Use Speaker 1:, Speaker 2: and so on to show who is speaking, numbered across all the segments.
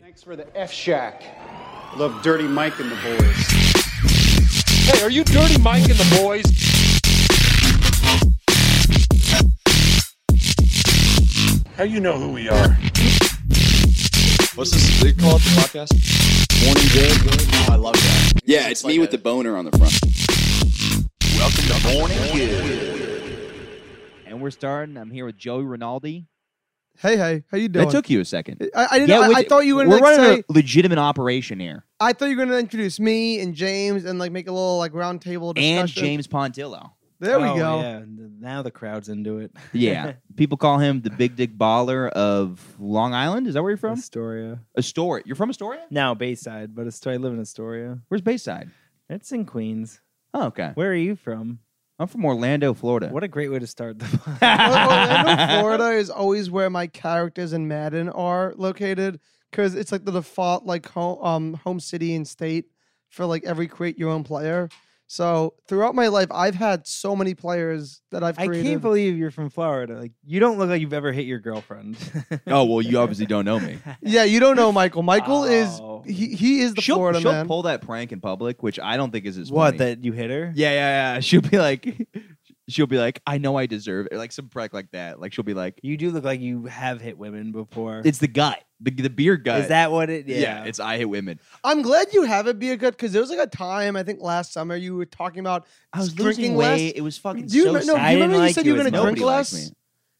Speaker 1: Thanks for the F Shack. Love Dirty Mike and the boys.
Speaker 2: Hey, are you Dirty Mike and the boys? How you know who we are?
Speaker 3: What's this? They call it the podcast?
Speaker 4: Morning good, good. I love that.
Speaker 5: Yeah, it's, me with the boner on the front.
Speaker 4: And we're starting. I'm here with Joey Rinaldi.
Speaker 6: Hey, hey, how you doing?
Speaker 4: That took you a second.
Speaker 6: I, I didn't.
Speaker 4: Yeah,
Speaker 6: I,
Speaker 4: we
Speaker 6: I
Speaker 4: d-
Speaker 6: thought you were
Speaker 4: We're
Speaker 6: gonna like,
Speaker 4: running
Speaker 6: say.
Speaker 4: a legitimate operation here.
Speaker 6: I thought you were gonna introduce me and James and like make a little like round table discussion.
Speaker 4: And James Pontillo.
Speaker 6: There we
Speaker 7: Oh,
Speaker 6: go.
Speaker 7: Yeah, n- now the crowd's into it.
Speaker 4: Yeah. People call him the big dick baller of Long Island. Is that where you're from?
Speaker 7: Astoria.
Speaker 4: Astoria. You're from Astoria?
Speaker 7: Now Bayside, but Astoria, I live in Astoria.
Speaker 4: Where's Bayside?
Speaker 7: It's in Queens.
Speaker 4: Oh, okay.
Speaker 7: Where are you from?
Speaker 4: I'm from Orlando, Florida.
Speaker 7: What a great way to start the
Speaker 6: Well, Orlando,
Speaker 4: Florida.
Speaker 6: oh, Florida is always where my characters in Madden are located because it's like the default like home um home city and state for like every create your own player. So throughout my life, I've had so many players that I've
Speaker 7: I
Speaker 6: created.
Speaker 7: can't believe you're from Florida. Like you don't look like you've ever hit your girlfriend.
Speaker 4: Oh, well, you obviously don't know me.
Speaker 6: yeah, you don't know Michael. Michael
Speaker 7: Oh.
Speaker 6: is he, he is the
Speaker 4: she'll
Speaker 6: Florida
Speaker 4: she'll
Speaker 6: man.
Speaker 4: pull that prank in public, which I don't think is as
Speaker 7: what
Speaker 4: funny.
Speaker 7: that you hit her?
Speaker 4: Yeah, yeah, yeah. She'll be like, she'll be like, I know I deserve it. Like some prank like that. Like she'll be like,
Speaker 7: You do look like you have hit women before.
Speaker 4: it's the gut, the, the beer gut.
Speaker 7: Is that what it?
Speaker 4: Yeah.
Speaker 7: Yeah.
Speaker 4: it's I hit women.
Speaker 6: I'm glad you have it be a good because there was like a time I think last summer you were talking about
Speaker 4: I was
Speaker 6: drinking
Speaker 4: losing
Speaker 6: less.
Speaker 4: weight. It was fucking
Speaker 6: Do you
Speaker 4: so
Speaker 6: kn- no,
Speaker 4: sad.
Speaker 6: do you remember you said you were
Speaker 7: as
Speaker 6: gonna
Speaker 7: much.
Speaker 6: drink
Speaker 4: Nobody liked
Speaker 6: less?
Speaker 4: me.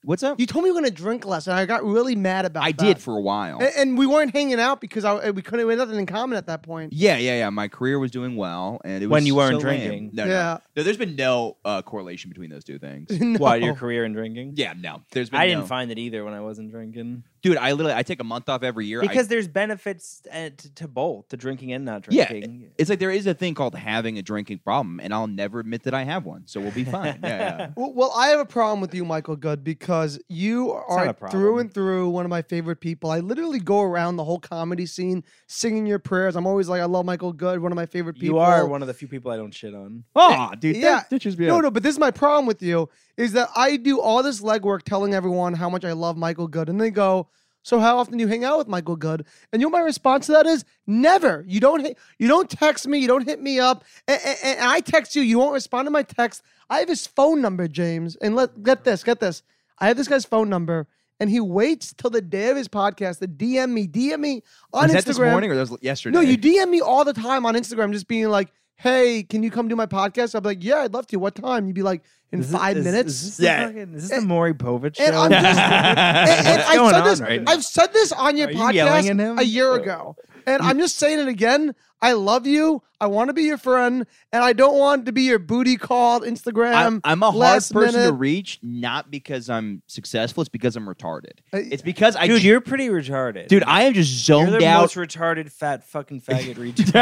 Speaker 4: What's up?
Speaker 6: You told me you were gonna drink less, and I got really mad about.
Speaker 4: I
Speaker 6: that.
Speaker 4: did for a while.
Speaker 6: A- and, we weren't hanging out because I we couldn't we had nothing in common at that point.
Speaker 4: yeah, yeah, yeah. My career was doing well, and it was
Speaker 7: When you weren't
Speaker 4: so lame.
Speaker 7: drinking.
Speaker 4: No, no,
Speaker 6: yeah,
Speaker 4: no. There's been no uh, correlation between those two things.
Speaker 6: no.
Speaker 7: What your career in drinking?
Speaker 4: yeah, no. There's been
Speaker 7: I
Speaker 4: no-
Speaker 7: didn't find it either when I wasn't drinking.
Speaker 4: dude. I literally I take a month off every year I-
Speaker 7: Because there's benefits uh, to, to both, to drinking and not
Speaker 4: Yeah,
Speaker 7: drinking.
Speaker 4: it's like there is a thing called having a drinking problem, and I'll never admit that I have one, so we'll be fine. Yeah, yeah.
Speaker 6: Well, well, I have a problem with you, Michael Good, because you
Speaker 7: not
Speaker 6: are
Speaker 7: a
Speaker 6: through
Speaker 7: problem.
Speaker 6: and through one of my favorite people. I literally go around the whole comedy scene singing your prayers. I'm always like, I love Michael Good, one of my favorite
Speaker 7: You
Speaker 6: people.
Speaker 7: are one of the few people I don't shit on.
Speaker 4: Oh, dude,
Speaker 6: yeah.
Speaker 4: that, that just be
Speaker 6: No, no, but this is my problem with you is that I do all this legwork telling everyone how much I love Michael Good, and they go, "So how often do you hang out with Michael Good?" And you know what my response to that is, "Never. You don't hit, you don't text me, you don't hit me up, and, and I text you, you won't respond to my text. I have his phone number, James, and let get this, get this. I have this guy's phone number." And he waits till the day of his podcast to DM me, DM me on
Speaker 4: Was
Speaker 6: Instagram.
Speaker 4: that this morning or that was yesterday?
Speaker 6: No, you DM me all the time on Instagram, just being like, "Hey, can you come do my podcast?" I'd be like, "Yeah, I'd love to. What time?" You'd be like, "In
Speaker 7: Is it-
Speaker 6: five
Speaker 7: is-
Speaker 6: minutes."
Speaker 7: Is this the
Speaker 4: Yeah.
Speaker 7: fucking- is this the Maury Povich show?
Speaker 6: and I'm just, and, and
Speaker 7: What's
Speaker 6: I've
Speaker 7: going
Speaker 6: said
Speaker 7: on
Speaker 6: this,
Speaker 7: right now?
Speaker 6: I've said this on your
Speaker 7: Are you yelling at
Speaker 6: podcast
Speaker 7: him?
Speaker 6: a year ago, and I'm just saying it again. I love you. I want to be your friend, and I don't want to be your booty called Instagram.
Speaker 4: I'm, I'm a hard
Speaker 6: last
Speaker 4: person to
Speaker 6: minute-
Speaker 4: reach, not because I'm successful. It's because I'm retarded.
Speaker 6: Uh,
Speaker 4: It's because I,
Speaker 7: dude,
Speaker 4: ju-
Speaker 7: you're pretty retarded.
Speaker 4: dude, I am just
Speaker 7: you're the
Speaker 4: zoned out.
Speaker 7: most retarded fat fucking faggot retard.
Speaker 6: uh,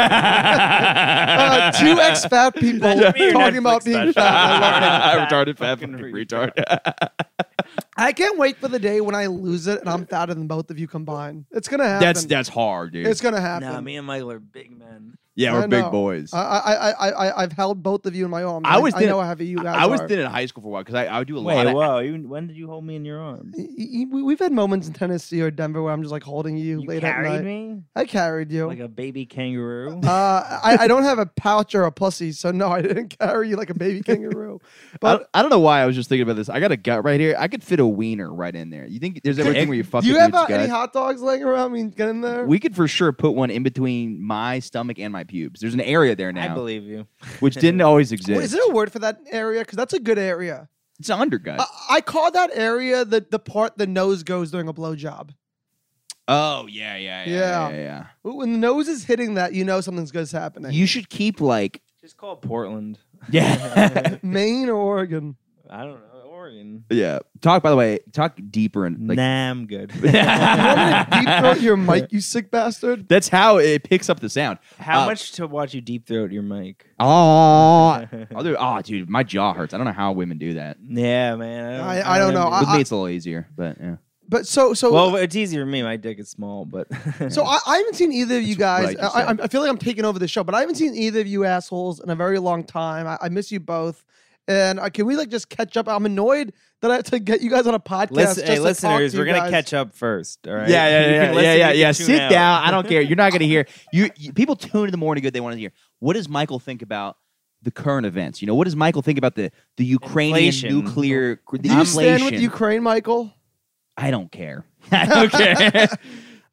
Speaker 4: uh,
Speaker 6: two ex fat people
Speaker 7: That'd be your
Speaker 6: talking about
Speaker 7: Netflix
Speaker 6: being
Speaker 7: special.
Speaker 6: fat. I love that.
Speaker 4: retarded, fat,
Speaker 7: fucking
Speaker 4: retard.
Speaker 6: I can't wait for the day when I lose it and I'm fatter than both of you combined. It's gonna happen.
Speaker 4: That's that's hard, dude.
Speaker 6: it's gonna happen.
Speaker 7: nah, me and Michael are big men.
Speaker 4: yeah, we're
Speaker 6: I
Speaker 4: big
Speaker 6: know.
Speaker 4: boys.
Speaker 6: I, I, I, I- I, I've held both of you in my arms.
Speaker 4: I
Speaker 6: I,
Speaker 4: was
Speaker 6: I
Speaker 4: thin-
Speaker 6: know I have you guys.
Speaker 4: I was
Speaker 6: are.
Speaker 4: thin in high school for a while because I, I would do a lot
Speaker 7: Wait,
Speaker 4: of
Speaker 7: whoa! You, when did you hold me in your arms?
Speaker 6: Y- y- we- We've had moments in Tennessee or Denver where I'm just like holding you,
Speaker 7: You
Speaker 6: late at
Speaker 7: carried
Speaker 6: night.
Speaker 7: me
Speaker 6: I carried you.
Speaker 7: like a baby kangaroo.
Speaker 6: uh, I, I don't have a pouch or a pussy, so no, I didn't carry you like a baby kangaroo.
Speaker 4: I,
Speaker 6: But
Speaker 4: don't- I don't know why I was just thinking about this. I got a gut right here. I could fit a wiener right in there. You think there's everything where you fuck
Speaker 6: do
Speaker 4: a
Speaker 6: you have
Speaker 4: dude's
Speaker 6: uh, any
Speaker 4: gut?
Speaker 6: hot dogs laying around? I mean, get in there.
Speaker 4: We could for sure put one in between my stomach and my pubes. There's an area there
Speaker 7: I
Speaker 4: now,
Speaker 7: believe you.
Speaker 4: which didn't always
Speaker 6: Wait,
Speaker 4: exist.
Speaker 6: is there a word for that area? Because that's a good area.
Speaker 4: It's an undergut.
Speaker 6: I, I call that area the, the part the nose goes during a blowjob.
Speaker 4: oh yeah, yeah,
Speaker 6: Yeah.
Speaker 4: yeah,
Speaker 6: When the nose is hitting that, you know something's good's
Speaker 4: yeah.
Speaker 6: happening.
Speaker 4: You should keep like
Speaker 7: Just call Portland.
Speaker 4: yeah,
Speaker 6: Maine or Oregon?
Speaker 7: I don't know Oregon.
Speaker 4: yeah. Talk by the way. Talk deeper and like
Speaker 7: nah, I'm good.
Speaker 6: You want me to deep throat your mic, you sick bastard?
Speaker 4: that's how it picks up the sound.
Speaker 7: How
Speaker 4: Uh,
Speaker 7: much to watch you deep throat your mic?
Speaker 4: Oh, I'll do. Oh, dude, my jaw hurts. I don't know how women do that.
Speaker 7: Yeah, man.
Speaker 6: I- I don't know.
Speaker 4: With
Speaker 6: I-
Speaker 4: me, it's a little easier, but yeah.
Speaker 6: But so so
Speaker 7: well, it's easy for me. My dick is small, but
Speaker 6: so I, I haven't seen either of you guys.
Speaker 4: right, you
Speaker 6: I, I,
Speaker 4: said.
Speaker 6: I feel like I'm taking over the show, but I haven't seen either of you assholes in a very long time. I, I miss you both. And uh, can we like just catch up? I'm annoyed that I have to get you guys on a podcast.
Speaker 7: Listen,
Speaker 6: just
Speaker 7: hey,
Speaker 6: to talk
Speaker 7: listeners,
Speaker 6: to
Speaker 7: we're
Speaker 6: you
Speaker 7: gonna
Speaker 6: guys.
Speaker 7: catch up first. All right.
Speaker 4: Yeah,
Speaker 7: You
Speaker 4: yeah,
Speaker 7: can
Speaker 4: yeah,
Speaker 7: listen,
Speaker 4: yeah,
Speaker 7: you
Speaker 4: yeah,
Speaker 7: can
Speaker 4: yeah.
Speaker 7: tune
Speaker 4: Sit
Speaker 7: out.
Speaker 4: down. I don't care. You're not going to hear. You, you people tune into the morning good. They want to hear. What does Michael think about the current events? You know, what does Michael think about the the Ukrainian
Speaker 7: Inflation.
Speaker 4: nuclear the
Speaker 6: Do you stand with
Speaker 4: inflation?
Speaker 6: Ukraine, Michael?
Speaker 4: I don't care. I don't care.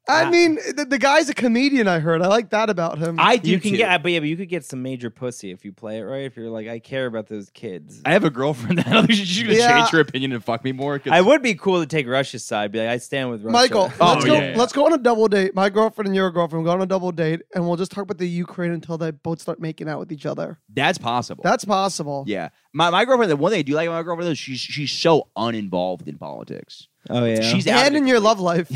Speaker 6: I
Speaker 7: Ah.
Speaker 6: mean, the, the guy's a comedian. I heard. I like that about him.
Speaker 4: I do
Speaker 7: You can
Speaker 4: too.
Speaker 7: get, but yeah, but you could get some major pussy if you play it right. If you're like, I care about those kids.
Speaker 4: I have a girlfriend. I don't think she's going to
Speaker 6: Yeah.
Speaker 4: change her opinion and fuck me more. 'cause-
Speaker 7: I would be cool to take Russia's side. Be like, I stand with Russia.
Speaker 6: Michael,
Speaker 4: Oh,
Speaker 6: let's go.
Speaker 4: yeah, yeah.
Speaker 6: Let's go on a double date. My girlfriend and your girlfriend. We'll go on a double date, and we'll just talk about the Ukraine until they both start making out with each other.
Speaker 4: that's possible.
Speaker 6: That's possible.
Speaker 4: yeah. My, my girlfriend, the one thing I do like about my girlfriend is she's she's so uninvolved in politics.
Speaker 7: oh yeah.
Speaker 4: She's out of
Speaker 6: and
Speaker 4: it
Speaker 6: in your love life.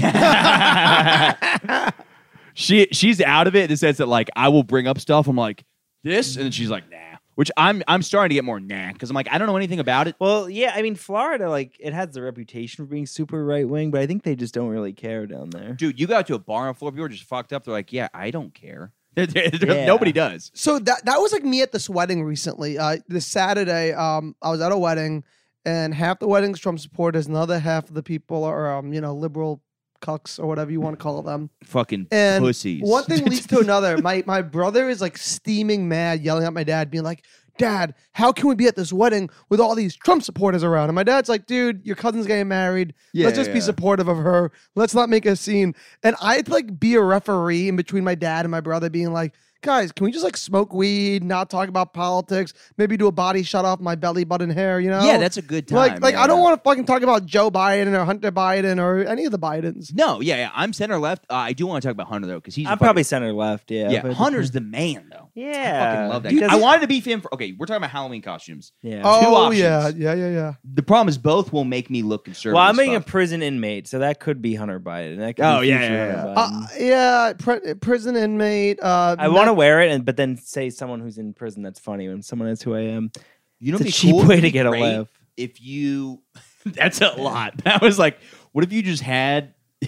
Speaker 4: she she's out of it in the sense that like I will bring up stuff. I'm like this, and then she's like nah. Which I'm I'm starting to get more nah because I'm like I don't know anything about it.
Speaker 7: Well, yeah, I mean, Florida, like, it has the reputation for being super right wing, but I think they just don't really care down there.
Speaker 4: Dude, you go out to a bar and four people are just fucked up. They're like, yeah, I don't care. They're- they're-
Speaker 7: Yeah.
Speaker 4: Nobody does.
Speaker 6: So that that was like me at this wedding recently. Uh, this Saturday, um, I was at a wedding, and half the wedding's Trump supporters, and the other half of the people are, um, you know, liberal cucks or whatever you want to call them.
Speaker 4: Fucking
Speaker 6: And
Speaker 4: pussies.
Speaker 6: One thing leads to another. My my brother is like steaming mad, yelling at my dad, being like, "Dad, how can we be at this wedding with all these Trump supporters around?" And my dad's like, "Dude, your cousin's getting married. Let's
Speaker 5: Yeah,
Speaker 6: just be
Speaker 5: yeah.
Speaker 6: supportive of her. Let's not make a scene." And I'd like be a referee in between my dad and my brother, being like. Guys, can we just like smoke weed, not talk about politics, maybe do a body shot off my belly button hair, you know?
Speaker 4: yeah, that's a good time.
Speaker 6: like like
Speaker 4: yeah,
Speaker 6: I don't
Speaker 4: yeah.
Speaker 6: want to fucking talk about Joe Biden or Hunter Biden or any of the Bidens.
Speaker 4: No, yeah, yeah. I'm center left. Uh, I do want to talk about Hunter though because he's a
Speaker 7: I'm
Speaker 4: fucking-
Speaker 7: probably center left, yeah.
Speaker 4: yeah.
Speaker 7: but-
Speaker 4: Hunter's the man though.
Speaker 7: Yeah.
Speaker 4: I fucking love that.
Speaker 7: He
Speaker 4: guy. I
Speaker 7: doesn't-
Speaker 4: wanted to beef him for. Okay, we're talking about Halloween costumes.
Speaker 7: Yeah.
Speaker 6: Oh
Speaker 4: options.
Speaker 6: yeah, yeah, yeah, yeah.
Speaker 4: The problem is both will make me look conservative.
Speaker 7: well, I'm
Speaker 4: as
Speaker 7: being a
Speaker 4: fuck.
Speaker 7: prison inmate, so that could be Hunter Biden. That could
Speaker 4: Oh,
Speaker 7: be
Speaker 4: yeah,
Speaker 7: future
Speaker 4: yeah,
Speaker 7: Hunter Biden.
Speaker 6: Uh, yeah, pr- prison inmate. Uh,
Speaker 7: I want to wear it, and but then say someone who's in prison that's funny when someone is who I am.
Speaker 4: You know,
Speaker 7: It's a
Speaker 4: what'd be
Speaker 7: cheap
Speaker 4: cool?
Speaker 7: way
Speaker 4: It'd
Speaker 7: to
Speaker 4: be
Speaker 7: get a
Speaker 4: great
Speaker 7: laugh.
Speaker 4: If you, that's a lot. That was like, what if you just had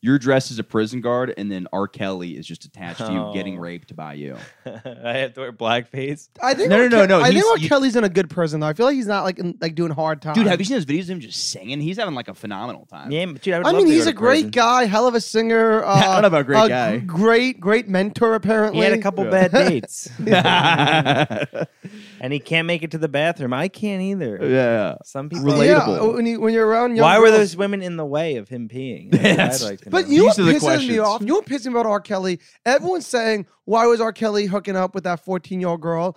Speaker 4: your dress as a prison guard, and then R. Kelly is just attached to you getting
Speaker 7: Oh.
Speaker 4: raped by you?
Speaker 7: I have to wear blackface.
Speaker 6: I think
Speaker 4: No,
Speaker 6: R.
Speaker 4: no, no,
Speaker 6: Kelly-
Speaker 4: no,
Speaker 6: I think
Speaker 4: he's-
Speaker 6: R.
Speaker 4: you-
Speaker 6: Kelly's in a good prison though. I feel like he's not like in, like doing hard time.
Speaker 4: Dude, have you seen those videos of him just singing? He's having like a phenomenal time.
Speaker 7: Yeah, but dude, I, would
Speaker 6: I
Speaker 7: love
Speaker 6: mean,
Speaker 7: to go
Speaker 6: he's
Speaker 7: to
Speaker 6: a great
Speaker 7: prison.
Speaker 6: guy, hell of a singer. Uh,
Speaker 4: I don't know about great
Speaker 6: a
Speaker 4: guy.
Speaker 6: gr- Great, great mentor apparently.
Speaker 7: He had a couple
Speaker 4: Yeah.
Speaker 7: bad dates,
Speaker 4: yeah,
Speaker 7: and he can't make it to the bathroom. I can't either.
Speaker 4: yeah.
Speaker 7: Some people
Speaker 4: Relate-
Speaker 6: Yeah,
Speaker 4: Relatable.
Speaker 6: when you when you're around young
Speaker 7: Why were
Speaker 6: girls.
Speaker 7: those women in the way of him peeing?
Speaker 4: That's-
Speaker 7: I'd like to
Speaker 6: But
Speaker 7: know.
Speaker 6: you were
Speaker 4: These are the
Speaker 6: pissing me
Speaker 4: questions.
Speaker 6: off. You were pissing me about R. Kelly. Everyone's saying, "Why was R. Kelly hooking up with that 14 year old girl?"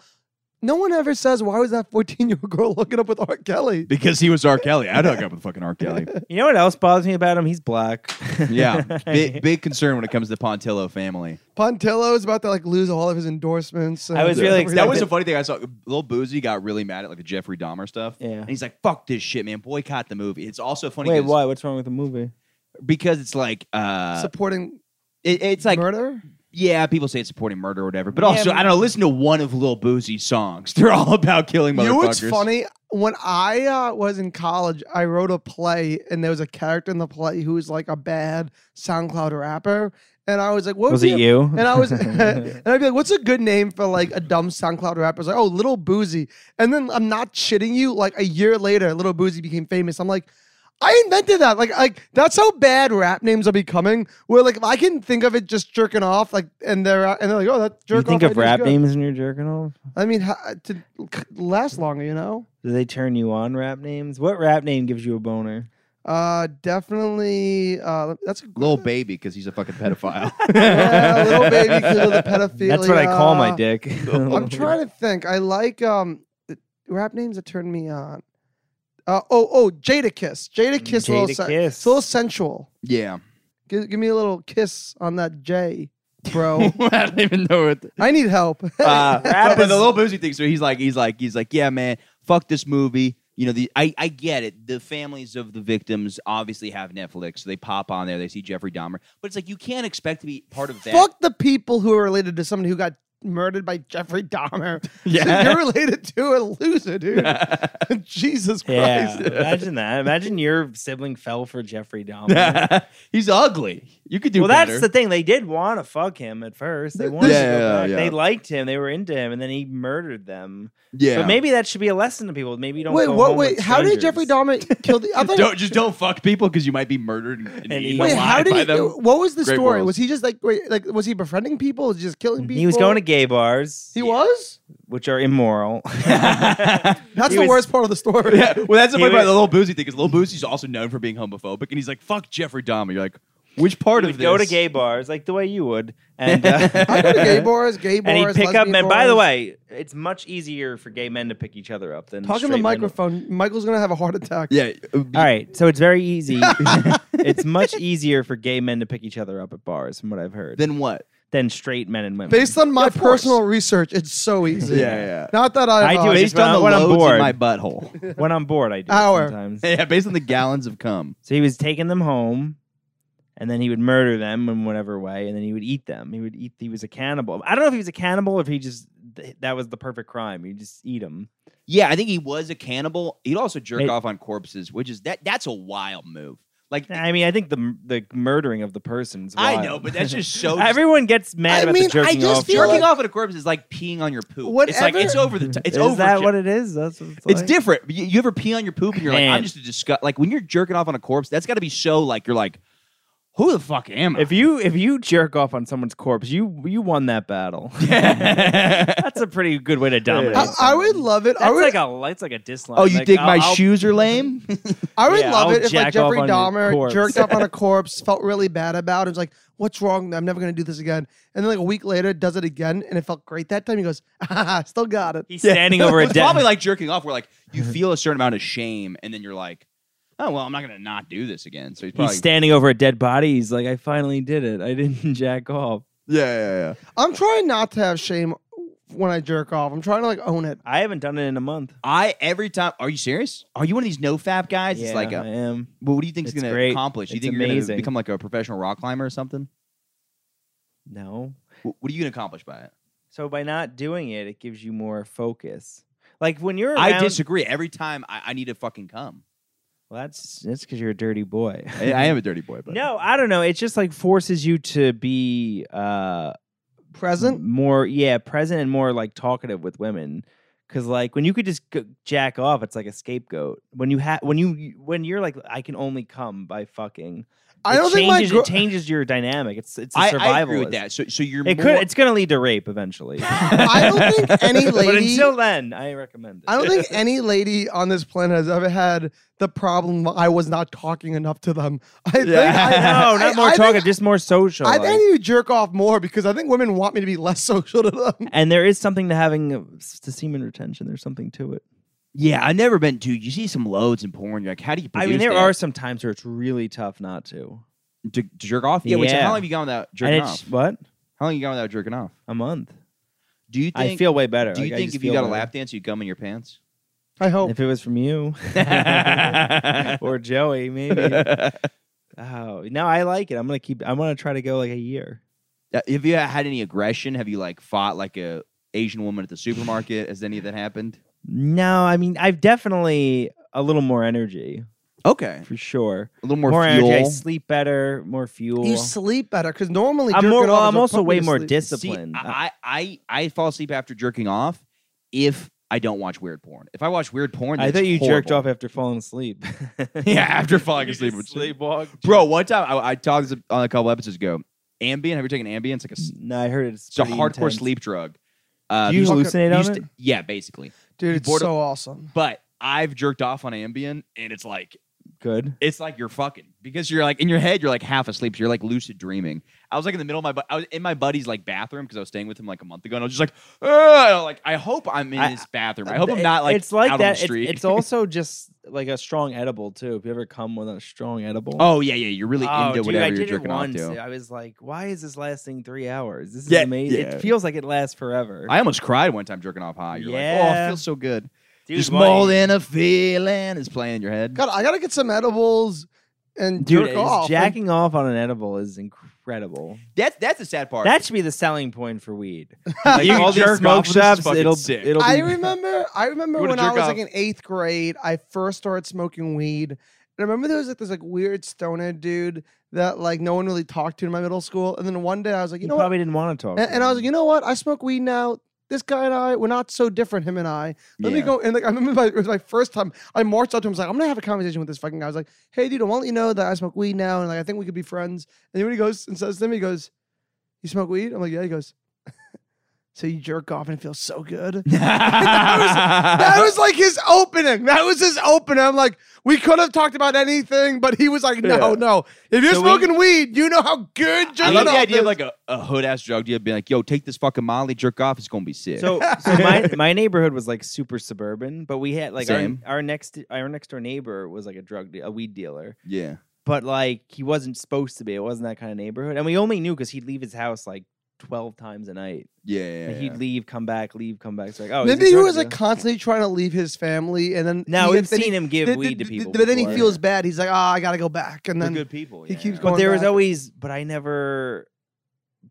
Speaker 6: No one ever says, "Why was that 14 year old girl hooking up with R. Kelly?"
Speaker 4: Because he was R. Kelly. I'd hook up with fucking R. Kelly.
Speaker 7: You know what else bothers me about him? He's black.
Speaker 4: Yeah. Big, big concern when it comes to the Pontillo family.
Speaker 6: Pontillo is about to like lose all of his endorsements.
Speaker 7: I was
Speaker 6: and
Speaker 7: really
Speaker 6: everything.
Speaker 4: That was
Speaker 7: Yeah.
Speaker 4: a funny thing I saw. Lil Boozy got really mad at like the Jeffrey Dahmer stuff.
Speaker 7: Yeah.
Speaker 4: And he's like, fuck this shit, man. Boycott the movie. It's also funny
Speaker 7: Wait,
Speaker 4: 'cause-
Speaker 7: why? What's wrong with the movie?
Speaker 4: because it's like uh
Speaker 6: supporting
Speaker 4: it- it's like
Speaker 6: murder.
Speaker 4: yeah, people say it's supporting murder or whatever. But
Speaker 7: Yeah,
Speaker 4: also,
Speaker 7: but-
Speaker 4: I don't know, listen to one of Lil Boozy's songs. They're all about killing motherfuckers.
Speaker 6: You know what's funny? When I uh, was in college, I wrote a play, and there was a character in the play who was like a bad SoundCloud rapper, and I was like, "What
Speaker 7: Was E
Speaker 6: would
Speaker 7: it
Speaker 6: be a-
Speaker 7: you?
Speaker 6: Oh, And I was, and I'd be like, "What's a good name for like a dumb SoundCloud rapper?" I was like, "Oh, Little Boozy." And then I'm not shitting you. Like a year later, Little Boozy became famous. I'm like, I invented that. Like, like that's how bad rap names are becoming. Where like if I can think of it just jerking off, like, and they're and they're like, "Oh, that jerk
Speaker 7: you think
Speaker 6: off
Speaker 7: of
Speaker 6: idea's
Speaker 7: rap
Speaker 6: good."
Speaker 7: names and you're jerking off?
Speaker 6: I mean, how, to last longer, you know.
Speaker 7: Do they turn you on rap names? What rap name gives you a boner?
Speaker 6: Uh, definitely. Uh, that's a
Speaker 4: Lil Baby, because he's a fucking pedophile.
Speaker 6: yeah, little baby because of the pedophilia.
Speaker 7: That's what I call my dick.
Speaker 6: I'm trying to think. I like um the rap names that turn me on. Uh, oh, oh, Jada Kiss. Jada Kiss. a little
Speaker 7: Jada
Speaker 6: sen-
Speaker 7: Kiss.
Speaker 6: It's a little sensual.
Speaker 4: yeah.
Speaker 6: Give, give me a little kiss on that J, bro.
Speaker 4: I don't even know what
Speaker 6: I need help.
Speaker 4: uh, but, but
Speaker 7: is-
Speaker 4: the little boozy thing. So he's like, he's like, he's like, yeah, man, fuck this movie. You know, the I, I get it. The families of the victims obviously have Netflix, so they pop on there. They see Jeffrey Dahmer, but it's like you can't expect to be part of that.
Speaker 6: Fuck the people who are related to somebody who got murdered by Jeffrey Dahmer.
Speaker 4: Yeah.
Speaker 6: So you're related to a loser, dude. Jesus
Speaker 7: Yeah,
Speaker 6: Christ.
Speaker 7: imagine that. Imagine your sibling fell for Jeffrey Dahmer.
Speaker 4: He's ugly. You could do
Speaker 7: well,
Speaker 4: better.
Speaker 7: that's the thing. They did want to fuck him at first. They wanted to
Speaker 4: Yeah,
Speaker 7: go back.
Speaker 4: yeah.
Speaker 7: They liked him. They were into him, and then he murdered them.
Speaker 4: yeah.
Speaker 7: But maybe that should be a lesson to people. Maybe you don't.
Speaker 6: Wait,
Speaker 7: go
Speaker 6: what?
Speaker 7: home
Speaker 6: Wait,
Speaker 7: with
Speaker 6: how did Jeffrey
Speaker 7: strangers.
Speaker 6: Dahmer kill the? I thought.
Speaker 4: don't just don't fuck people because you might be murdered and, and
Speaker 7: And
Speaker 4: eaten
Speaker 7: eaten.
Speaker 6: wait,
Speaker 4: alive
Speaker 6: how did
Speaker 4: by
Speaker 6: he?
Speaker 4: them.
Speaker 6: What was the
Speaker 4: Great
Speaker 6: story?
Speaker 4: balls.
Speaker 6: Was he just like wait, like was he befriending people? Was he just killing people?
Speaker 7: He was going to gay bars,
Speaker 6: He was.
Speaker 7: which are immoral.
Speaker 6: That's
Speaker 7: He
Speaker 6: the
Speaker 7: was-
Speaker 6: worst part of the story.
Speaker 4: Yeah, well, that's the
Speaker 7: He
Speaker 4: point
Speaker 7: was-
Speaker 4: about the little boozy thing. Because little boozy's also known for being homophobic, and he's like, "Fuck Jeffrey Dahmer." You're like, which part
Speaker 7: He
Speaker 4: of
Speaker 7: would
Speaker 4: this?
Speaker 7: go to gay bars like the way you would, and uh,
Speaker 6: I go to gay bars, gay bars,
Speaker 7: and he'd pick up
Speaker 6: lesbian
Speaker 7: men. By the
Speaker 6: bars.
Speaker 7: way, it's much easier for gay men to pick each other up than
Speaker 6: talk in
Speaker 7: straight
Speaker 6: the
Speaker 7: men.
Speaker 6: microphone. Michael's gonna have a heart attack.
Speaker 4: Yeah,
Speaker 7: All right, so it's very easy. it's much easier for gay men to pick each other up at bars, from what I've heard,
Speaker 4: Then what?
Speaker 7: than straight men and women.
Speaker 6: Based on my
Speaker 4: of course.
Speaker 6: personal research, it's so easy.
Speaker 4: Yeah, yeah.
Speaker 6: Not that I.
Speaker 7: I do
Speaker 6: uh,
Speaker 7: it just
Speaker 4: Based
Speaker 7: when
Speaker 4: on
Speaker 7: I-
Speaker 4: the
Speaker 7: when I'm
Speaker 4: loads in
Speaker 7: bored.
Speaker 4: my butthole.
Speaker 7: when I'm bored, I do it
Speaker 6: Hour.
Speaker 7: sometimes.
Speaker 4: yeah, based on the gallons of cum.
Speaker 7: So he was taking them home, and then he would murder them in whatever way, and then he would eat them. He would eat. He was a cannibal. I don't know if he was a cannibal, or if he just th- that was the perfect crime. You just eat them.
Speaker 4: Yeah, I think he was a cannibal. He'd also jerk
Speaker 7: It-
Speaker 4: off on corpses, which is that that's a wild move. Like
Speaker 7: I mean, I think the the murdering of the person's.
Speaker 4: I know, but that's just so
Speaker 7: Everyone gets mad
Speaker 6: I
Speaker 7: about
Speaker 6: mean, I
Speaker 7: the jerking
Speaker 6: just
Speaker 7: off.
Speaker 6: feel
Speaker 7: part.
Speaker 4: jerking
Speaker 6: like-
Speaker 4: off at a corpse is like peeing on your poop. It's like
Speaker 6: Whatever-
Speaker 4: it's over the top. It's
Speaker 7: is
Speaker 4: over.
Speaker 7: that what it is? That's what it's,
Speaker 4: it's
Speaker 7: like?
Speaker 4: different. You, you ever pee on your poop and you're like,
Speaker 7: Man.
Speaker 4: I'm just a disgust. Like when you're jerking off on a corpse, that's got to be so like you're like, who the fuck am I?
Speaker 7: If you if you jerk off on someone's corpse, you you won that battle. That's a pretty good way to dominate.
Speaker 6: I, I would love it. I
Speaker 7: That's
Speaker 6: would,
Speaker 7: like a it's like a dislike.
Speaker 4: oh, you
Speaker 7: like,
Speaker 4: think
Speaker 7: I'll-
Speaker 4: my
Speaker 7: I'll-
Speaker 4: shoes are lame?
Speaker 6: I would
Speaker 7: Yeah,
Speaker 6: love
Speaker 7: I'll
Speaker 6: it if like
Speaker 7: jack off
Speaker 6: Jeffrey
Speaker 7: on your
Speaker 6: Dahmer
Speaker 7: corpse.
Speaker 6: jerked up on a corpse, felt really bad about it, was like, "What's wrong? I'm never going to do this again." And then like a week later, does it again, and it felt great that time. He goes, ah, "Still got it."
Speaker 7: He's standing over a
Speaker 4: it's
Speaker 7: dead.
Speaker 4: probably like jerking off, where like you feel a certain amount of shame, and then you're like, oh well, I'm not gonna not do this again. So he's probably
Speaker 7: he's standing over a dead body. He's like, I finally did it. I didn't jack off.
Speaker 4: yeah, yeah, yeah.
Speaker 6: I'm trying not to have shame when I jerk off. I'm trying to like own it.
Speaker 7: I haven't done it in a month.
Speaker 4: I every time. Are you serious? Are you one of these no fab guys?
Speaker 7: yeah,
Speaker 4: it's like
Speaker 7: I
Speaker 4: a.
Speaker 7: am.
Speaker 4: Well, what do you think is
Speaker 7: It's
Speaker 4: going to
Speaker 7: great.
Speaker 4: accomplish? You
Speaker 7: It's
Speaker 4: think you're going to
Speaker 7: amazing.
Speaker 4: become like a professional rock climber or something?
Speaker 7: No.
Speaker 4: Wh- What are you going to accomplish by it?
Speaker 7: So by not doing it, it gives you more focus. Like when you're around,
Speaker 4: I disagree. Every time I, I need to fucking come.
Speaker 7: Well, that's that's because you're a dirty boy.
Speaker 4: I, I am a dirty boy, but
Speaker 7: No, I don't know. It just like forces you to be uh
Speaker 6: Present.
Speaker 7: more yeah, present and more like talkative with women. Cause like when you could just go jack off, it's like a scapegoat. When you have when you when you're like I can only come by fucking.
Speaker 6: I
Speaker 7: it
Speaker 6: don't think my
Speaker 7: changes,
Speaker 6: gir-
Speaker 7: it changes your dynamic. It's it's a
Speaker 4: I,
Speaker 7: survival.
Speaker 4: I agree with that. So, so you're
Speaker 7: It
Speaker 4: more,
Speaker 7: could it's gonna lead to rape eventually.
Speaker 6: I don't think any
Speaker 7: but
Speaker 6: lady.
Speaker 7: until then, I recommend it.
Speaker 6: I don't think any lady on this planet has ever had the problem. I was not talking enough to them. I think
Speaker 4: Yeah.
Speaker 6: I,
Speaker 7: no,
Speaker 6: I-
Speaker 7: not more
Speaker 6: I think-
Speaker 7: talkative, just more social.
Speaker 6: I
Speaker 7: like-
Speaker 6: think I need to jerk off more because I think women want me to be less social to them.
Speaker 7: and there is something to having uh, s- to semen retention. There's something to it.
Speaker 4: yeah, I've never been, dude. You see some loads in porn. You're like, how do you?
Speaker 7: I mean,
Speaker 4: produce
Speaker 7: there
Speaker 4: that?
Speaker 7: are some times where it's really tough not to.
Speaker 4: to, to jerk off. Yeah, Wait, so
Speaker 7: Yeah.
Speaker 4: how long have you gone without
Speaker 7: and
Speaker 4: jerking
Speaker 7: it's
Speaker 4: off?
Speaker 7: what
Speaker 4: How long have you gone without jerking off?
Speaker 7: a month.
Speaker 4: Do you think?
Speaker 7: I feel way better.
Speaker 4: do you
Speaker 7: Like, I
Speaker 4: think
Speaker 7: just
Speaker 4: if you
Speaker 7: feel
Speaker 4: got a
Speaker 7: better.
Speaker 4: lap dance, you'd come in your pants?
Speaker 6: I hope.
Speaker 7: if it was from you or Joey, maybe.
Speaker 4: Uh,
Speaker 7: Oh no, I like it. I'm gonna keep. I'm gonna try to go like a year.
Speaker 4: Have you had any aggression? Have you like fought like a Asian woman at the supermarket? Has any of that happened?
Speaker 7: No, I mean I've definitely a little more energy
Speaker 4: Okay,
Speaker 7: for sure.
Speaker 4: a little more,
Speaker 7: energy. I
Speaker 4: fuel.
Speaker 7: sleep better. More fuel.
Speaker 6: You sleep better because normally
Speaker 7: I'm
Speaker 6: jerking
Speaker 7: more.
Speaker 6: off
Speaker 7: Well,
Speaker 6: is
Speaker 7: I'm
Speaker 6: what
Speaker 7: also
Speaker 6: put me
Speaker 7: way
Speaker 6: to
Speaker 7: more
Speaker 6: sleep.
Speaker 4: See,
Speaker 7: disciplined. I-
Speaker 4: I, I I fall asleep after jerking off if I don't watch weird porn. If I watch weird porn,
Speaker 7: I
Speaker 4: that's
Speaker 7: thought you jerked
Speaker 4: horrible.
Speaker 7: off after falling asleep.
Speaker 4: yeah, after falling
Speaker 7: You
Speaker 4: asleep,
Speaker 7: just
Speaker 4: which-
Speaker 7: sleepwalk.
Speaker 4: bro. One time I, I talked this on a couple episodes ago. Ambien. Have you taken Ambien? It's like a s-
Speaker 7: No, I heard it's,
Speaker 4: it's a
Speaker 7: pretty
Speaker 4: hardcore
Speaker 7: intense.
Speaker 4: sleep drug. Uh,
Speaker 7: Do you
Speaker 4: used-
Speaker 7: hallucinate
Speaker 4: used
Speaker 7: on it?
Speaker 4: to- yeah, basically.
Speaker 6: Dude, it's
Speaker 4: Bored of-
Speaker 6: so awesome.
Speaker 4: But I've jerked off on Ambien, and it's like
Speaker 7: Good.
Speaker 4: it's like you're fucking because you're like in your head you're like half asleep so you're like lucid dreaming i was like in the middle of my bu- i was in my buddy's like bathroom because i was staying with him like a month ago and i was just like Ugh! like i hope i'm in
Speaker 7: I- uh,
Speaker 4: his bathroom i hope i'm
Speaker 7: It-
Speaker 4: not like
Speaker 7: it's like
Speaker 4: out
Speaker 7: that.
Speaker 4: on the
Speaker 7: it's-
Speaker 4: street
Speaker 7: It's, also just like a strong edible too. If you ever come with a strong edible,
Speaker 4: oh yeah yeah you're really
Speaker 7: Oh,
Speaker 4: into
Speaker 7: dude,
Speaker 4: whatever
Speaker 7: I
Speaker 4: you're
Speaker 7: did it
Speaker 4: jerking off
Speaker 7: once.
Speaker 4: to
Speaker 7: I was like, why is this lasting three hours? This is
Speaker 4: Yeah,
Speaker 7: amazing.
Speaker 4: yeah.
Speaker 7: It feels like it lasts forever.
Speaker 4: i almost cried one time jerking off high you're like oh it
Speaker 7: Yeah.
Speaker 4: feels so good
Speaker 7: Dude,
Speaker 4: just
Speaker 7: why-
Speaker 4: more than a feeling is playing in your head
Speaker 6: God, I gotta get some edibles and
Speaker 7: Dude,
Speaker 6: jerk
Speaker 7: it's-
Speaker 6: off.
Speaker 7: jacking off on an edible is incredible. incredible.
Speaker 4: That's that's the sad part.
Speaker 7: That should be the selling point for weed.
Speaker 4: Like,
Speaker 7: you
Speaker 4: all these
Speaker 7: jerk
Speaker 4: smoke
Speaker 7: off, this is
Speaker 4: shops,
Speaker 7: fucking
Speaker 4: it'll-
Speaker 7: sick.
Speaker 4: it'll
Speaker 6: I
Speaker 7: be-
Speaker 6: remember. I remember
Speaker 3: You wanna
Speaker 6: when I
Speaker 3: jerk
Speaker 6: was
Speaker 3: off.
Speaker 6: like in eighth grade. I first started smoking weed. And I remember there was like this like weird stoner dude that like no one really talked to in my middle school. And then one day I was like, you
Speaker 7: You
Speaker 6: know what?
Speaker 7: probably didn't want to talk.
Speaker 6: And,
Speaker 7: to
Speaker 6: and I was
Speaker 7: them.
Speaker 6: like, you know what? I smoke weed now. This guy and I, we're not so different. Him and I. Let me
Speaker 4: Yeah.
Speaker 6: go. And like, I remember my, it was my first time. I marched up to him. I was like, I'm gonna have a conversation with this fucking guy. I was like, hey, dude, I want to let you know that I smoke weed now, and like, I think we could be friends. And then when he goes and says to me, he goes, "You smoke weed?" I'm like, "Yeah." He goes, "So you jerk off and it feels so good." That was like his opening. That was his opening. I'm like, we could have talked about anything, but he was like, no,
Speaker 7: Yeah.
Speaker 6: no. If you're
Speaker 4: So we-
Speaker 6: smoking weed, you know how good
Speaker 4: I
Speaker 6: jerking
Speaker 4: love the
Speaker 6: off
Speaker 4: idea
Speaker 6: is.
Speaker 4: of like a, a hood ass drug dealer being like, yo, take this fucking Molly, jerk off, it's gonna be sick.
Speaker 7: So, so my, my neighborhood was like super suburban, but we had like our,
Speaker 4: Same.
Speaker 7: our next our next door neighbor was like a drug de- a weed dealer,
Speaker 4: yeah.
Speaker 7: but like he wasn't supposed to be. It wasn't that kind of neighborhood, and we only knew because he'd leave his house like twelve times a night.
Speaker 4: Yeah. yeah,
Speaker 7: Like,
Speaker 4: yeah.
Speaker 7: he'd leave, come back, leave, come back. It's like oh, he's a
Speaker 6: Maybe he
Speaker 7: drug
Speaker 6: was like
Speaker 7: dealer.
Speaker 6: constantly trying to leave his family, and then
Speaker 7: No,
Speaker 6: he-
Speaker 7: we've
Speaker 6: then he-
Speaker 7: seen him give
Speaker 6: th-
Speaker 7: weed to
Speaker 6: th- th-
Speaker 7: people.
Speaker 6: But then he
Speaker 7: before.
Speaker 6: feels bad. He's like, ah, I gotta go back, and
Speaker 4: They're
Speaker 6: then
Speaker 4: good people.
Speaker 6: he
Speaker 4: yeah.
Speaker 6: keeps
Speaker 7: But
Speaker 6: going
Speaker 7: there was
Speaker 6: back.
Speaker 7: always, but I never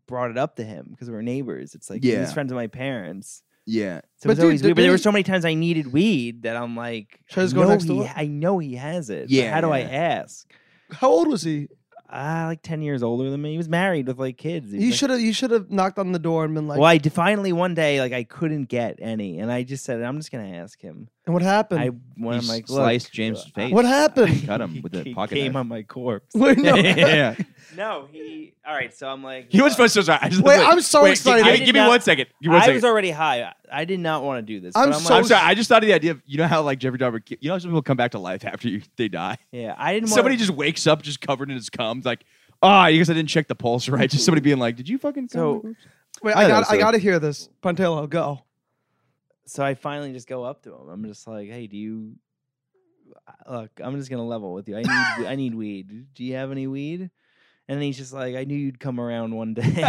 Speaker 7: brought it up to him because we were neighbors. It's like
Speaker 4: Yeah.
Speaker 7: he's friends of my parents.
Speaker 4: Yeah.
Speaker 7: So it
Speaker 6: But
Speaker 7: was
Speaker 6: dude,
Speaker 7: always
Speaker 6: the
Speaker 7: weird. But there were
Speaker 6: minute-
Speaker 7: so many times I needed weed that I'm like,
Speaker 6: Should I
Speaker 7: I
Speaker 6: just go
Speaker 7: know
Speaker 6: next
Speaker 7: he,
Speaker 6: door?
Speaker 7: I know he has it. but
Speaker 4: Yeah,
Speaker 7: How do I
Speaker 4: yeah.
Speaker 7: ask?
Speaker 6: how old was he?
Speaker 7: Ah, like ten years older than me. He was married with like kids. He was
Speaker 6: You
Speaker 7: like-
Speaker 6: should have you should have knocked on the door and been like,
Speaker 7: well, I d- finally one day like I couldn't get any, and I just said I'm just gonna ask him.
Speaker 6: and what happened?
Speaker 7: I when I'm
Speaker 4: He
Speaker 7: like,
Speaker 4: sliced
Speaker 7: look,
Speaker 4: James's
Speaker 7: uh,
Speaker 4: face.
Speaker 6: what happened?
Speaker 4: Cut him with
Speaker 7: he
Speaker 4: a pocket
Speaker 7: came
Speaker 4: knife.
Speaker 7: on my corpse.
Speaker 6: Wait, no.
Speaker 4: yeah.
Speaker 7: No, he. All right, so I'm like,
Speaker 8: He was
Speaker 7: "Look,
Speaker 8: supposed to. Sorry, I just
Speaker 6: Wait,
Speaker 8: look-
Speaker 6: I'm so
Speaker 8: wait,
Speaker 6: excited.
Speaker 8: Give,
Speaker 7: I
Speaker 8: me-
Speaker 7: did
Speaker 8: give me
Speaker 7: not-
Speaker 8: one second. Give me one
Speaker 7: I
Speaker 8: second.
Speaker 7: was already high. I, I did not want to do this.
Speaker 6: I'm
Speaker 7: but I'm
Speaker 6: so
Speaker 7: like,
Speaker 8: I'm sorry. I just thought of the idea of you know how like Jeffrey Dahmer, ki- you know how some people come back to life after you, they die.
Speaker 7: yeah, I didn't.
Speaker 8: Somebody
Speaker 7: wanna,
Speaker 8: just wakes up just covered in his cum, like, oh, I guess I didn't check the pulse right. Just somebody being like, did you fucking? cum?"
Speaker 7: So-
Speaker 6: Wait, I
Speaker 8: I know,
Speaker 6: got I
Speaker 8: so-
Speaker 6: gotta hear this. Pantello, go.
Speaker 7: so I finally just go up to him. I'm just like, hey, do you uh, look? I'm just gonna level with you. I need I need weed. Do you have any weed? And then he's just like, I knew you'd come around one day.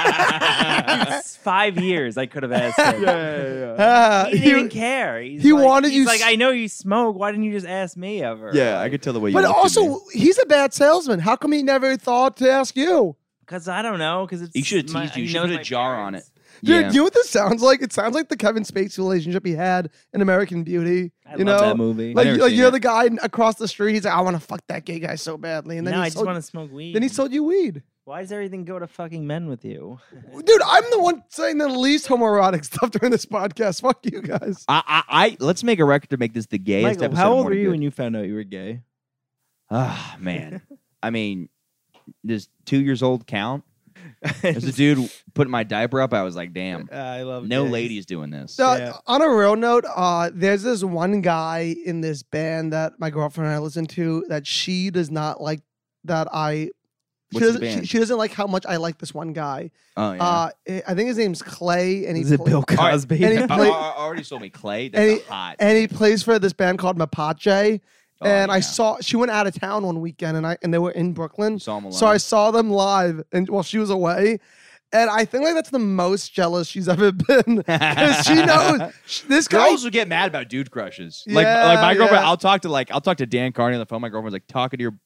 Speaker 7: It's Five years, I could have asked him.
Speaker 6: Ah,
Speaker 7: He didn't
Speaker 6: you-
Speaker 7: even care. He's
Speaker 6: he
Speaker 7: like-
Speaker 6: wanted
Speaker 7: he's
Speaker 6: you
Speaker 7: Like
Speaker 6: s-
Speaker 7: I know you smoke. Why didn't you just ask me ever?
Speaker 4: Yeah, I could tell the way you
Speaker 6: but
Speaker 4: looked at me.
Speaker 6: also, he's a bad salesman. How come he never thought to ask you?
Speaker 7: because I don't know. Because it's
Speaker 4: He should've
Speaker 7: my-
Speaker 4: teased you.
Speaker 7: he
Speaker 4: You
Speaker 7: knows
Speaker 4: should've
Speaker 7: my
Speaker 4: put a jar on
Speaker 7: parents.
Speaker 6: Dude,
Speaker 4: Yeah.
Speaker 6: you know what this sounds like? It sounds like the Kevin Spacey relationship he had in American Beauty.
Speaker 7: I
Speaker 6: you
Speaker 7: love
Speaker 6: know,
Speaker 7: that movie.
Speaker 6: like,
Speaker 4: never
Speaker 6: like
Speaker 4: seen
Speaker 6: you're
Speaker 4: it.
Speaker 6: the guy n- across the street. He's like, I want to fuck that gay guy so badly, and then
Speaker 7: no, I
Speaker 6: he
Speaker 7: just
Speaker 6: sold,
Speaker 7: want to smoke weed.
Speaker 6: then he sold you weed.
Speaker 7: Why does everything go to fucking men with you?
Speaker 6: Dude, I'm the one saying the least homoerotic stuff during this podcast. Fuck you guys.
Speaker 4: I, I, I let's make a record to make this the gayest
Speaker 7: Michael,
Speaker 4: episode.
Speaker 7: how old were you when you found out you were gay?
Speaker 4: Ah, man. I mean, does two years old count? As a dude putting my diaper up, I was like, damn,
Speaker 7: Ah, I love
Speaker 4: no ladies doing this.
Speaker 6: So,
Speaker 7: Yeah.
Speaker 6: on a real note, uh, there's this one guy in this band that my girlfriend and I listen to that she does not like that I. She
Speaker 4: What's the
Speaker 6: doesn't, she,
Speaker 4: band?
Speaker 6: she doesn't like how much I like this one guy.
Speaker 4: Oh yeah.
Speaker 6: Uh, I think his name's Clay, and he
Speaker 7: Is it
Speaker 6: pla-
Speaker 7: Bill
Speaker 4: right.
Speaker 7: Cosby?
Speaker 6: And he
Speaker 4: I-
Speaker 6: play-
Speaker 4: I, I already sold me clay. That's
Speaker 6: Any-
Speaker 4: a hot.
Speaker 6: and he plays for this band called Mapache.
Speaker 4: Oh,
Speaker 6: and I
Speaker 4: yeah.
Speaker 6: saw she went out of town one weekend, and I and they were in Brooklyn.
Speaker 4: Saw him
Speaker 6: So I
Speaker 4: alone.
Speaker 6: saw them live, and while she was away, and I think like that's the most jealous she's ever been because she knows sh- this guy.
Speaker 8: Girls will get mad about dude crushes. like,
Speaker 6: Yeah,
Speaker 8: like my girlfriend,
Speaker 6: yeah.
Speaker 8: I'll talk to like I'll talk to Dan Carney on the phone. My girlfriend's like talking to your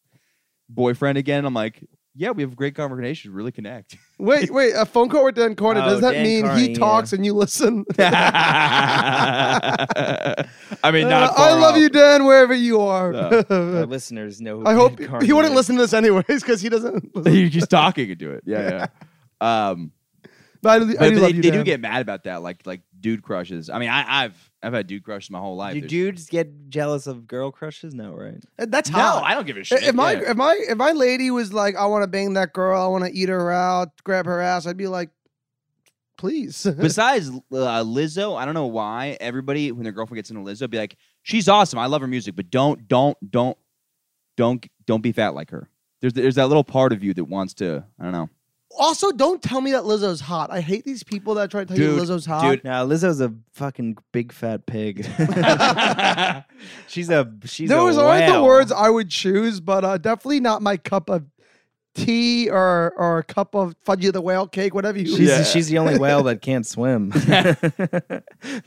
Speaker 8: boyfriend again. I'm like, yeah, we have a great conversation. Really connect.
Speaker 6: Wait, wait, a phone call with Dan Corney.
Speaker 7: Oh,
Speaker 6: Does that
Speaker 7: Dan
Speaker 6: mean
Speaker 7: Carney,
Speaker 6: he
Speaker 7: yeah.
Speaker 6: talks and you listen?
Speaker 8: I mean, not.
Speaker 6: Uh,
Speaker 8: far
Speaker 6: I love
Speaker 8: off.
Speaker 6: you, Dan, wherever you are.
Speaker 7: Our listeners know. Who
Speaker 6: I hope
Speaker 7: Dan
Speaker 6: he
Speaker 7: Carney
Speaker 6: wouldn't
Speaker 7: is.
Speaker 6: listen to this anyways because he doesn't. Listen.
Speaker 8: You're just talking into it. Yeah, yeah. Um,
Speaker 6: But I, do- I
Speaker 4: but
Speaker 6: do
Speaker 4: but
Speaker 6: love
Speaker 4: they,
Speaker 6: you,
Speaker 4: they
Speaker 6: Dan.
Speaker 4: do get mad about that, like like dude crushes. I mean, I, I've I've had dude crushes my whole life.
Speaker 7: Do
Speaker 4: There's-
Speaker 7: dudes get jealous of girl crushes? No, right?
Speaker 6: That's
Speaker 8: no,
Speaker 6: how.
Speaker 8: I don't give a shit.
Speaker 6: If my
Speaker 8: Yeah.
Speaker 6: if my if my lady was like, I want to bang that girl, I want to eat her out, grab her ass, I'd be like, please.
Speaker 4: Besides uh, Lizzo, I don't know why everybody when their girlfriend gets into Lizzo, be like, she's awesome. I love her music, but don't, don't, don't, don't, don't be fat like her. There's there's that little part of you that wants to. I don't know.
Speaker 6: also, don't tell me that Lizzo's hot. I hate these people that try to tell you
Speaker 4: Dude,
Speaker 6: Lizzo's hot.
Speaker 4: dude.
Speaker 7: Now Lizzo's a fucking big fat pig. she's a she's. a
Speaker 6: Those aren't the
Speaker 7: whale.
Speaker 6: words I would choose, but uh, definitely not my cup of tea or or a cup of fudgy the whale cake, whatever you.
Speaker 7: She's, she's the only whale that can't swim.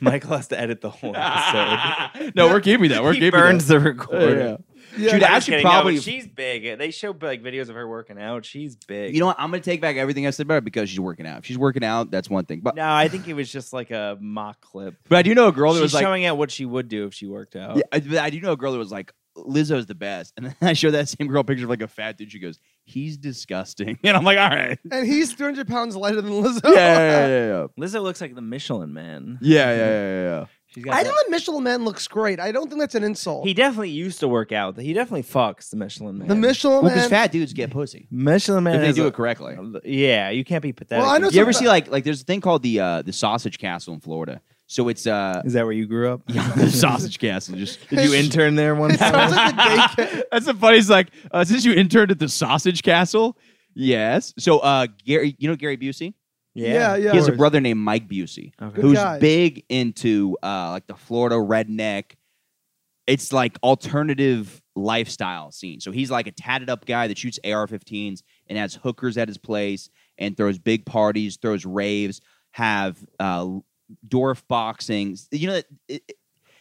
Speaker 7: Michael has to edit the whole episode.
Speaker 8: no, we're keeping that. We're
Speaker 7: he
Speaker 8: keeping
Speaker 7: burns
Speaker 8: that.
Speaker 7: the recorder.
Speaker 6: Yeah.
Speaker 4: She'd
Speaker 7: I'm just
Speaker 4: actually
Speaker 7: kidding, no, but
Speaker 4: probably.
Speaker 7: she's big. They show like videos of her working out. She's big.
Speaker 4: you know what? I'm gonna take back everything I said about her because she's working out. If she's working out, that's one thing. But
Speaker 7: No, I think it was just like a mock clip.
Speaker 4: but I do know a girl that
Speaker 7: She's
Speaker 4: was like,
Speaker 7: showing out what she would do if she worked out.
Speaker 4: yeah, I, but I do know a girl that was like, Lizzo's the best. And then I showed that same girl a picture of like a fat dude. She goes, he's disgusting. And I'm like, all right.
Speaker 6: and he's 300 pounds lighter than Lizzo.
Speaker 4: Yeah, yeah, yeah, yeah,
Speaker 7: Lizzo looks like the Michelin Man.
Speaker 4: yeah, yeah, yeah, yeah, yeah.
Speaker 7: She's got
Speaker 6: I
Speaker 7: that-
Speaker 6: think the Michelin Man looks great. I don't think that's an insult.
Speaker 7: He definitely used to work out. He definitely fucks the Michelin Man.
Speaker 6: the Michelin
Speaker 4: Well,
Speaker 6: Man.
Speaker 4: because fat dudes get pussy
Speaker 7: Michelin Man.
Speaker 4: if they
Speaker 7: is
Speaker 4: do
Speaker 7: a-
Speaker 4: it correctly.
Speaker 7: yeah, you can't be pathetic.
Speaker 6: Well, I know
Speaker 4: You ever
Speaker 6: some-
Speaker 4: see like like there's a thing called the uh the sausage castle in Florida. So it's uh
Speaker 7: Is that where you grew up?
Speaker 4: yeah, the sausage castle. Just
Speaker 7: Did you intern there one time?
Speaker 6: Sounds like the gay kid.
Speaker 4: that's the funniest. Like uh, since you interned at the sausage castle, yes. So uh Gary, you know Gary Busey.
Speaker 6: Yeah, yeah.
Speaker 4: He has a brother named Mike Busey,
Speaker 7: Okay.
Speaker 4: who's
Speaker 6: guy.
Speaker 4: big into uh, like the Florida redneck. It's like alternative lifestyle scene. So he's like a tatted up guy that shoots AR-15s and has hookers at his place and throws big parties, throws raves, have uh, dwarf boxing. You know, it, it-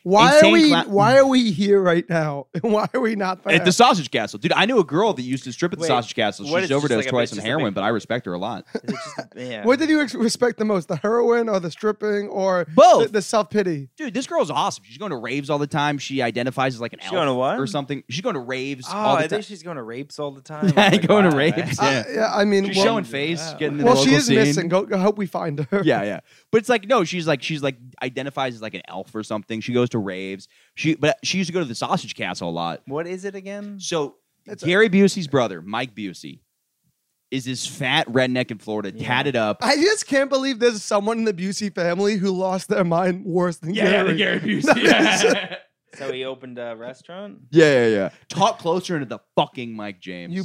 Speaker 6: Why are
Speaker 4: Insane
Speaker 6: we?
Speaker 4: clown-
Speaker 6: why are we here right now? Why are we not there?
Speaker 4: at the Sausage Castle, dude. I knew a girl that used to strip at the
Speaker 7: uh, Wait,
Speaker 4: Sausage Castle.
Speaker 7: what,
Speaker 4: She's
Speaker 7: it's just
Speaker 4: overdosed
Speaker 7: like a
Speaker 4: twice
Speaker 7: bitch
Speaker 4: on
Speaker 7: just a
Speaker 4: heroin,
Speaker 7: big-
Speaker 4: but I respect her a lot.
Speaker 7: Is it just a- yeah.
Speaker 6: what did you ex- respect the most? The heroin or the stripping or
Speaker 4: Both.
Speaker 6: the, the self pity?
Speaker 4: Dude, this girl's awesome. She's going to raves all the time. She identifies as like an
Speaker 7: She's
Speaker 4: elf
Speaker 7: going to what?
Speaker 4: or something. She's going to raves
Speaker 7: Oh,
Speaker 4: all the
Speaker 7: I
Speaker 4: time.
Speaker 7: think she's going to rapes all the time.
Speaker 4: Yeah,
Speaker 7: I'm like,
Speaker 4: going to
Speaker 7: wow.
Speaker 4: rapes.
Speaker 6: Uh, yeah, I mean,
Speaker 4: She's
Speaker 6: well,
Speaker 4: showing face, getting in
Speaker 6: well,
Speaker 4: the
Speaker 6: she
Speaker 4: local
Speaker 6: is
Speaker 4: scene.
Speaker 6: missing. Go, I hope we find her.
Speaker 4: Yeah, yeah. But it's like no, she's like she's like identifies as like an elf or something. She goes to raves. She but she used to go to the Sausage Castle a lot.
Speaker 7: What is it again?
Speaker 4: So
Speaker 6: That's a-
Speaker 4: Gary Busey's brother, Mike Busey, is this fat redneck in Florida,
Speaker 7: Yeah.
Speaker 4: tatted up.
Speaker 6: I just can't believe there's someone in the Busey family who lost their mind worse than Gary.
Speaker 4: Busey. yeah.
Speaker 7: So he opened a restaurant?
Speaker 4: yeah, yeah, yeah. Talk closer into the fucking Mike James.
Speaker 6: You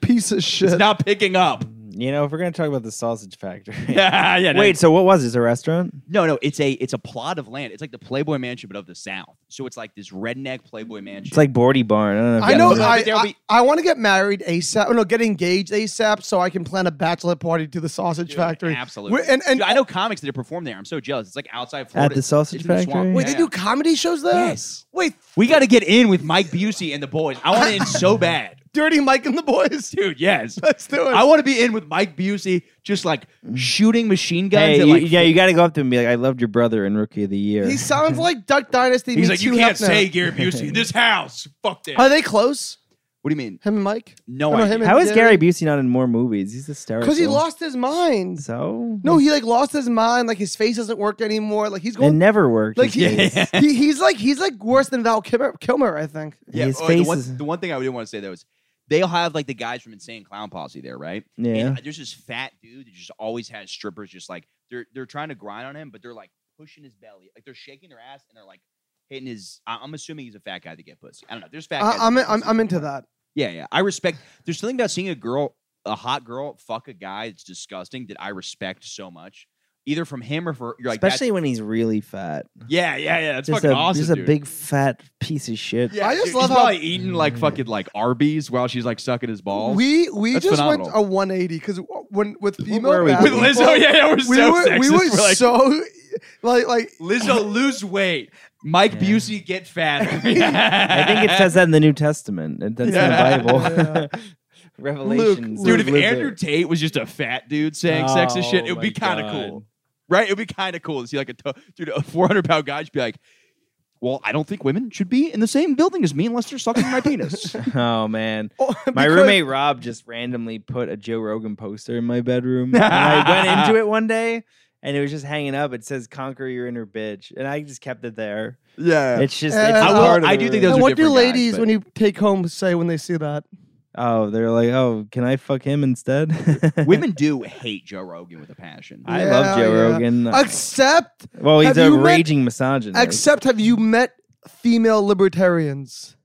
Speaker 6: Piece of
Speaker 4: it's
Speaker 6: shit.
Speaker 4: not picking up.
Speaker 7: You know, if we're going to talk about the sausage factory.
Speaker 4: yeah, yeah.
Speaker 7: Wait, so what was it? It's a restaurant?
Speaker 4: No, no, it's a it's a plot of land. It's like the Playboy Mansion, but of the South. So it's like this redneck Playboy Mansion.
Speaker 7: It's like Bordy Barn. I don't know. if
Speaker 6: I
Speaker 7: you
Speaker 6: know.
Speaker 4: but
Speaker 6: I,
Speaker 4: there'll
Speaker 6: I,
Speaker 4: be-
Speaker 6: I want to get married ASAP. No, get engaged ASAP so I can plan a bachelor party to the Sausage
Speaker 4: Dude,
Speaker 6: Factory.
Speaker 4: Absolutely.
Speaker 6: We're- and- and-
Speaker 4: Dude, I know comics that perform there. I'm so jealous. It's like outside Florida.
Speaker 7: At the Sausage
Speaker 4: It's in the
Speaker 7: Factory?
Speaker 4: swamp.
Speaker 6: Wait,
Speaker 4: Yeah,
Speaker 6: they do
Speaker 4: yeah.
Speaker 6: comedy shows there.
Speaker 4: Yes.
Speaker 6: Wait,
Speaker 4: We got to get in with Mike Busey and the boys. I want in so bad.
Speaker 6: Dirty Mike and the Boys.
Speaker 4: Dude, yes.
Speaker 6: Let's do it.
Speaker 4: I want to be in with Mike Busey just like shooting machine guns.
Speaker 7: Hey,
Speaker 4: at,
Speaker 7: you-
Speaker 4: like,
Speaker 7: yeah, you got to go up to him and be like, "I loved your brother in Rookie of the Year."
Speaker 6: he sounds like Duck Dynasty.
Speaker 2: He's
Speaker 6: meets
Speaker 2: like, you
Speaker 6: Hugh
Speaker 2: can't
Speaker 6: Hefner.
Speaker 2: say Gary Busey in this house. Fuck that.
Speaker 6: Are they close?
Speaker 4: What do you mean?
Speaker 6: Him and Mike?
Speaker 4: No,
Speaker 6: Oh, no,
Speaker 4: idea.
Speaker 6: him and-
Speaker 7: How is
Speaker 6: Gary-
Speaker 7: Gary Busey not in more movies? He's hysterical.
Speaker 6: Because he lost his mind.
Speaker 7: So
Speaker 6: No, he like lost his mind. Like his face doesn't work anymore. Like he's
Speaker 7: it
Speaker 6: going.
Speaker 7: never worked.
Speaker 6: Like he,
Speaker 7: his face.
Speaker 4: Yeah.
Speaker 6: he, he's like he's like worse than Val Kilmer, Kilmer I think.
Speaker 4: Yeah,
Speaker 7: His
Speaker 4: oh,
Speaker 7: face
Speaker 4: the, one,
Speaker 7: is-
Speaker 4: the one thing I didn't want to say though is they'll have like the guys from Insane Clown Posse there, right?
Speaker 7: Yeah.
Speaker 4: And there's this fat dude that just always has strippers just like they're they're trying to grind on him, but they're like pushing his belly, like they're shaking their ass and they're like hitting his. I- I'm assuming he's a fat guy to get pussy. I don't know. There's fat. guys
Speaker 6: I,
Speaker 4: that
Speaker 6: I'm,
Speaker 4: get
Speaker 6: I'm
Speaker 4: pussy.
Speaker 6: I'm into that.
Speaker 4: Yeah, yeah. I respect. There's something about seeing a girl, a hot girl, fuck a guy that's disgusting that I respect so much. Either from him or for you're like that's-
Speaker 7: Especially when he's really fat.
Speaker 4: yeah, yeah, yeah. That's
Speaker 7: Just
Speaker 4: fucking
Speaker 7: a,
Speaker 4: awesome.
Speaker 7: just a
Speaker 4: dude.
Speaker 7: big fat piece of shit.
Speaker 4: Yeah,
Speaker 6: I just
Speaker 4: dude,
Speaker 6: love
Speaker 4: he's
Speaker 6: how-
Speaker 4: probably eating like fucking like Arby's while she's like sucking his balls.
Speaker 6: Mm. We we
Speaker 4: That's
Speaker 6: just went
Speaker 4: phenomenal.
Speaker 6: a 180 because when with
Speaker 7: were
Speaker 6: female
Speaker 7: we?
Speaker 6: bad
Speaker 2: With
Speaker 6: people,
Speaker 4: Oh,
Speaker 2: Lizzo, yeah, yeah, we're
Speaker 6: we
Speaker 2: so
Speaker 6: were we
Speaker 2: sexist.
Speaker 6: were
Speaker 2: We're like,
Speaker 6: so like like
Speaker 2: Lizzo, lose weight.
Speaker 4: Mike
Speaker 7: Yeah.
Speaker 4: Busey get fatter.
Speaker 7: I think it says that in the New Testament. It- That's
Speaker 6: Yeah.
Speaker 7: in the Bible.
Speaker 6: Yeah.
Speaker 7: Revelations.
Speaker 6: Luke,
Speaker 4: Dude, if
Speaker 7: Luke-
Speaker 4: Andrew Tate was just a fat dude saying sexist shit,
Speaker 7: Oh
Speaker 4: it would be
Speaker 7: my
Speaker 4: kind of
Speaker 7: God.
Speaker 4: cool, right? It would be kind of cool to see like a t- dude, a four hundred pound guy just be like, "Well, I don't think women should be in the same building as me unless they're sucking my penis."
Speaker 7: Oh man.
Speaker 6: oh,
Speaker 7: My
Speaker 6: because-
Speaker 7: roommate Rob just randomly put a Joe Rogan poster in my bedroom. and I went into it one day and it was just hanging up. It says conquer your inner bitch. And I just kept it there.
Speaker 4: yeah,
Speaker 7: It's just
Speaker 6: Yeah.
Speaker 7: it's a
Speaker 6: I will-
Speaker 7: part of
Speaker 4: I
Speaker 7: the
Speaker 4: do
Speaker 7: room.
Speaker 4: think those
Speaker 6: And
Speaker 4: are
Speaker 6: what do
Speaker 4: different guys,
Speaker 6: ladies
Speaker 4: but-
Speaker 6: when you take home say when they see that?
Speaker 7: Oh, they're like, oh, can I fuck him instead?
Speaker 4: women do hate Joe Rogan with a passion.
Speaker 7: I
Speaker 6: Yeah,
Speaker 7: love Joe
Speaker 6: yeah.
Speaker 7: Rogan.
Speaker 6: Except
Speaker 7: well, he's
Speaker 6: have
Speaker 7: a
Speaker 6: you met-
Speaker 7: raging misogynist.
Speaker 6: except have you met female libertarians?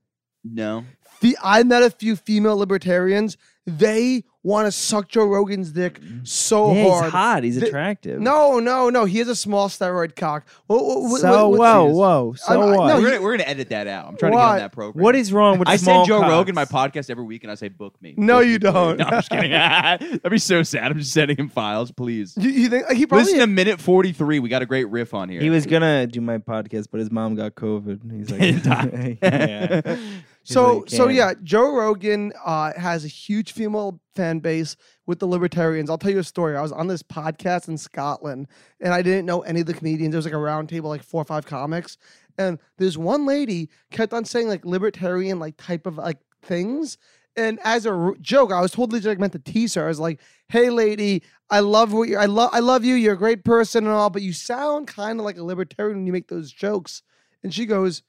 Speaker 4: no,
Speaker 6: Fe- I met a few female libertarians. They want to suck Joe Rogan's dick so
Speaker 7: yeah, he's
Speaker 6: hard.
Speaker 7: hot. He's
Speaker 6: The-
Speaker 7: attractive.
Speaker 6: No, no, no. He has a small steroid cock. What, what, what,
Speaker 7: so
Speaker 6: what's
Speaker 7: whoa,
Speaker 6: his?
Speaker 7: whoa. So
Speaker 6: I'm- I-
Speaker 7: what?
Speaker 6: no,
Speaker 4: we're
Speaker 6: you-
Speaker 4: gonna, we're gonna edit that out. I'm trying to
Speaker 6: Why?
Speaker 4: get on that program.
Speaker 7: what is wrong with
Speaker 4: I
Speaker 7: small
Speaker 4: send Joe
Speaker 7: cocks?
Speaker 4: Rogan my podcast every week, and I say book me.
Speaker 6: No,
Speaker 4: Book
Speaker 6: you
Speaker 4: me, please."
Speaker 6: don't.
Speaker 4: No, I'm just kidding. That'd be so sad. I'm just sending him files, please.
Speaker 6: You, you think he probably?
Speaker 4: Listen to minute 43. We got a great riff on here.
Speaker 7: He was gonna do my podcast, but his mom got COVID. and He's like, yeah.
Speaker 6: So
Speaker 7: Really
Speaker 6: so
Speaker 7: can.
Speaker 6: yeah, Joe Rogan uh, has a huge female fan base with the libertarians. I'll tell you a story. I was on this podcast in Scotland, and I didn't know any of the comedians. There was like a round table, like four or five comics, and this one lady kept on saying like libertarian like type of like things. And as a r- joke, I was totally like meant to tease her. I was like, "Hey, lady, I love what you. I love. I love you. You're a great person and all, but you sound kind of like a libertarian when you make those jokes." And she goes,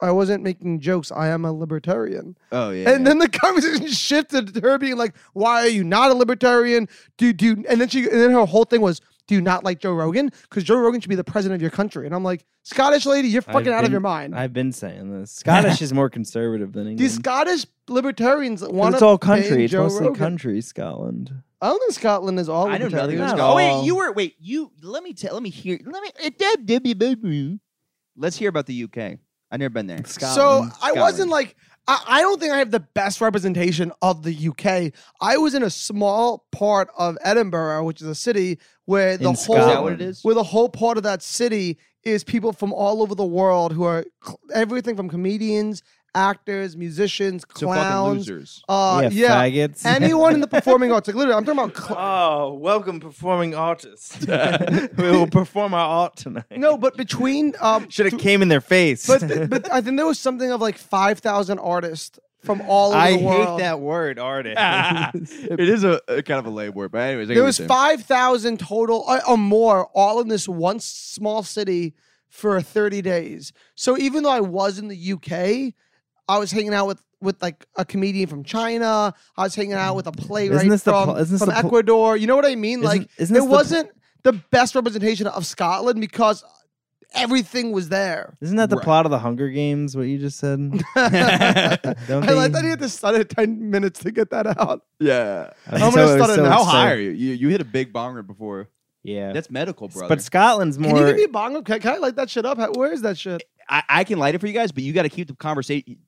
Speaker 6: I wasn't making jokes. I am a libertarian.
Speaker 4: Oh yeah.
Speaker 6: And then the conversation shifted to her being like, "Why are you not a libertarian? Do do?" And then she, and then her whole thing was, "Do you not like Joe Rogan? Because Joe Rogan should be the president of your country." And I'm like, "Scottish lady, you're
Speaker 7: I've
Speaker 6: fucking out of
Speaker 7: been-
Speaker 6: your mind."
Speaker 7: I've been saying this. Scottish is more conservative than England.
Speaker 6: These Scottish libertarians
Speaker 7: 'Cause
Speaker 6: want
Speaker 7: it's
Speaker 6: to.
Speaker 7: all
Speaker 6: ban
Speaker 7: country. It's
Speaker 6: Joe
Speaker 7: mostly
Speaker 6: Rogan.
Speaker 7: country. Scotland.
Speaker 6: I don't think Scotland is all.
Speaker 4: I know nothing
Speaker 6: libertarians.
Speaker 4: about
Speaker 7: Not
Speaker 4: Scotland. Oh
Speaker 7: all.
Speaker 4: wait, you were wait you let me tell let me uh, hear let me let's hear about the UK. I've never been there.
Speaker 7: Scotland.
Speaker 6: So I
Speaker 4: Scotland.
Speaker 6: wasn't like I, I don't think I have the best representation of the UK. I was in a small part of Edinburgh, which is a city where the
Speaker 7: In
Speaker 6: whole
Speaker 7: Scotland.
Speaker 4: Is that what it is?
Speaker 6: where the whole part of that city is people from all over the world who are cl- everything from comedians, actors, musicians,
Speaker 2: So fucking
Speaker 6: clowns.
Speaker 2: losers.
Speaker 6: uh,
Speaker 7: yeah,
Speaker 6: yeah,
Speaker 7: faggots.
Speaker 6: anyone in the performing arts. Like literally, I'm talking about. Cl-
Speaker 7: Oh, welcome, performing artists. we will perform our art tonight.
Speaker 6: no, but between um,
Speaker 7: should have came in their face.
Speaker 6: but but I think there was something of like five thousand artists from all over
Speaker 7: I
Speaker 6: the world.
Speaker 7: hate that word, artist.
Speaker 8: it is a, a kind of a lame word, but anyways, I
Speaker 6: There
Speaker 8: get
Speaker 6: was
Speaker 8: what you're saying.
Speaker 6: five thousand total or, or more, all in this one small city for thirty days. So even though I was in the UK, I was hanging out with with like a comedian from China. I was hanging out with a playwright
Speaker 7: this the
Speaker 6: from,
Speaker 7: pl- isn't this
Speaker 6: from
Speaker 7: the pl-
Speaker 6: Ecuador. You know what I mean? like
Speaker 7: isn't
Speaker 6: it
Speaker 7: this the pl-
Speaker 6: wasn't the best representation of Scotland because everything was there.
Speaker 7: Isn't that the
Speaker 8: Right.
Speaker 7: plot of the Hunger Games? What you just said? Don't
Speaker 6: I
Speaker 7: they-
Speaker 6: like that he had to stutter ten minutes to get that out.
Speaker 8: yeah.
Speaker 7: I'm
Speaker 6: gonna
Speaker 7: so-
Speaker 6: start
Speaker 7: so
Speaker 6: it now.
Speaker 8: How
Speaker 7: excited.
Speaker 8: high are you? you? You hit a big bonger before.
Speaker 7: Yeah,
Speaker 4: That's medical, brother.
Speaker 7: but Scotland's more.
Speaker 6: Can you give me a bong? Can, can I light that shit up? How- Where is that shit?
Speaker 4: I, I can light it for you guys, but you got to keep the conversation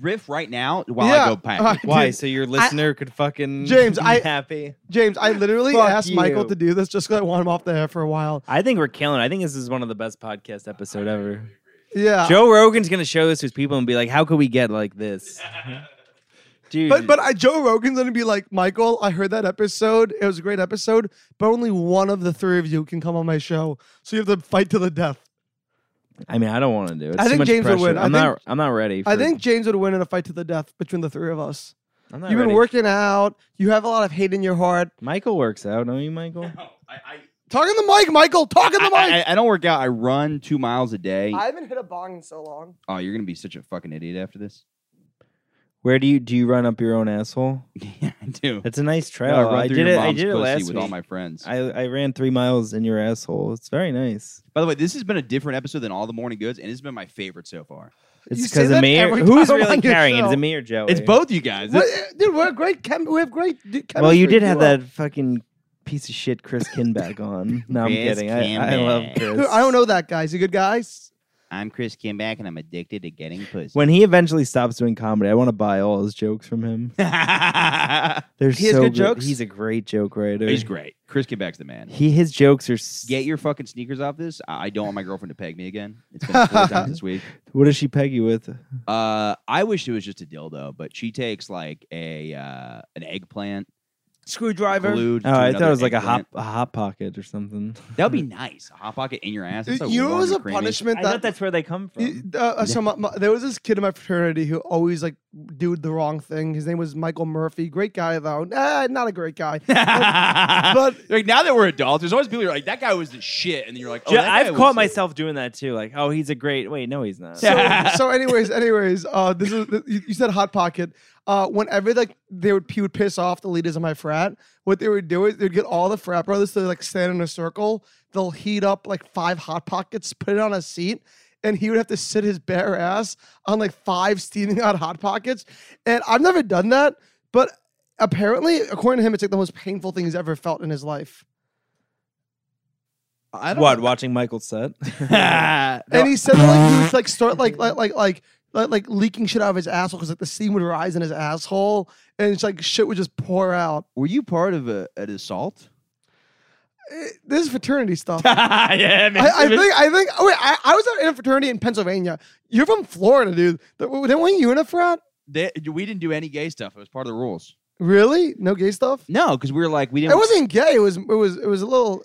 Speaker 4: riff right now while
Speaker 6: Yeah.
Speaker 4: I go pack.
Speaker 6: Uh,
Speaker 7: Why?
Speaker 6: dude,
Speaker 7: so your listener could fucking
Speaker 6: James,
Speaker 7: be
Speaker 6: I-
Speaker 7: happy.
Speaker 6: James, I literally
Speaker 7: Fuck
Speaker 6: asked Michael
Speaker 7: you.
Speaker 6: to do this just because I want him off the air for a while.
Speaker 7: I think we're killing. it. I think this is one of the best podcast episode ever.
Speaker 6: Yeah.
Speaker 7: Joe Rogan's gonna show this to his people and be like, "How could we get like this?" Dude,
Speaker 6: But but I, Joe Rogan's gonna be like, Michael, I heard that episode. It was a great episode, but only one of the three of you can come on my show. So you have to fight to the death.
Speaker 7: I mean, I don't want to do it. It's
Speaker 6: I
Speaker 7: too
Speaker 6: think
Speaker 7: much
Speaker 6: James would
Speaker 7: pressure.
Speaker 6: win. I
Speaker 7: I'm
Speaker 6: think-
Speaker 7: not. I'm not ready.
Speaker 6: I
Speaker 7: for-
Speaker 6: think James would win in a fight to the death between the three of us.
Speaker 7: I'm not
Speaker 6: You've been
Speaker 7: ready.
Speaker 6: working out, you have a lot of hate in your heart.
Speaker 7: Michael works out, don't you, Michael?
Speaker 6: Talking the mic, Michael, talking the mic.
Speaker 4: I, I, I don't work out. I run two miles a day.
Speaker 6: haven't hit a bong in so long.
Speaker 4: oh, you're gonna be such a fucking idiot after this.
Speaker 7: Where do you do you run up your own asshole?
Speaker 4: yeah, I do.
Speaker 7: That's a nice trail.
Speaker 4: No, I run
Speaker 7: I
Speaker 4: through
Speaker 7: did
Speaker 4: your
Speaker 7: it. I
Speaker 4: mom's
Speaker 7: did it
Speaker 4: pussy
Speaker 7: last
Speaker 4: with
Speaker 7: week.
Speaker 4: all my friends.
Speaker 7: I I ran three miles in your asshole. It's very nice.
Speaker 4: By the way, this has been a different episode than all the morning goods, and it's been my favorite so far.
Speaker 6: You
Speaker 7: It's
Speaker 6: say
Speaker 7: because
Speaker 6: that
Speaker 7: of me. Or,
Speaker 6: every
Speaker 7: who's
Speaker 6: time
Speaker 7: really
Speaker 6: on your
Speaker 7: carrying it? Is
Speaker 6: show.
Speaker 7: it me or Joe?
Speaker 8: It's both you guys.
Speaker 6: What- dude, we're great. Chem- we have great. d- Chemistry.
Speaker 7: Well, you did have
Speaker 6: duo.
Speaker 7: that fucking piece of shit Chris Kinback on. No, I'm
Speaker 4: Chris
Speaker 7: kidding. I, I
Speaker 4: Kinback.
Speaker 7: love
Speaker 6: Dude,
Speaker 7: Chris.
Speaker 6: I don't know that guy. Is he a good guy?
Speaker 4: I'm Chris Kimback, and I'm addicted to getting pussy.
Speaker 7: When he eventually stops doing comedy, I want to buy all his jokes from him. They're
Speaker 4: He has
Speaker 7: so
Speaker 4: good jokes?
Speaker 7: He's a great joke writer.
Speaker 4: He's great. Chris Kimback's the man.
Speaker 7: He his jokes are. s-
Speaker 4: Get your fucking sneakers off this. I I don't want my girlfriend to peg me again. It's been four times this week.
Speaker 7: What does she peg you with?
Speaker 4: Uh, I wish it was just a dildo, but she takes like a uh, an eggplant
Speaker 6: Screwdriver.
Speaker 4: glued.
Speaker 7: Oh,
Speaker 4: to
Speaker 7: I thought
Speaker 4: another
Speaker 7: it was like a hot
Speaker 4: eggplant.
Speaker 7: a hot pocket or something.
Speaker 4: That'd be nice. A hot pocket in your ass. It's so
Speaker 6: you know, it
Speaker 4: warm
Speaker 6: was
Speaker 4: and
Speaker 6: a
Speaker 4: creamy.
Speaker 6: punishment
Speaker 7: I
Speaker 6: that
Speaker 7: thought that's where they come
Speaker 6: Y-
Speaker 7: from.
Speaker 6: Uh, uh, so my, my- there was this kid in my fraternity who always like did the wrong thing. His name was Michael Murphy. Great guy though. Nah, not a great guy.
Speaker 8: but
Speaker 6: But-
Speaker 8: like now that we're adults, there's always people who are like, that guy was the shit. And then you're like, oh,
Speaker 7: Ju-
Speaker 8: that guy
Speaker 7: I've
Speaker 8: was
Speaker 7: caught
Speaker 8: the-
Speaker 7: myself doing that too. Like, oh, he's a great. Wait, no, he's not.
Speaker 6: so, so anyways, anyways, uh, this is you, you said hot pocket. Uh, whenever like they would he would piss off the leaders of my frat, what they would do is they'd get all the frat brothers to like stand in a circle. They'll heat up like five hot pockets, put it on a seat, and he would have to sit his bare ass on like five steaming hot hot pockets. And I've never done that, but apparently, according to him, it's like the most painful thing he's ever felt in his life.
Speaker 8: I don't
Speaker 7: what? Watching Michael set?
Speaker 6: And he said that, like he would like start like like like like like, like leaking shit out of his asshole because like the steam would rise in his asshole and it's like shit would just pour out.
Speaker 4: Were you part of a, an assault?
Speaker 6: eh, this is fraternity stuff. I,
Speaker 7: yeah, man.
Speaker 6: I think I think oh wait, I, I was in a fraternity in Pennsylvania. You're from Florida, dude. Th- w- Then weren't you in a frat?
Speaker 4: They, we didn't do any gay stuff. It was part of the rules.
Speaker 6: Really? No gay stuff?
Speaker 4: No, because we were like we didn't.
Speaker 6: It wasn't gay. It was it was it was a little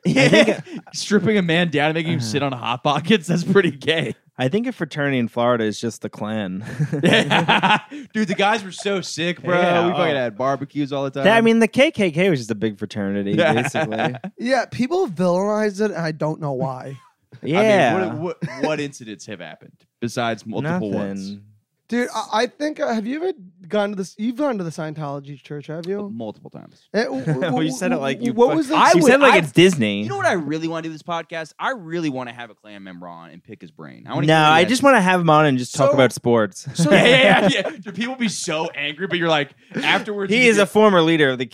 Speaker 8: Stripping a man down and making him sit on hot pockets. That's pretty gay.
Speaker 7: I think a fraternity in Florida is just the Klan.
Speaker 8: Dude, the guys were so sick,
Speaker 4: bro.
Speaker 8: bro.
Speaker 4: we
Speaker 8: Oh.
Speaker 4: fucking had barbecues all the time.
Speaker 7: I mean, the KKK was just a big fraternity,
Speaker 8: Yeah.
Speaker 7: basically.
Speaker 6: Yeah, people villainize it and I don't
Speaker 7: Mm.
Speaker 6: know why.
Speaker 7: Yeah.
Speaker 8: I mean, what, what, what incidents have happened besides multiple ones?
Speaker 7: Nothing.
Speaker 6: Dude, I, I think uh, have you ever gone to this you've gone to the Scientology church, have you?
Speaker 4: multiple times.
Speaker 6: Eh, w- w-
Speaker 7: Oh, Well,
Speaker 6: w-
Speaker 7: you said it like you.
Speaker 6: What
Speaker 7: fuck-
Speaker 6: was the
Speaker 7: You
Speaker 4: I
Speaker 7: said it
Speaker 4: would-
Speaker 7: like
Speaker 4: I-
Speaker 7: it's Disney.
Speaker 4: You know what I really want to do with this podcast? I really want to have a clan member on and pick his brain. I want
Speaker 7: no, I just want to have him on and just talk
Speaker 6: So-
Speaker 7: about sports.
Speaker 6: so,
Speaker 8: yeah, yeah, yeah, yeah. Do people be so angry? But you're like, afterwards,
Speaker 7: he
Speaker 8: you
Speaker 7: is
Speaker 8: get-
Speaker 7: a former leader of the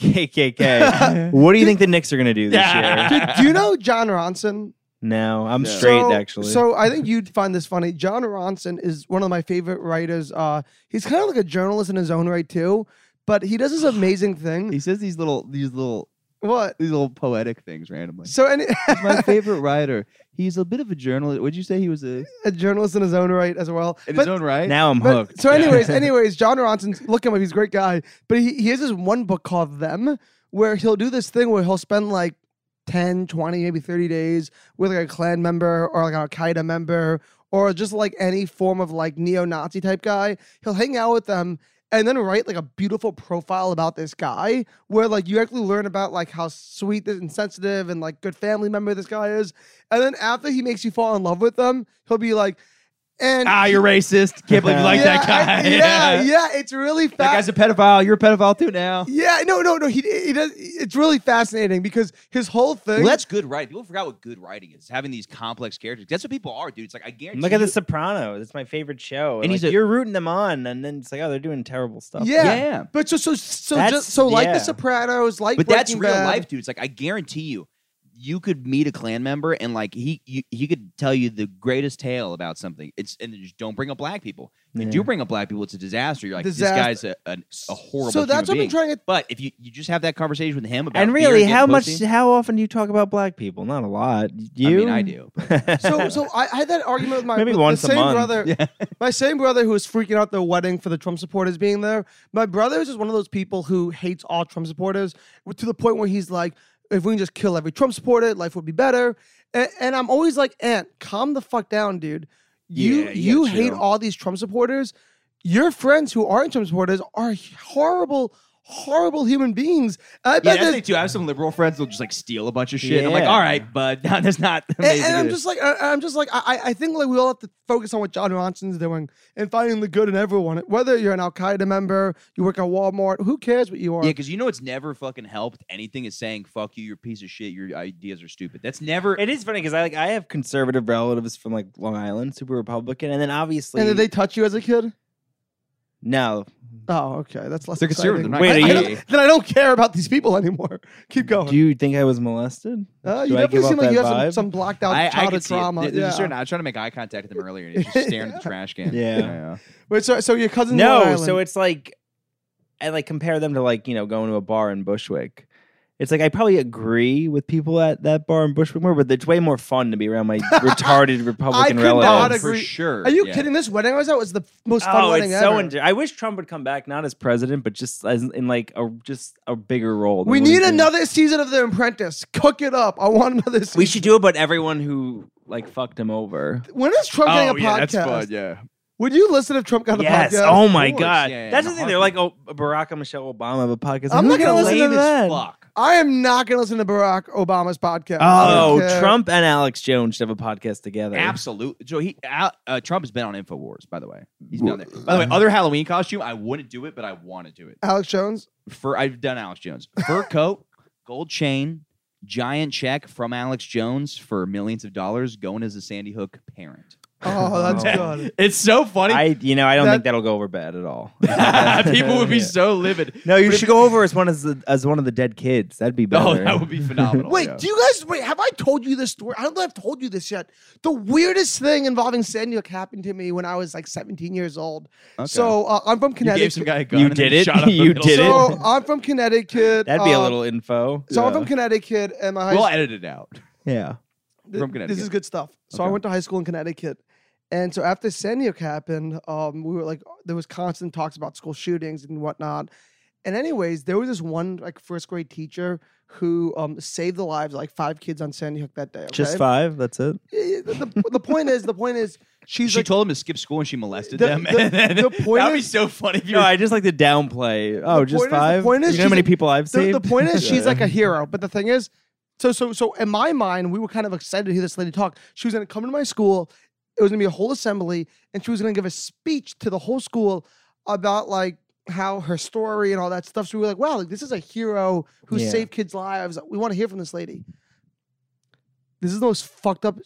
Speaker 7: KKK. what do you think the Knicks are going to do this
Speaker 8: Yeah.
Speaker 7: year?
Speaker 6: Dude, do you know John Ronson?
Speaker 7: No, I'm straight
Speaker 6: So-
Speaker 7: actually.
Speaker 6: So I think you'd find this funny. John Ronson is one of my favorite writers. Uh, he's kind of like a journalist in his own right too, but he does this amazing thing.
Speaker 4: He says these little, these little,
Speaker 6: What?
Speaker 4: these little poetic things randomly.
Speaker 6: So any
Speaker 4: He's my favorite writer. He's a bit of a journalist. Would you say he was a
Speaker 6: a journalist in his own right as well.
Speaker 4: in
Speaker 6: But-
Speaker 4: his own right?
Speaker 7: now I'm
Speaker 6: but-
Speaker 7: hooked.
Speaker 6: so anyways, anyways, John Ronson's look him up. He's a great guy, but he, he has this one book called Them where he'll do this thing where he'll spend like 10, 20, maybe 30 days with like a Klan member or like an Al Qaeda member or just like any form of like neo Nazi type guy. He'll hang out with them and then write like a beautiful profile about this guy where like you actually learn about like how sweet and sensitive and like good family member this guy is. And then after he makes you fall in love with them, he'll be like, and
Speaker 8: ah, you're racist. Can't believe you like that guy.
Speaker 6: I- yeah, yeah, it's really
Speaker 8: that guy's
Speaker 6: fast.
Speaker 8: a pedophile. You're a pedophile too now.
Speaker 6: Yeah, no, no, no. He he does. It's really fascinating because his whole thing.
Speaker 4: Well, that's good writing. People forgot what good writing is. Having these complex characters. That's what people are, dude. It's like I guarantee.
Speaker 7: Look at
Speaker 4: you-
Speaker 7: The Soprano. That's my favorite show. And,
Speaker 4: And he's
Speaker 7: like,
Speaker 4: a-
Speaker 7: you're rooting them on, and then it's like, oh, they're doing terrible stuff.
Speaker 6: yeah.
Speaker 4: Yeah.
Speaker 6: but so so so
Speaker 7: That's-
Speaker 6: just so like
Speaker 7: yeah.
Speaker 6: The Sopranos, like
Speaker 4: But that's
Speaker 6: Breaking
Speaker 4: real
Speaker 6: Bad.
Speaker 4: life, dude. It's like I guarantee you, you could meet a clan member and like he you, he could tell you the greatest tale about something. It's and just don't bring up black people. You
Speaker 7: Yeah.
Speaker 4: do bring up black people, it's a disaster. You're like
Speaker 6: Disaster.
Speaker 4: this guy's a, a, a horrible.
Speaker 6: So that's what
Speaker 4: human
Speaker 6: I've been
Speaker 4: being.
Speaker 6: trying to.
Speaker 4: But if you, you just have that conversation with him about
Speaker 7: And
Speaker 4: beer
Speaker 7: really,
Speaker 4: getting
Speaker 7: how much?
Speaker 4: pussy-
Speaker 7: How often do you talk about black people? Not a lot. You?
Speaker 4: I mean, I do.
Speaker 6: So so I, I had that argument with my
Speaker 7: Maybe
Speaker 6: with the
Speaker 7: once a
Speaker 6: same
Speaker 7: month.
Speaker 6: brother. My same brother who was freaking out the wedding for the Trump supporters being there. My brother is just one of those people who hates all Trump supporters to the point where he's like, if we can just kill every Trump supporter, life would be better. And, and I'm always like, Ant, calm the fuck down, dude. You
Speaker 4: Yeah, yeah,
Speaker 6: you hate
Speaker 4: chill.
Speaker 6: all these Trump supporters. Your friends who aren't Trump supporters are horrible, horrible human beings. I
Speaker 8: Yeah,
Speaker 6: bet
Speaker 8: that's the
Speaker 6: that
Speaker 8: thing too. I have some liberal friends that'll just like steal a bunch of shit. and I'm like,
Speaker 7: Yeah.
Speaker 8: all right, but no, that's not.
Speaker 6: and,
Speaker 8: amazing
Speaker 6: and I'm
Speaker 8: either.
Speaker 6: just like, I, I'm just like, I, I- I think like we all have to focus on what John Ronson's doing and finding the good in everyone. Whether you're an Al Qaeda member, you work at Walmart, who cares what you are?
Speaker 4: Yeah, because you know it's never fucking helped. Anything is saying "fuck you," you're a piece of shit. Your ideas are stupid. That's never.
Speaker 7: It is funny because I like I have conservative relatives from like Long Island, super Republican, and then obviously
Speaker 6: and did they touch you as a
Speaker 7: Mm.
Speaker 6: kid?
Speaker 7: no.
Speaker 6: Oh, okay, that's less.
Speaker 4: They're conservative,
Speaker 6: exciting.
Speaker 4: they're not
Speaker 7: Wait,
Speaker 6: I
Speaker 7: are
Speaker 6: don't- then I don't care about these people anymore. Keep going.
Speaker 7: Do you think I was molested?
Speaker 6: Uh,
Speaker 7: do
Speaker 6: you
Speaker 7: I give
Speaker 6: definitely seem
Speaker 7: off
Speaker 6: like you
Speaker 7: that
Speaker 6: have some,
Speaker 7: vibe?
Speaker 6: some blocked out
Speaker 4: I, I
Speaker 6: childhood
Speaker 4: could see it.
Speaker 6: trauma.
Speaker 4: There- there's
Speaker 6: yeah.
Speaker 4: a certain. I was trying to make eye contact with him earlier, and he's just staring at the trash can.
Speaker 7: Yeah.
Speaker 6: Wait, so so your cousin?
Speaker 7: No, so it's like I like compare them to like you know going to a bar in Bushwick. It's like I probably agree with people at that bar in Bushwick more, but it's way more fun to be around my retarded Republican
Speaker 6: could not
Speaker 7: relatives.
Speaker 4: For
Speaker 6: agree-
Speaker 4: sure.
Speaker 6: Are you
Speaker 4: Yeah.
Speaker 6: kidding? This wedding I was at was the most fun
Speaker 7: oh,
Speaker 6: wedding
Speaker 7: it's
Speaker 6: ever.
Speaker 7: so. Enjoy- I wish Trump would come back, not as president, but just as in like a just a bigger role. than
Speaker 6: we
Speaker 7: what he's
Speaker 6: need
Speaker 7: in.
Speaker 6: another season of The Apprentice. Cook it up. I want another. Season.
Speaker 7: We should do about everyone who like fucked him over.
Speaker 6: When is
Speaker 7: Oh,
Speaker 6: Trump getting a podcast?
Speaker 8: Oh, Yeah.
Speaker 6: Would you listen if Trump got a
Speaker 7: Yes.
Speaker 6: podcast?
Speaker 7: Oh my
Speaker 4: course.
Speaker 7: god.
Speaker 4: Yeah, yeah,
Speaker 7: That's
Speaker 4: in
Speaker 7: the
Speaker 4: a
Speaker 7: thing. They're like, oh, Barack and Michelle Obama have a podcast.
Speaker 6: I'm
Speaker 7: Who's
Speaker 6: not gonna listen
Speaker 7: lame as
Speaker 6: to that.
Speaker 7: Fuck.
Speaker 6: I am not going to listen to Barack Obama's podcast. I don't
Speaker 7: Oh,
Speaker 6: care.
Speaker 7: Trump and Alex Jones should have a podcast together.
Speaker 4: Absolutely. So he Al- uh, Trump has been on Infowars, by the way. He's been on there. By the
Speaker 7: uh,
Speaker 4: way, other Halloween costume, I wouldn't do it, but I want to do it.
Speaker 6: Alex Jones.
Speaker 4: Fur, I've done Alex Jones. Fur coat, gold chain, giant check from Alex Jones for millions of dollars going as a Sandy Hook parent.
Speaker 6: Oh, that's
Speaker 7: Oh.
Speaker 6: good.
Speaker 2: It's so funny.
Speaker 7: I, you know, I don't
Speaker 6: That-
Speaker 7: think that'll go over bad at all.
Speaker 2: People would be
Speaker 7: Yeah.
Speaker 2: so livid.
Speaker 7: No, you should go over as one as the, as one of the dead kids. That'd be better.
Speaker 2: Oh, that would be phenomenal.
Speaker 6: Wait,
Speaker 2: yeah.
Speaker 6: do you guys wait? Have I told you this story? I don't know if I've told you this yet. The weirdest thing involving Sandy Hook happened to me when I was like 17 years old. So uh, I'm from
Speaker 2: you
Speaker 6: Connecticut.
Speaker 2: gave some guy a gun.
Speaker 7: You
Speaker 2: and then
Speaker 7: did it?
Speaker 2: Shot up the
Speaker 7: You
Speaker 2: middle
Speaker 7: did it?
Speaker 2: school.
Speaker 6: so I'm from Connecticut.
Speaker 7: That'd be a
Speaker 6: um,
Speaker 7: little info.
Speaker 6: So I'm
Speaker 7: yeah.
Speaker 6: from Connecticut, and my high
Speaker 2: We'll edit it out.
Speaker 7: yeah.
Speaker 2: From
Speaker 6: Th- This is
Speaker 2: Connecticut.
Speaker 6: good stuff. So I
Speaker 2: Okay.
Speaker 6: went to high school in Connecticut. And so after Sandy Hook happened, um, we were like, there was constant talks about school shootings and whatnot. And anyways, there was this one like first grade teacher who um, saved the lives of, like five kids on Sandy Hook that day. Okay?
Speaker 7: Just five. That's it.
Speaker 6: Eh, The, the- the point is, the point is, she's
Speaker 4: she
Speaker 6: like,
Speaker 4: told him to skip school and she molested
Speaker 6: The-
Speaker 4: them.
Speaker 6: the-
Speaker 4: and then-
Speaker 6: the point
Speaker 4: that'd be
Speaker 6: is-
Speaker 4: so funny if you
Speaker 7: No, I just like to downplay. Oh,
Speaker 6: The
Speaker 7: just
Speaker 6: point is- the
Speaker 7: five.
Speaker 6: point is
Speaker 7: you know how
Speaker 6: she's
Speaker 7: many
Speaker 6: a-
Speaker 7: people I've
Speaker 6: the,
Speaker 7: saved.
Speaker 6: the point is, she's
Speaker 7: Yeah.
Speaker 6: like a hero. But the thing is, so so so in my mind, we were kind of excited to hear this lady talk. She was going to come to my school. It was going to be a whole assembly, and she was going to give a speech to the whole school about like how her story and all that stuff. So we were like, wow, like this is a hero who
Speaker 7: Yeah.
Speaker 6: saved kids' lives. We want to hear from this lady. This is the most fucked up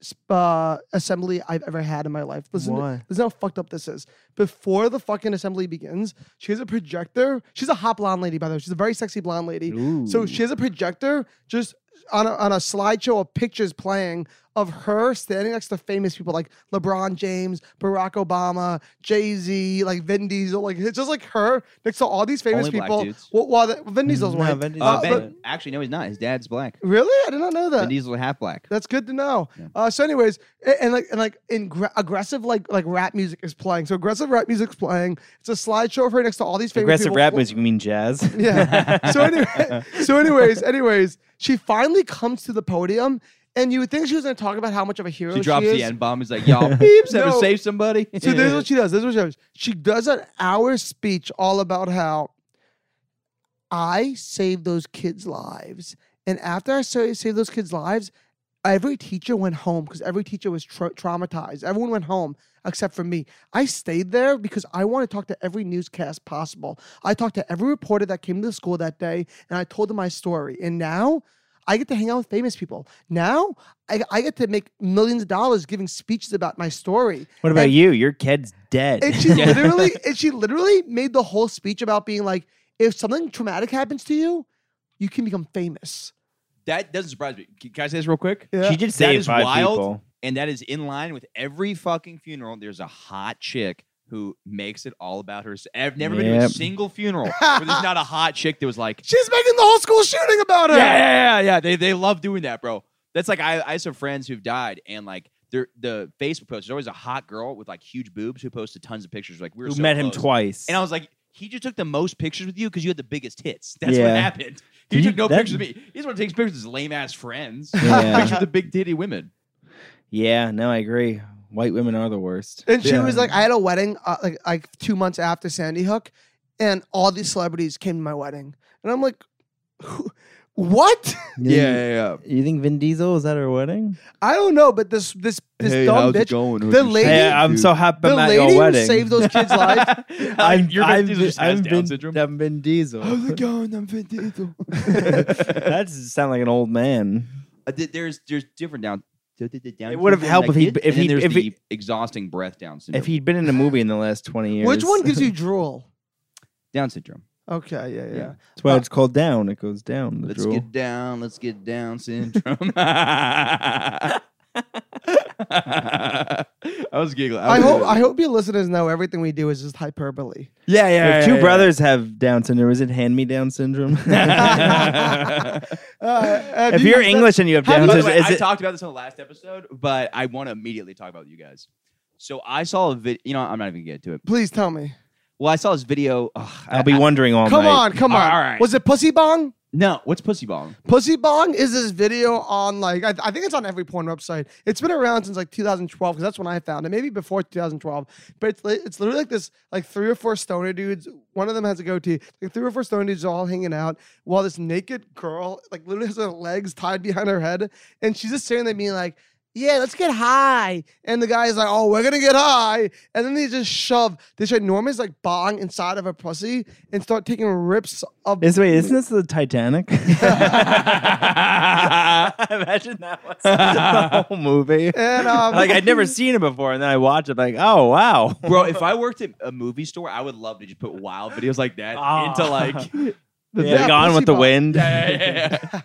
Speaker 6: sp- uh, assembly I've ever had in my life. Listen, to-
Speaker 7: Why?
Speaker 6: listen how fucked up this is. Before the fucking assembly begins, she has a projector. She's a hot blonde lady, by the way. She's a very sexy blonde lady. So she has a projector just on a, on a slideshow of pictures playing of her standing next to famous people like LeBron James, Barack Obama, Jay Z, like Vin Diesel. Like it's just like her next to all these famous
Speaker 4: Only black
Speaker 6: people.
Speaker 4: dudes.
Speaker 6: Well, well, the, Vin Diesel's
Speaker 7: No,
Speaker 6: white.
Speaker 7: Vin Diesel's
Speaker 6: Uh,
Speaker 4: Uh,
Speaker 7: white.
Speaker 6: but-
Speaker 4: Ben, actually, no, he's not. His dad's black.
Speaker 6: really? I did not know that.
Speaker 4: Ben Diesel's half black.
Speaker 6: That's good to know. Uh, so, anyways, and, and like and like in gra- aggressive like like rap music is playing. So aggressive rap music's playing. It's a slideshow of her next to all these famous
Speaker 7: aggressive
Speaker 6: people.
Speaker 7: rap music. You mean jazz?
Speaker 6: Yeah. so anyway, so anyways, anyways, she finally comes to the podium, and you would think she was going to talk about how much of a hero
Speaker 4: She drops
Speaker 6: is.
Speaker 4: the N bomb. He's like, y'all peeps, ever
Speaker 6: No.
Speaker 4: save somebody?
Speaker 6: So this is what she does. This is what she does. She does an hour speech all about how I saved those kids' lives, and after I sa- saved those kids' lives, every teacher went home because every teacher was tra- traumatized. Everyone went home except for me. I stayed there because I want to talk to every newscast possible. I talked to every reporter that came to the school that day, and I told them my story. And now. I get to hang out with famous people. Now I, I get to make millions of dollars giving speeches about my story.
Speaker 7: What about
Speaker 6: And-
Speaker 7: you? Your kid's dead.
Speaker 6: and she literally and she literally made the whole speech about being like, if something traumatic happens to you, you can become famous.
Speaker 4: that doesn't surprise me. Can, can I say this real quick?
Speaker 6: Yeah.
Speaker 7: She did save
Speaker 4: is
Speaker 7: five
Speaker 4: wild.
Speaker 7: people.
Speaker 4: And that is in line with every fucking funeral. There's a hot chick who makes it all about her. I've never been to a
Speaker 7: Yep.
Speaker 4: single funeral where there's not a hot chick that was like,
Speaker 6: She's making the whole school shooting about her.
Speaker 4: yeah, yeah, yeah, yeah. They they love doing that, bro. That's like I I have some friends who've died and like they're the Facebook post. There's always a hot girl with like huge boobs who posted tons of pictures. Like we were
Speaker 7: Who
Speaker 4: so
Speaker 7: met him
Speaker 4: close.
Speaker 7: twice?
Speaker 4: And I was like, he just took the most pictures with you because you had the biggest hits. That's
Speaker 7: Yeah.
Speaker 4: what happened.
Speaker 7: Did
Speaker 4: He
Speaker 7: you-
Speaker 4: took no
Speaker 7: that-
Speaker 4: pictures of me. He's one who takes pictures of his lame ass friends.
Speaker 7: Yeah.
Speaker 4: pictures of the big titty women.
Speaker 7: yeah, no, I agree. White women are the worst.
Speaker 6: And she
Speaker 7: Yeah.
Speaker 6: was like, I had a wedding uh, like like two months after Sandy Hook, and all these celebrities came to my wedding, and I'm like, who- what?
Speaker 7: You think-
Speaker 8: yeah.
Speaker 7: You think Vin Diesel was at her wedding?
Speaker 6: I don't know, but this this this dumb bitch,
Speaker 8: going?
Speaker 6: the lady,
Speaker 7: Hey, I'm so happy
Speaker 6: the
Speaker 7: I'm at your
Speaker 6: lady who
Speaker 7: wedding.
Speaker 6: saved those kids' lives.
Speaker 7: I'm,
Speaker 2: Your
Speaker 7: I'm,
Speaker 2: Vin Diesel just has
Speaker 7: I'm
Speaker 2: Down
Speaker 7: Vin,
Speaker 2: syndrome.
Speaker 7: I'm Vin Diesel.
Speaker 8: going? I'm Vin Diesel.
Speaker 7: that does sound like an old man.
Speaker 4: Uh, th- there's there's different down. th- th- th- down
Speaker 7: It would've
Speaker 4: syndrome,
Speaker 7: helped
Speaker 4: like
Speaker 7: if he-
Speaker 4: this,
Speaker 7: if
Speaker 4: and then
Speaker 7: he-
Speaker 4: there's
Speaker 7: if
Speaker 4: the
Speaker 7: he-
Speaker 4: exhausting breath down syndrome.
Speaker 7: If he'd been in a movie in the last 20 years,
Speaker 6: Which one gives you drool?
Speaker 4: down syndrome.
Speaker 6: Okay, yeah, yeah. yeah.
Speaker 7: That's why it's called down. It goes down. The
Speaker 4: Let's
Speaker 7: drool.
Speaker 4: get down. Let's get down syndrome. I was giggling.
Speaker 6: I
Speaker 4: was-
Speaker 6: hope I hope your listeners know everything we do is just hyperbole.
Speaker 4: yeah, yeah.
Speaker 7: If
Speaker 4: yeah,
Speaker 7: two
Speaker 4: yeah.
Speaker 7: brothers have Down syndrome, is it hand me down syndrome?
Speaker 6: Uh,
Speaker 7: if you're English and you have
Speaker 6: Have you-
Speaker 7: Down
Speaker 4: By the
Speaker 7: syndrome,
Speaker 4: way,
Speaker 7: is
Speaker 4: I
Speaker 7: it?
Speaker 4: talked about this on the last episode, but I want to immediately talk about it with you guys. So I saw a video. You know, I'm not even gonna get to it.
Speaker 6: please tell me.
Speaker 4: Well, I saw this video. Ugh, I-
Speaker 7: I'll be
Speaker 4: I-
Speaker 7: wondering all
Speaker 6: Come
Speaker 7: night.
Speaker 6: on, come on.
Speaker 4: All right.
Speaker 6: Was it Pussy Bong?
Speaker 4: No, what's pussy bong?
Speaker 6: Pussy Bong is this video on like I, I think it's on every porn website. It's been around since like 2012 because that's when I found it. Maybe before 2012, but it's, li- it's literally like this like three or four stoner dudes. One of them has a goatee. Like three or four stoner dudes are all hanging out while this naked girl like literally has her legs tied behind her head, and she's just staring at me like. Yeah, let's get high. And the guy's like, oh, we're gonna get high. And then they just shove this enormous like bong inside of her pussy and start taking rips of
Speaker 7: This wait, isn't this the Titanic? Imagine that was the whole movie.
Speaker 6: And um,
Speaker 7: Like I'd never seen it before, and then I watched it. Like, oh wow,
Speaker 4: Bro, if I worked at a movie store, I would love to just put wild videos like that
Speaker 7: Ah.
Speaker 4: into like.
Speaker 7: yeah,
Speaker 6: Yeah,
Speaker 7: Gone
Speaker 6: Pussy
Speaker 7: with the
Speaker 6: Bot.
Speaker 7: Wind.
Speaker 4: Yeah, yeah, yeah, yeah.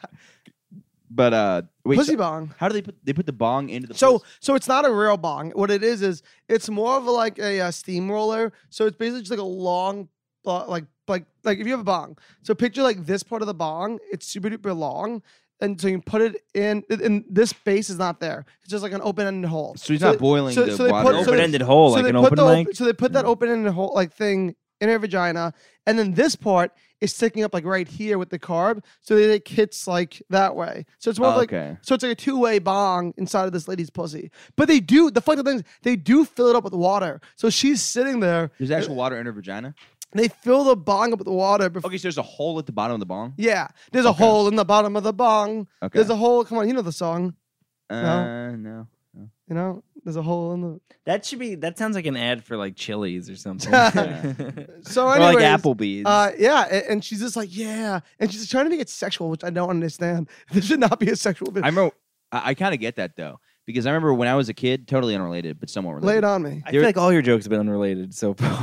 Speaker 4: but uh, wait.
Speaker 6: pussy
Speaker 4: so
Speaker 6: bong.
Speaker 4: how do they put they put the bong into the?
Speaker 6: So
Speaker 4: pussy?
Speaker 6: so it's not a real bong. What it is is it's more of a, like a, uh steamroller. So it's basically just like a long, uh, like like like if you have a bong. So picture like this part of the bong. It's super duper long, and so you can put it in. And this base is not there. It's just like an open ended hole.
Speaker 4: so he's
Speaker 6: so-
Speaker 4: not boiling
Speaker 6: so-
Speaker 4: the
Speaker 6: so they
Speaker 4: water.
Speaker 6: put- so they-
Speaker 7: Open ended hole,
Speaker 6: so
Speaker 7: like
Speaker 6: they
Speaker 7: an
Speaker 6: put
Speaker 7: open
Speaker 6: the op-
Speaker 7: mic.
Speaker 6: so they
Speaker 4: Mm.
Speaker 6: put that open ended hole like thing in her vagina, and then this part is sticking up like right here with the carb. So they like hits like that way. So it's more of, like
Speaker 4: Oh, okay.
Speaker 6: so it's like a two way bong inside of this lady's pussy. But they do, the fucked up thing is, they do fill it up with water. So she's sitting there,
Speaker 4: There's actual water in her vagina.
Speaker 6: they fill the bong up with water. Before,
Speaker 4: Okay, so there's a hole at the bottom of the bong.
Speaker 6: Yeah, there's a hole in the bottom of the bong.
Speaker 4: Okay.
Speaker 6: There's a hole, come on, you know the song,
Speaker 4: uh, no.
Speaker 6: you know? There's a hole in the.
Speaker 7: That should be. That sounds like an ad for like Chili's or something.
Speaker 6: Yeah. So,
Speaker 7: or
Speaker 6: anyways,
Speaker 7: like Applebee's.
Speaker 6: Uh, yeah, a- and she's just like, yeah, and she's trying to make it sexual, which I don't understand. This should not be a sexual
Speaker 4: I
Speaker 6: video.
Speaker 4: remember. I, I kind of get that though because I remember when I was a kid, totally unrelated, but somewhat
Speaker 6: Lay it
Speaker 4: related.
Speaker 6: on me.
Speaker 7: I feel like all your jokes have been unrelated so far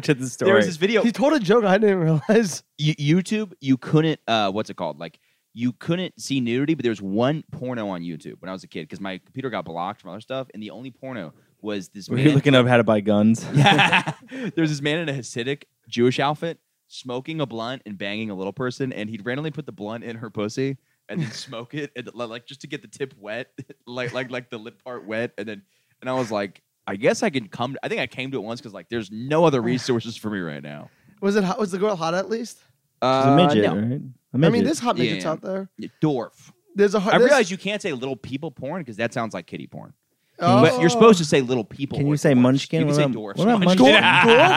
Speaker 7: to the story.
Speaker 4: There was this video.
Speaker 6: He told a joke I didn't realize.
Speaker 4: you- YouTube, you couldn't uh what's it called? Like you couldn't see nudity, but there was one porno on YouTube when I was a kid because my computer got blocked from other stuff, and the only porno was this
Speaker 7: Were
Speaker 4: man.
Speaker 7: you looking up how to buy guns?
Speaker 4: yeah. There was this man in a Hasidic Jewish outfit smoking a blunt and banging a little person, and he'd randomly put the blunt in her pussy and then smoke it and li- like just to get the tip wet, like like like the lip part wet, and then and I was like, I guess I can come. I think I came to it once because like there's no other resources for me right now.
Speaker 6: Was it hot? Was the girl hot at least?
Speaker 7: She's a midget, right? A midget.
Speaker 6: Uh, I mean, there's hot
Speaker 4: Yeah,
Speaker 6: midgets
Speaker 4: yeah.
Speaker 6: out there.
Speaker 4: no, dwarf.
Speaker 6: There's a hot.
Speaker 4: I
Speaker 6: there's-
Speaker 4: realize you can't say little people porn because that sounds like kitty porn. But you're supposed to say little people.
Speaker 7: Oh. Can you
Speaker 4: or
Speaker 7: say
Speaker 4: dwarfs.
Speaker 7: munchkin?
Speaker 4: You can
Speaker 7: What
Speaker 4: say
Speaker 7: about-
Speaker 4: dwarfs.
Speaker 7: what about
Speaker 4: munchkin?
Speaker 7: munchkin?
Speaker 6: Dwarf, dwarf,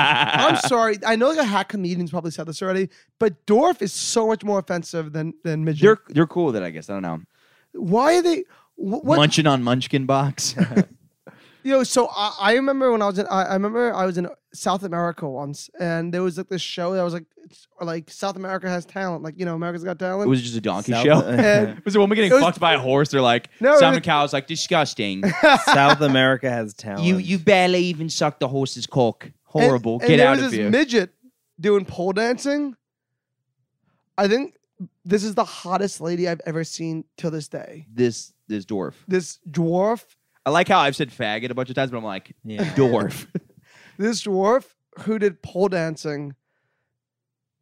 Speaker 6: I'm sorry. I know like a hack comedian's probably said this already, but dwarf is so much more offensive than than midget.
Speaker 4: They're they're cool with it, I guess. I don't know.
Speaker 6: Why are they? wh- What
Speaker 4: Munching on munchkin box.
Speaker 6: you know? So I, I remember when I was in I, I remember I was in South America once, and there was like this show that was like it's, or, like South America has talent, like you know America's Got
Speaker 4: it
Speaker 6: Talent.
Speaker 4: was just a donkey
Speaker 7: South-
Speaker 4: show.
Speaker 6: and,
Speaker 4: was a woman getting
Speaker 6: It was-
Speaker 4: fucked by a horse. They're like,
Speaker 6: No, it
Speaker 4: Simon
Speaker 6: was-
Speaker 4: Cowell's like, disgusting.
Speaker 7: South America has talent.
Speaker 4: you you barely even sucked the horse's cock.
Speaker 6: and-
Speaker 4: Horrible.
Speaker 6: and
Speaker 4: Get
Speaker 6: there
Speaker 4: out
Speaker 6: was
Speaker 4: of
Speaker 6: this
Speaker 4: here.
Speaker 6: Midget doing pole dancing. I think this is the hottest lady I've ever seen till this day.
Speaker 4: this this dwarf.
Speaker 6: This dwarf
Speaker 4: I like how I've said faggot a bunch of times, but I'm like
Speaker 7: Yeah.
Speaker 4: dwarf.
Speaker 6: this dwarf who did pole dancing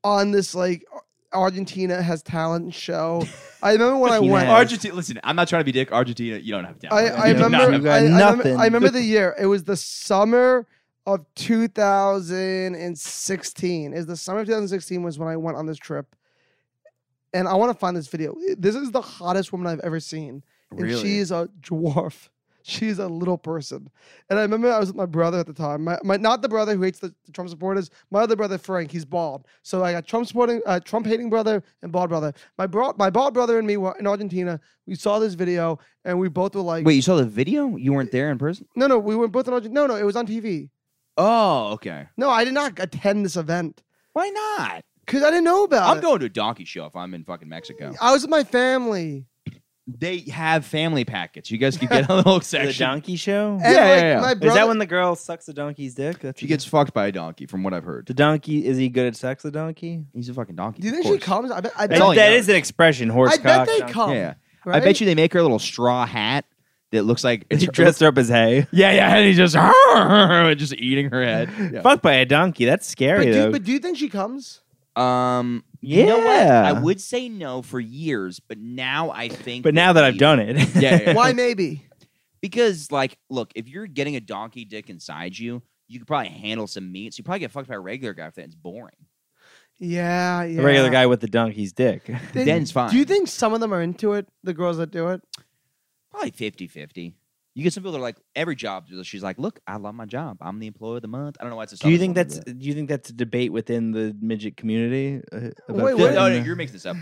Speaker 6: on this like Ar- Argentina has talent show. I remember when I
Speaker 7: Argentina
Speaker 6: went.
Speaker 7: has-
Speaker 4: Argentina. Listen, I'm not trying to be dick. Argentina, you don't have to.
Speaker 6: I, I
Speaker 7: You don't know.
Speaker 6: remember. I,
Speaker 7: You got
Speaker 6: I remember.
Speaker 7: nothing.
Speaker 6: I remember the year. It was the summer of 2016. Is the summer of 2016 was when I went on this trip, and I want to find this video. This is the hottest woman I've ever seen, and
Speaker 4: Really?
Speaker 6: she is a dwarf. She's a little person. And I remember I was with my brother at the time. My, my not the brother who hates the, the Trump supporters. My other brother Frank. He's bald. So I got Trump supporting, uh, Trump hating brother and bald brother. My bro, my bald brother and me were in Argentina. We saw this video and we both were like,
Speaker 4: Wait, you saw the video? You weren't there in person?
Speaker 6: no, no, we were both in Argentina. No, no, it was on TV.
Speaker 4: Oh, okay.
Speaker 6: No, I did not attend this event
Speaker 4: Why not?
Speaker 6: because I didn't know about
Speaker 4: I'm
Speaker 6: it.
Speaker 4: going to a donkey show if I'm in fucking Mexico.
Speaker 6: I was with my family.
Speaker 4: They have family packets. You guys could get a little
Speaker 7: the
Speaker 4: section.
Speaker 7: donkey show.
Speaker 6: And
Speaker 4: Yeah,
Speaker 6: like,
Speaker 4: yeah, yeah.
Speaker 6: My
Speaker 7: Is
Speaker 6: brother,
Speaker 7: that when the girl sucks the donkey's dick? That's
Speaker 4: She gets fucked by a donkey, from what I've heard.
Speaker 7: the donkey. Is he good at sex? The donkey.
Speaker 4: He's a fucking donkey.
Speaker 6: do you
Speaker 4: of
Speaker 6: think she
Speaker 4: course.
Speaker 6: comes? I bet. I
Speaker 4: That's
Speaker 6: bet,
Speaker 4: all he
Speaker 7: that
Speaker 4: knows.
Speaker 7: is an expression. Horse
Speaker 6: I bet
Speaker 7: cock,
Speaker 6: they
Speaker 7: donkey.
Speaker 6: come.
Speaker 4: Yeah, I
Speaker 6: right?
Speaker 4: bet you they make her a little straw hat that looks like
Speaker 7: He dressed her up as hay.
Speaker 4: Yeah, yeah, and he's just just eating her head.
Speaker 7: Fucked by a donkey. That's
Speaker 6: But
Speaker 7: scary
Speaker 6: do,
Speaker 7: though.
Speaker 6: but do you think she comes?
Speaker 4: Um, you know what?
Speaker 7: Yeah.
Speaker 4: I would say no for years, but now I think.
Speaker 7: But now that I've done it,
Speaker 4: Yeah, yeah.
Speaker 6: Why maybe?
Speaker 4: because like, look, if you're getting a donkey dick inside you, you could probably handle some meat. So you probably get fucked by a regular guy if that's boring.
Speaker 6: Yeah, yeah.
Speaker 7: the regular guy with the donkey's dick.
Speaker 6: Then-
Speaker 4: Then's fine.
Speaker 6: Do you think some of them are into it? The girls that do it.
Speaker 4: probably 50 50. You get some people that are like, every job, she's like, look, I love my job. I'm the employee of the month. I don't know why it's a
Speaker 7: Do you
Speaker 4: Southern
Speaker 7: think
Speaker 4: woman,
Speaker 7: that's do you think that's a debate within the midget community? uh, about
Speaker 6: Wait,
Speaker 4: but-
Speaker 6: what?
Speaker 7: fitting
Speaker 4: No, no,
Speaker 7: the-
Speaker 4: you're making this up.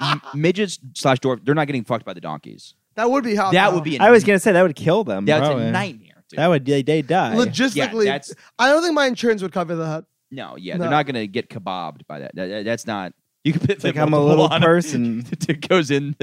Speaker 4: M- Midgets slash dwarf, they're not getting fucked by the donkeys.
Speaker 6: That would be hot.
Speaker 4: That
Speaker 6: though.
Speaker 4: would be a,
Speaker 7: I was gonna say that would kill them.
Speaker 4: that's
Speaker 7: probably.
Speaker 4: a nightmare. Dude.
Speaker 7: That would they, they die.
Speaker 4: yeah,
Speaker 6: logistically.
Speaker 4: that's
Speaker 6: I don't think my insurance would cover that.
Speaker 4: no, yeah,
Speaker 6: No.
Speaker 4: they're not gonna get kebabbed by that. That- that- That's not You can put
Speaker 7: It's like I'm
Speaker 4: them
Speaker 7: a
Speaker 4: multiple
Speaker 7: little
Speaker 4: on it.
Speaker 7: person.
Speaker 4: it goes in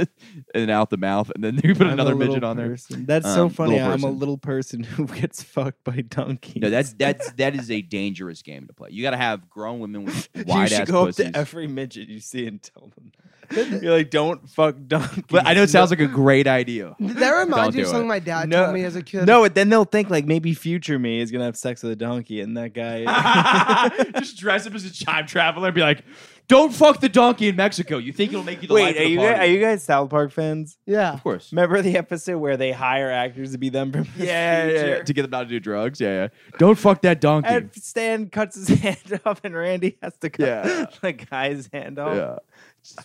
Speaker 4: and out the mouth, and then you put
Speaker 7: I'm
Speaker 4: another
Speaker 7: a little
Speaker 4: midget on there.
Speaker 7: person. That's so
Speaker 4: Um,
Speaker 7: funny.
Speaker 4: little
Speaker 7: I'm a
Speaker 4: person.
Speaker 7: little person who gets fucked by donkeys.
Speaker 4: No, that's that's that is a dangerous game to play. You got to have grown women with
Speaker 7: you
Speaker 4: wide
Speaker 7: should
Speaker 4: ass
Speaker 7: go
Speaker 4: pussies.
Speaker 7: up to every midget you see and tell them. You're like, don't fuck donkeys.
Speaker 4: but I know it sounds like a great idea.
Speaker 6: That reminds
Speaker 4: Don't
Speaker 6: me of
Speaker 4: do
Speaker 6: something my dad
Speaker 7: No.
Speaker 6: told me as a kid.
Speaker 7: No, then they'll think like maybe future me is gonna have sex with a donkey, and that guy.
Speaker 2: Just dress up as a time traveler and be like, "Don't fuck the donkey in Mexico." You think it'll make you the life
Speaker 7: Wait,
Speaker 2: of
Speaker 7: are
Speaker 2: the
Speaker 7: you
Speaker 2: party?
Speaker 7: guys, are you guys South Park fans?
Speaker 6: Yeah.
Speaker 4: Of course.
Speaker 7: Remember the episode where they hire actors to be them from the
Speaker 4: Yeah, yeah,
Speaker 7: future?
Speaker 4: yeah, to get them not to do drugs. Yeah, yeah. Don't fuck that donkey.
Speaker 7: And Stan cuts his hand off, and Randy has to cut
Speaker 4: Yeah.
Speaker 7: the guy's hand off.
Speaker 4: yeah.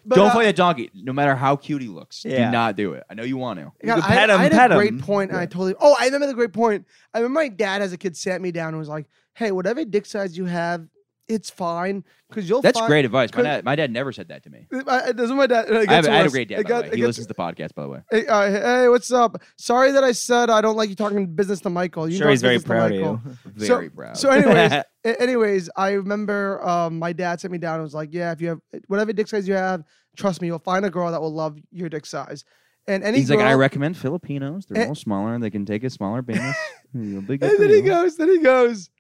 Speaker 6: But,
Speaker 4: Don't
Speaker 6: uh,
Speaker 4: play that donkey, no matter how cute he looks.
Speaker 7: Yeah.
Speaker 4: Do not do it. I know you want to.
Speaker 7: You
Speaker 6: God,
Speaker 7: could
Speaker 6: I,
Speaker 7: pet
Speaker 6: I
Speaker 7: him,
Speaker 6: had
Speaker 7: pet
Speaker 6: a great
Speaker 7: him.
Speaker 6: point, and I totally. Oh, I remember the great point. I remember my dad as a kid sat me down and was like, "Hey, whatever dick size you have, it's fine because you'll."
Speaker 4: That's
Speaker 6: find,
Speaker 4: great advice. My
Speaker 6: could-
Speaker 4: dad, my dad never said that to me.
Speaker 6: I, this is my dad. it
Speaker 4: I have,
Speaker 6: gets
Speaker 4: I had a
Speaker 6: worse.
Speaker 4: great dad.
Speaker 6: It
Speaker 4: By
Speaker 6: got-
Speaker 4: the way.
Speaker 6: it
Speaker 4: He
Speaker 6: gets-
Speaker 4: listens to the podcast. By the way,
Speaker 6: Hey, uh, hey, what's up? Sorry that I said I don't like you talking business to Michael. You
Speaker 7: Sure,
Speaker 6: talk
Speaker 7: he's very
Speaker 6: business to
Speaker 7: proud of
Speaker 6: Michael.
Speaker 7: you.
Speaker 4: very proud.
Speaker 6: So, anyways, a- anyways, I remember um, my dad sat me down and was like, "Yeah, if you have whatever dick size you have, trust me, you'll find a girl that will love your dick size." And any
Speaker 4: He's like,
Speaker 6: girl-
Speaker 4: I recommend Filipinos. They're
Speaker 6: Eh.
Speaker 4: a little smaller. They can take a smaller penis. You'll be good
Speaker 6: And
Speaker 4: for
Speaker 6: then he
Speaker 4: you.
Speaker 6: goes, then he goes,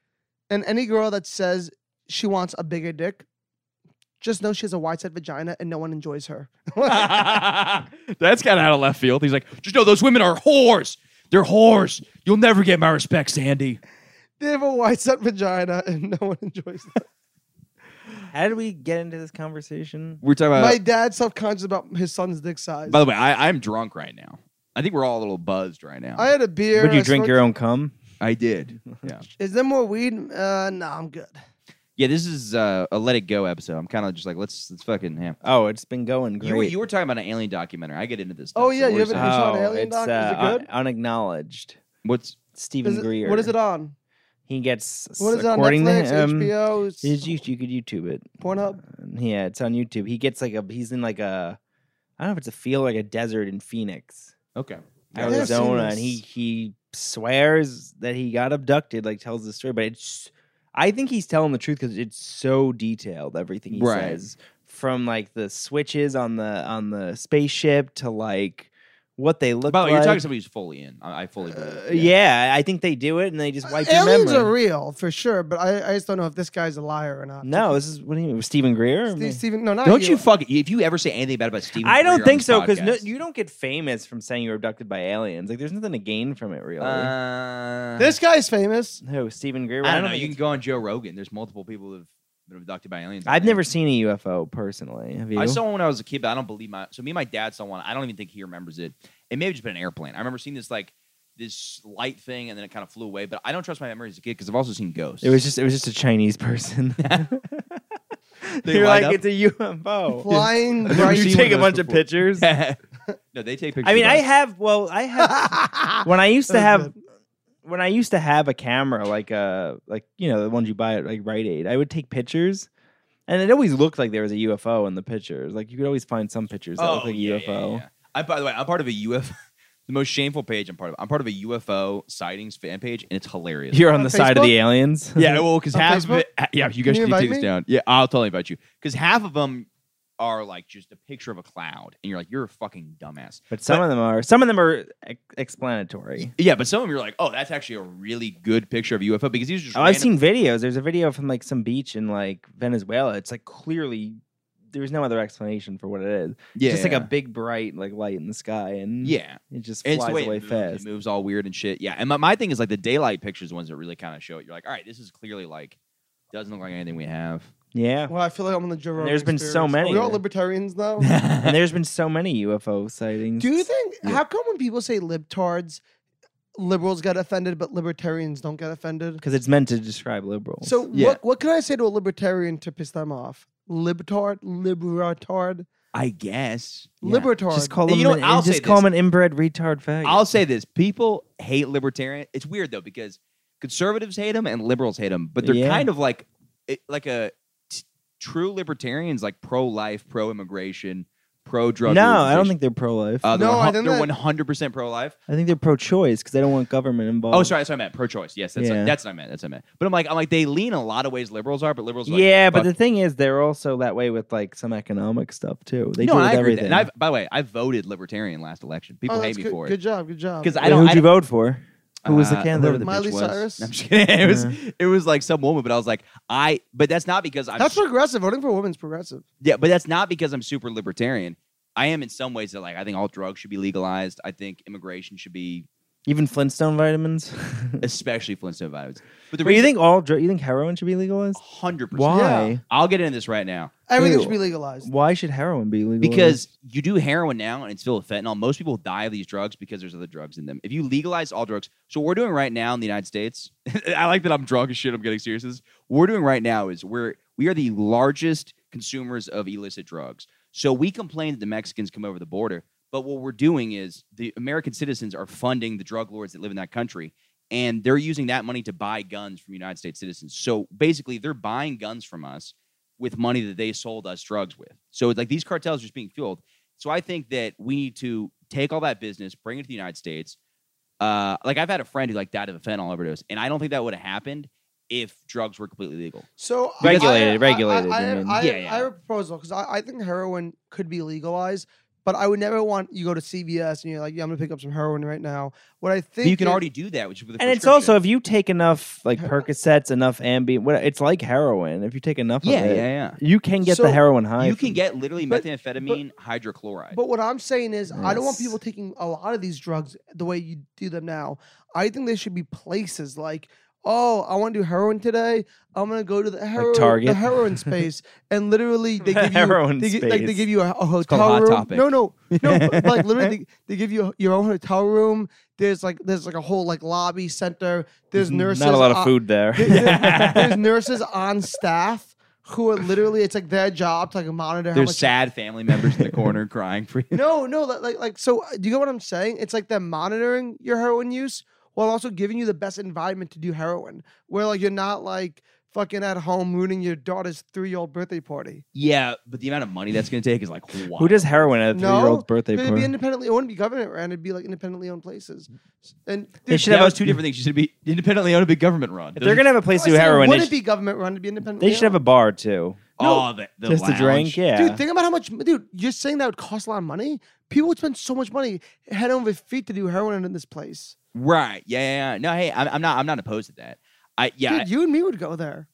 Speaker 6: and any girl that says she wants a bigger dick, just know she has a wide set vagina and no one enjoys her.
Speaker 2: That's kind of out of left field. He's like, just know those women are whores. They're whores. You'll never get my respect, Sandy.
Speaker 6: they have a wide set vagina and no one enjoys them.
Speaker 7: How did we get into this conversation?
Speaker 4: We're talking about.
Speaker 6: My dad's self conscious about his son's dick size.
Speaker 4: by the way, I, I'm drunk right now. I think we're all a little buzzed right now.
Speaker 6: I had a beer.
Speaker 7: Would you
Speaker 6: I
Speaker 7: drink
Speaker 6: smoked-
Speaker 7: your own cum?
Speaker 4: I did. Yeah.
Speaker 6: Is there more weed? Uh, no, I'm good.
Speaker 4: Yeah. This is uh, a Let It Go episode. I'm kind of just like, let's let's fucking yeah.
Speaker 7: Oh, it's been going great.
Speaker 4: You were, you were talking about an alien documentary. I get into this. Stuff,
Speaker 6: Oh, yeah,
Speaker 4: what
Speaker 6: you
Speaker 4: was
Speaker 6: haven't-
Speaker 4: that?
Speaker 6: It's on
Speaker 7: Oh,
Speaker 6: Alien
Speaker 7: it's
Speaker 6: Doc. Is
Speaker 7: uh,
Speaker 6: it good?
Speaker 7: un- unacknowledged.
Speaker 4: What's
Speaker 7: Stephen
Speaker 6: Is it-
Speaker 7: Greer.
Speaker 6: what is it on?
Speaker 7: He gets
Speaker 6: What is it on
Speaker 7: according
Speaker 6: Netflix,
Speaker 7: to him.
Speaker 6: HBO? It's
Speaker 7: It's, you, you could YouTube it.
Speaker 6: Pornhub?
Speaker 7: Yeah, it's on YouTube. He gets like a he's in like a I don't know if it's a field like a desert in Phoenix,
Speaker 4: okay?
Speaker 6: I've never seen
Speaker 7: Arizona, and
Speaker 6: this.
Speaker 7: he he swears that he got abducted. Like tells the story, but it's I think he's telling the truth because it's so detailed everything he
Speaker 4: Right.
Speaker 7: says from like the switches on the on the spaceship to like what they look
Speaker 4: By the way,
Speaker 7: like.
Speaker 4: you're talking to somebody who's fully in. I, I fully believe.
Speaker 7: Uh,
Speaker 4: it.
Speaker 7: yeah. I think they do it and they
Speaker 4: Uh,
Speaker 7: just wipe your
Speaker 6: Aliens
Speaker 7: memory.
Speaker 6: are real for sure, but I, I just don't know if this guy's a liar or not.
Speaker 7: no, this is what do you mean? Stephen Greer? or me?
Speaker 6: Steve, Steven, no, not
Speaker 4: Don't you
Speaker 6: you
Speaker 4: fucking if you ever say anything bad about Steven?
Speaker 7: I
Speaker 4: Greer
Speaker 7: don't
Speaker 4: on
Speaker 7: think
Speaker 4: this
Speaker 7: so because no,
Speaker 4: podcast-
Speaker 7: you don't get famous from saying you were abducted by aliens. Like, there's nothing to gain from it, really.
Speaker 4: Uh,
Speaker 6: This guy's famous.
Speaker 7: no, Stephen Greer.
Speaker 4: I don't,
Speaker 7: don't
Speaker 4: know.
Speaker 7: think
Speaker 4: You can
Speaker 7: it's-
Speaker 4: go on Joe Rogan. There's multiple people who've been abducted by aliens.
Speaker 7: I've never seen a UFO personally. Have you?
Speaker 4: I saw one when I was a kid, but I don't believe my. So me and my dad saw one. I don't even think he remembers it. It may have just been an airplane. I remember seeing this like this light thing, and then it kind of flew away. But I don't trust my memory as a kid because I've also seen ghosts.
Speaker 7: It was just. It was just a Chinese person.
Speaker 4: They
Speaker 7: You're
Speaker 4: light
Speaker 7: like,
Speaker 4: up?
Speaker 7: it's a UFO.
Speaker 6: Flying
Speaker 4: I've never
Speaker 6: bright
Speaker 4: seen
Speaker 7: you
Speaker 4: one
Speaker 7: take a
Speaker 4: of those
Speaker 7: bunch of
Speaker 4: before.
Speaker 7: pictures.
Speaker 4: no, they take pictures.
Speaker 7: I mean,
Speaker 4: of
Speaker 7: I
Speaker 4: us.
Speaker 7: have. Well, I have. when I used to
Speaker 6: That was
Speaker 7: have, when I used to have a camera, like uh like you know the ones you buy at like Rite Aid, I would take pictures, and it always looked like there was a UFO in the pictures. Like you could always find some pictures that look like
Speaker 4: Oh, yeah,
Speaker 7: UFO.
Speaker 4: yeah, yeah, yeah. I by the way, I'm part of a UFO. The most shameful page I'm part of. I'm part of a UFO sightings fan page, and it's hilarious.
Speaker 7: You're on,
Speaker 6: On
Speaker 7: the side of
Speaker 6: Facebook?
Speaker 7: the aliens.
Speaker 4: Yeah, well, because
Speaker 6: On
Speaker 4: half of
Speaker 6: Facebook?
Speaker 4: it, ha- yeah, you guys
Speaker 6: you
Speaker 4: need to
Speaker 6: invite
Speaker 4: take this
Speaker 6: me?
Speaker 4: down. Yeah, I'll totally invite you. Because half of them are like just a picture of a cloud, and you're like, you're a fucking dumbass.
Speaker 7: but some of them are some of them are ex- explanatory.
Speaker 4: Yeah, but some of them you're like, oh, that's actually a really good picture of a UFO because these are just.
Speaker 7: Oh, I've
Speaker 4: random-
Speaker 7: seen videos. There's a video from like some beach in like Venezuela. It's like clearly there's no other explanation for what it is.
Speaker 4: yeah,
Speaker 7: it's just
Speaker 4: yeah.
Speaker 7: like a big bright like light in the sky and
Speaker 4: yeah,
Speaker 7: it just
Speaker 4: And
Speaker 7: flies
Speaker 4: it's the way it
Speaker 7: away
Speaker 4: moves.
Speaker 7: fast.
Speaker 4: It moves all weird and shit. Yeah, and my, my thing is like the daylight pictures, the ones that really kind of show it. You're like, all right, this is clearly like doesn't look like anything we have.
Speaker 7: Yeah.
Speaker 6: Well, I feel like I'm on the Joe Rogan.
Speaker 7: there's been so
Speaker 6: experience.
Speaker 7: many.
Speaker 6: Are we all libertarians now.
Speaker 7: and there's been so many UFO sightings.
Speaker 6: Do you think? How come when people say libtards, liberals get offended, but libertarians don't get offended?
Speaker 7: because it's meant to describe liberals.
Speaker 6: So
Speaker 4: Yeah.
Speaker 6: what? What can I say to a libertarian to piss them off? Libtard, libertard,
Speaker 4: I guess.
Speaker 6: libertard.
Speaker 7: just call
Speaker 4: You
Speaker 7: them
Speaker 4: know
Speaker 7: an,
Speaker 4: what? I'll say
Speaker 7: just call
Speaker 4: this.
Speaker 7: them an inbred retard fag.
Speaker 4: I'll say this: people hate libertarian. It's weird though because conservatives hate them and liberals hate them, but they're
Speaker 7: Yeah.
Speaker 4: kind of like it- like a t- true libertarians, like pro life, pro immigration, pro drug.
Speaker 7: No, I don't think they're pro life.
Speaker 4: Uh, they're
Speaker 6: No,
Speaker 4: no,
Speaker 6: I
Speaker 4: they're
Speaker 6: think that-
Speaker 4: one hundred percent pro life.
Speaker 7: I think they're pro choice because they don't want government involved.
Speaker 4: Oh, sorry, that's what I meant. Pro choice. Yes, that's
Speaker 7: Yeah.
Speaker 4: what, that's what I meant. That's what I meant. But I'm like, I'm like, they lean a lot of ways liberals are, but liberals. Are like,
Speaker 7: Yeah, but
Speaker 4: fuck
Speaker 7: the thing is, they're also that way with like some economic stuff too. They
Speaker 4: no,
Speaker 7: do it
Speaker 4: I
Speaker 7: with
Speaker 4: agree with
Speaker 7: everything.
Speaker 4: that. And I've, by the way, I voted libertarian last election. People
Speaker 6: oh,
Speaker 4: hate
Speaker 6: that's
Speaker 4: me
Speaker 6: good,
Speaker 4: for
Speaker 6: Good
Speaker 4: it
Speaker 6: job. Good job.
Speaker 4: because I
Speaker 7: Wait,
Speaker 4: don't.
Speaker 7: Who'd
Speaker 4: I
Speaker 7: you
Speaker 4: don't-
Speaker 7: vote for? Who was the
Speaker 4: Uh,
Speaker 7: candidate?
Speaker 4: whoever the
Speaker 6: Miley
Speaker 4: bitch was.
Speaker 6: Cyrus?
Speaker 4: No, I'm just kidding. It was it was like some woman, but I was like, I. But that's not because I'm.
Speaker 6: That's progressive. Voting for women's progressive.
Speaker 4: yeah, but that's not because I'm super libertarian. I am in some ways that like I think all drugs should be legalized. I think immigration should be,
Speaker 7: Even Flintstone vitamins.
Speaker 4: especially Flintstone violence. But the
Speaker 7: but you
Speaker 4: reason,
Speaker 7: think all dr- you think heroin should be legalized?
Speaker 4: hundred percent.
Speaker 7: Why?
Speaker 4: I'll get into this right now
Speaker 6: Everything
Speaker 7: Ew.
Speaker 6: should be legalized.
Speaker 7: Why should heroin be legalized?
Speaker 4: because you do heroin now and it's filled with fentanyl. Most people die of these drugs because there's other drugs in them. If you legalize all drugs, so what we're doing right now in the United States, I like that I'm drunk as shit. I'm getting serious. This- What we're doing right now is we're we are the largest consumers of illicit drugs. So we complain that the Mexicans come over the border, but what we're doing is the American citizens are funding the drug lords that live in that country. And they're using that money to buy guns from United States citizens. So basically, they're buying guns from us with money that they sold us drugs with. So it's like these cartels are just being fueled. So I think that we need to take all that business, bring it to the United States. Uh, like I've had a friend who like died of a fentanyl overdose, and I don't think that would have happened if drugs were completely legal.
Speaker 6: So I-
Speaker 7: Regulated,
Speaker 6: I, I,
Speaker 7: regulated,
Speaker 6: I, I,
Speaker 7: you
Speaker 6: have-
Speaker 7: mean.
Speaker 6: I,
Speaker 4: Yeah,
Speaker 6: have-
Speaker 4: yeah.
Speaker 6: I have a proposal because I, I think heroin could be legalized, but I would never want you go to CVS and you're like, yeah, I'm gonna pick up some heroin right now. What I
Speaker 4: But
Speaker 6: think
Speaker 4: you can
Speaker 6: is-
Speaker 4: already do that, which is with a
Speaker 7: and it's
Speaker 4: prescription.
Speaker 7: also if you take enough like Percocets, enough Ambien, what it's like heroin. If you take enough
Speaker 4: yeah,
Speaker 7: of
Speaker 4: yeah,
Speaker 7: it,
Speaker 4: yeah.
Speaker 7: you can get
Speaker 6: So,
Speaker 7: the heroin high.
Speaker 4: You
Speaker 7: from-
Speaker 4: can get literally
Speaker 6: But-
Speaker 4: methamphetamine hydrochloride.
Speaker 6: But what I'm saying is, I don't want
Speaker 7: Yes.
Speaker 6: people taking a lot of these drugs the way you do them now. I think they should be places like, oh, I want to do heroin today. I'm gonna go to the heroin, the
Speaker 7: Target?
Speaker 6: heroin space, and literally they give you
Speaker 7: Heroin
Speaker 6: they, gi- Like they
Speaker 7: space.
Speaker 6: give you a, a hotel
Speaker 4: called Hot
Speaker 6: room.
Speaker 4: Topic.
Speaker 6: No, no, no. but, like literally, they, they give you your own hotel room. There's like there's like a whole like lobby center. There's nurses.
Speaker 7: Not a lot
Speaker 6: uh,
Speaker 7: of food there.
Speaker 6: there- there- There's nurses on staff who are literally it's like their job to like monitor how
Speaker 4: There's
Speaker 6: much
Speaker 4: sad family members in the corner crying for you.
Speaker 6: no, no, li- like like so. uh, Do you get what I'm saying? It's like they're monitoring your heroin use while also giving you the best environment to do heroin, where like you're not like fucking at home ruining your daughter's three year old birthday party.
Speaker 4: Yeah, but the amount of money that's going to take is like wow.
Speaker 7: Who does heroin at a
Speaker 6: No,
Speaker 7: three-year-old's birthday
Speaker 6: It'd be
Speaker 7: party?
Speaker 6: independently. It wouldn't be government ran. It'd be like independently owned places. S- And
Speaker 7: Mm. They
Speaker 6: dude,
Speaker 7: should
Speaker 4: that
Speaker 7: have a-
Speaker 4: was two different things. You should be independently owned, or be government run.
Speaker 7: If they're gonna have a place to do
Speaker 6: I said
Speaker 7: heroin,
Speaker 6: It
Speaker 7: they,
Speaker 6: wouldn't
Speaker 7: sh-
Speaker 6: be government run. It'd be independently.
Speaker 7: they should have a bar too,
Speaker 4: oh, the, the
Speaker 7: just to drink.
Speaker 4: lounge.
Speaker 7: Yeah,
Speaker 6: Dude, think about how much, dude. You're saying that would cost a lot of money. People would spend so much money head over feet to do heroin in this place.
Speaker 4: Right. Yeah, yeah, yeah. No, hey, I'm, I'm not. I'm not opposed to that. I yeah.
Speaker 6: dude, you and me would go there.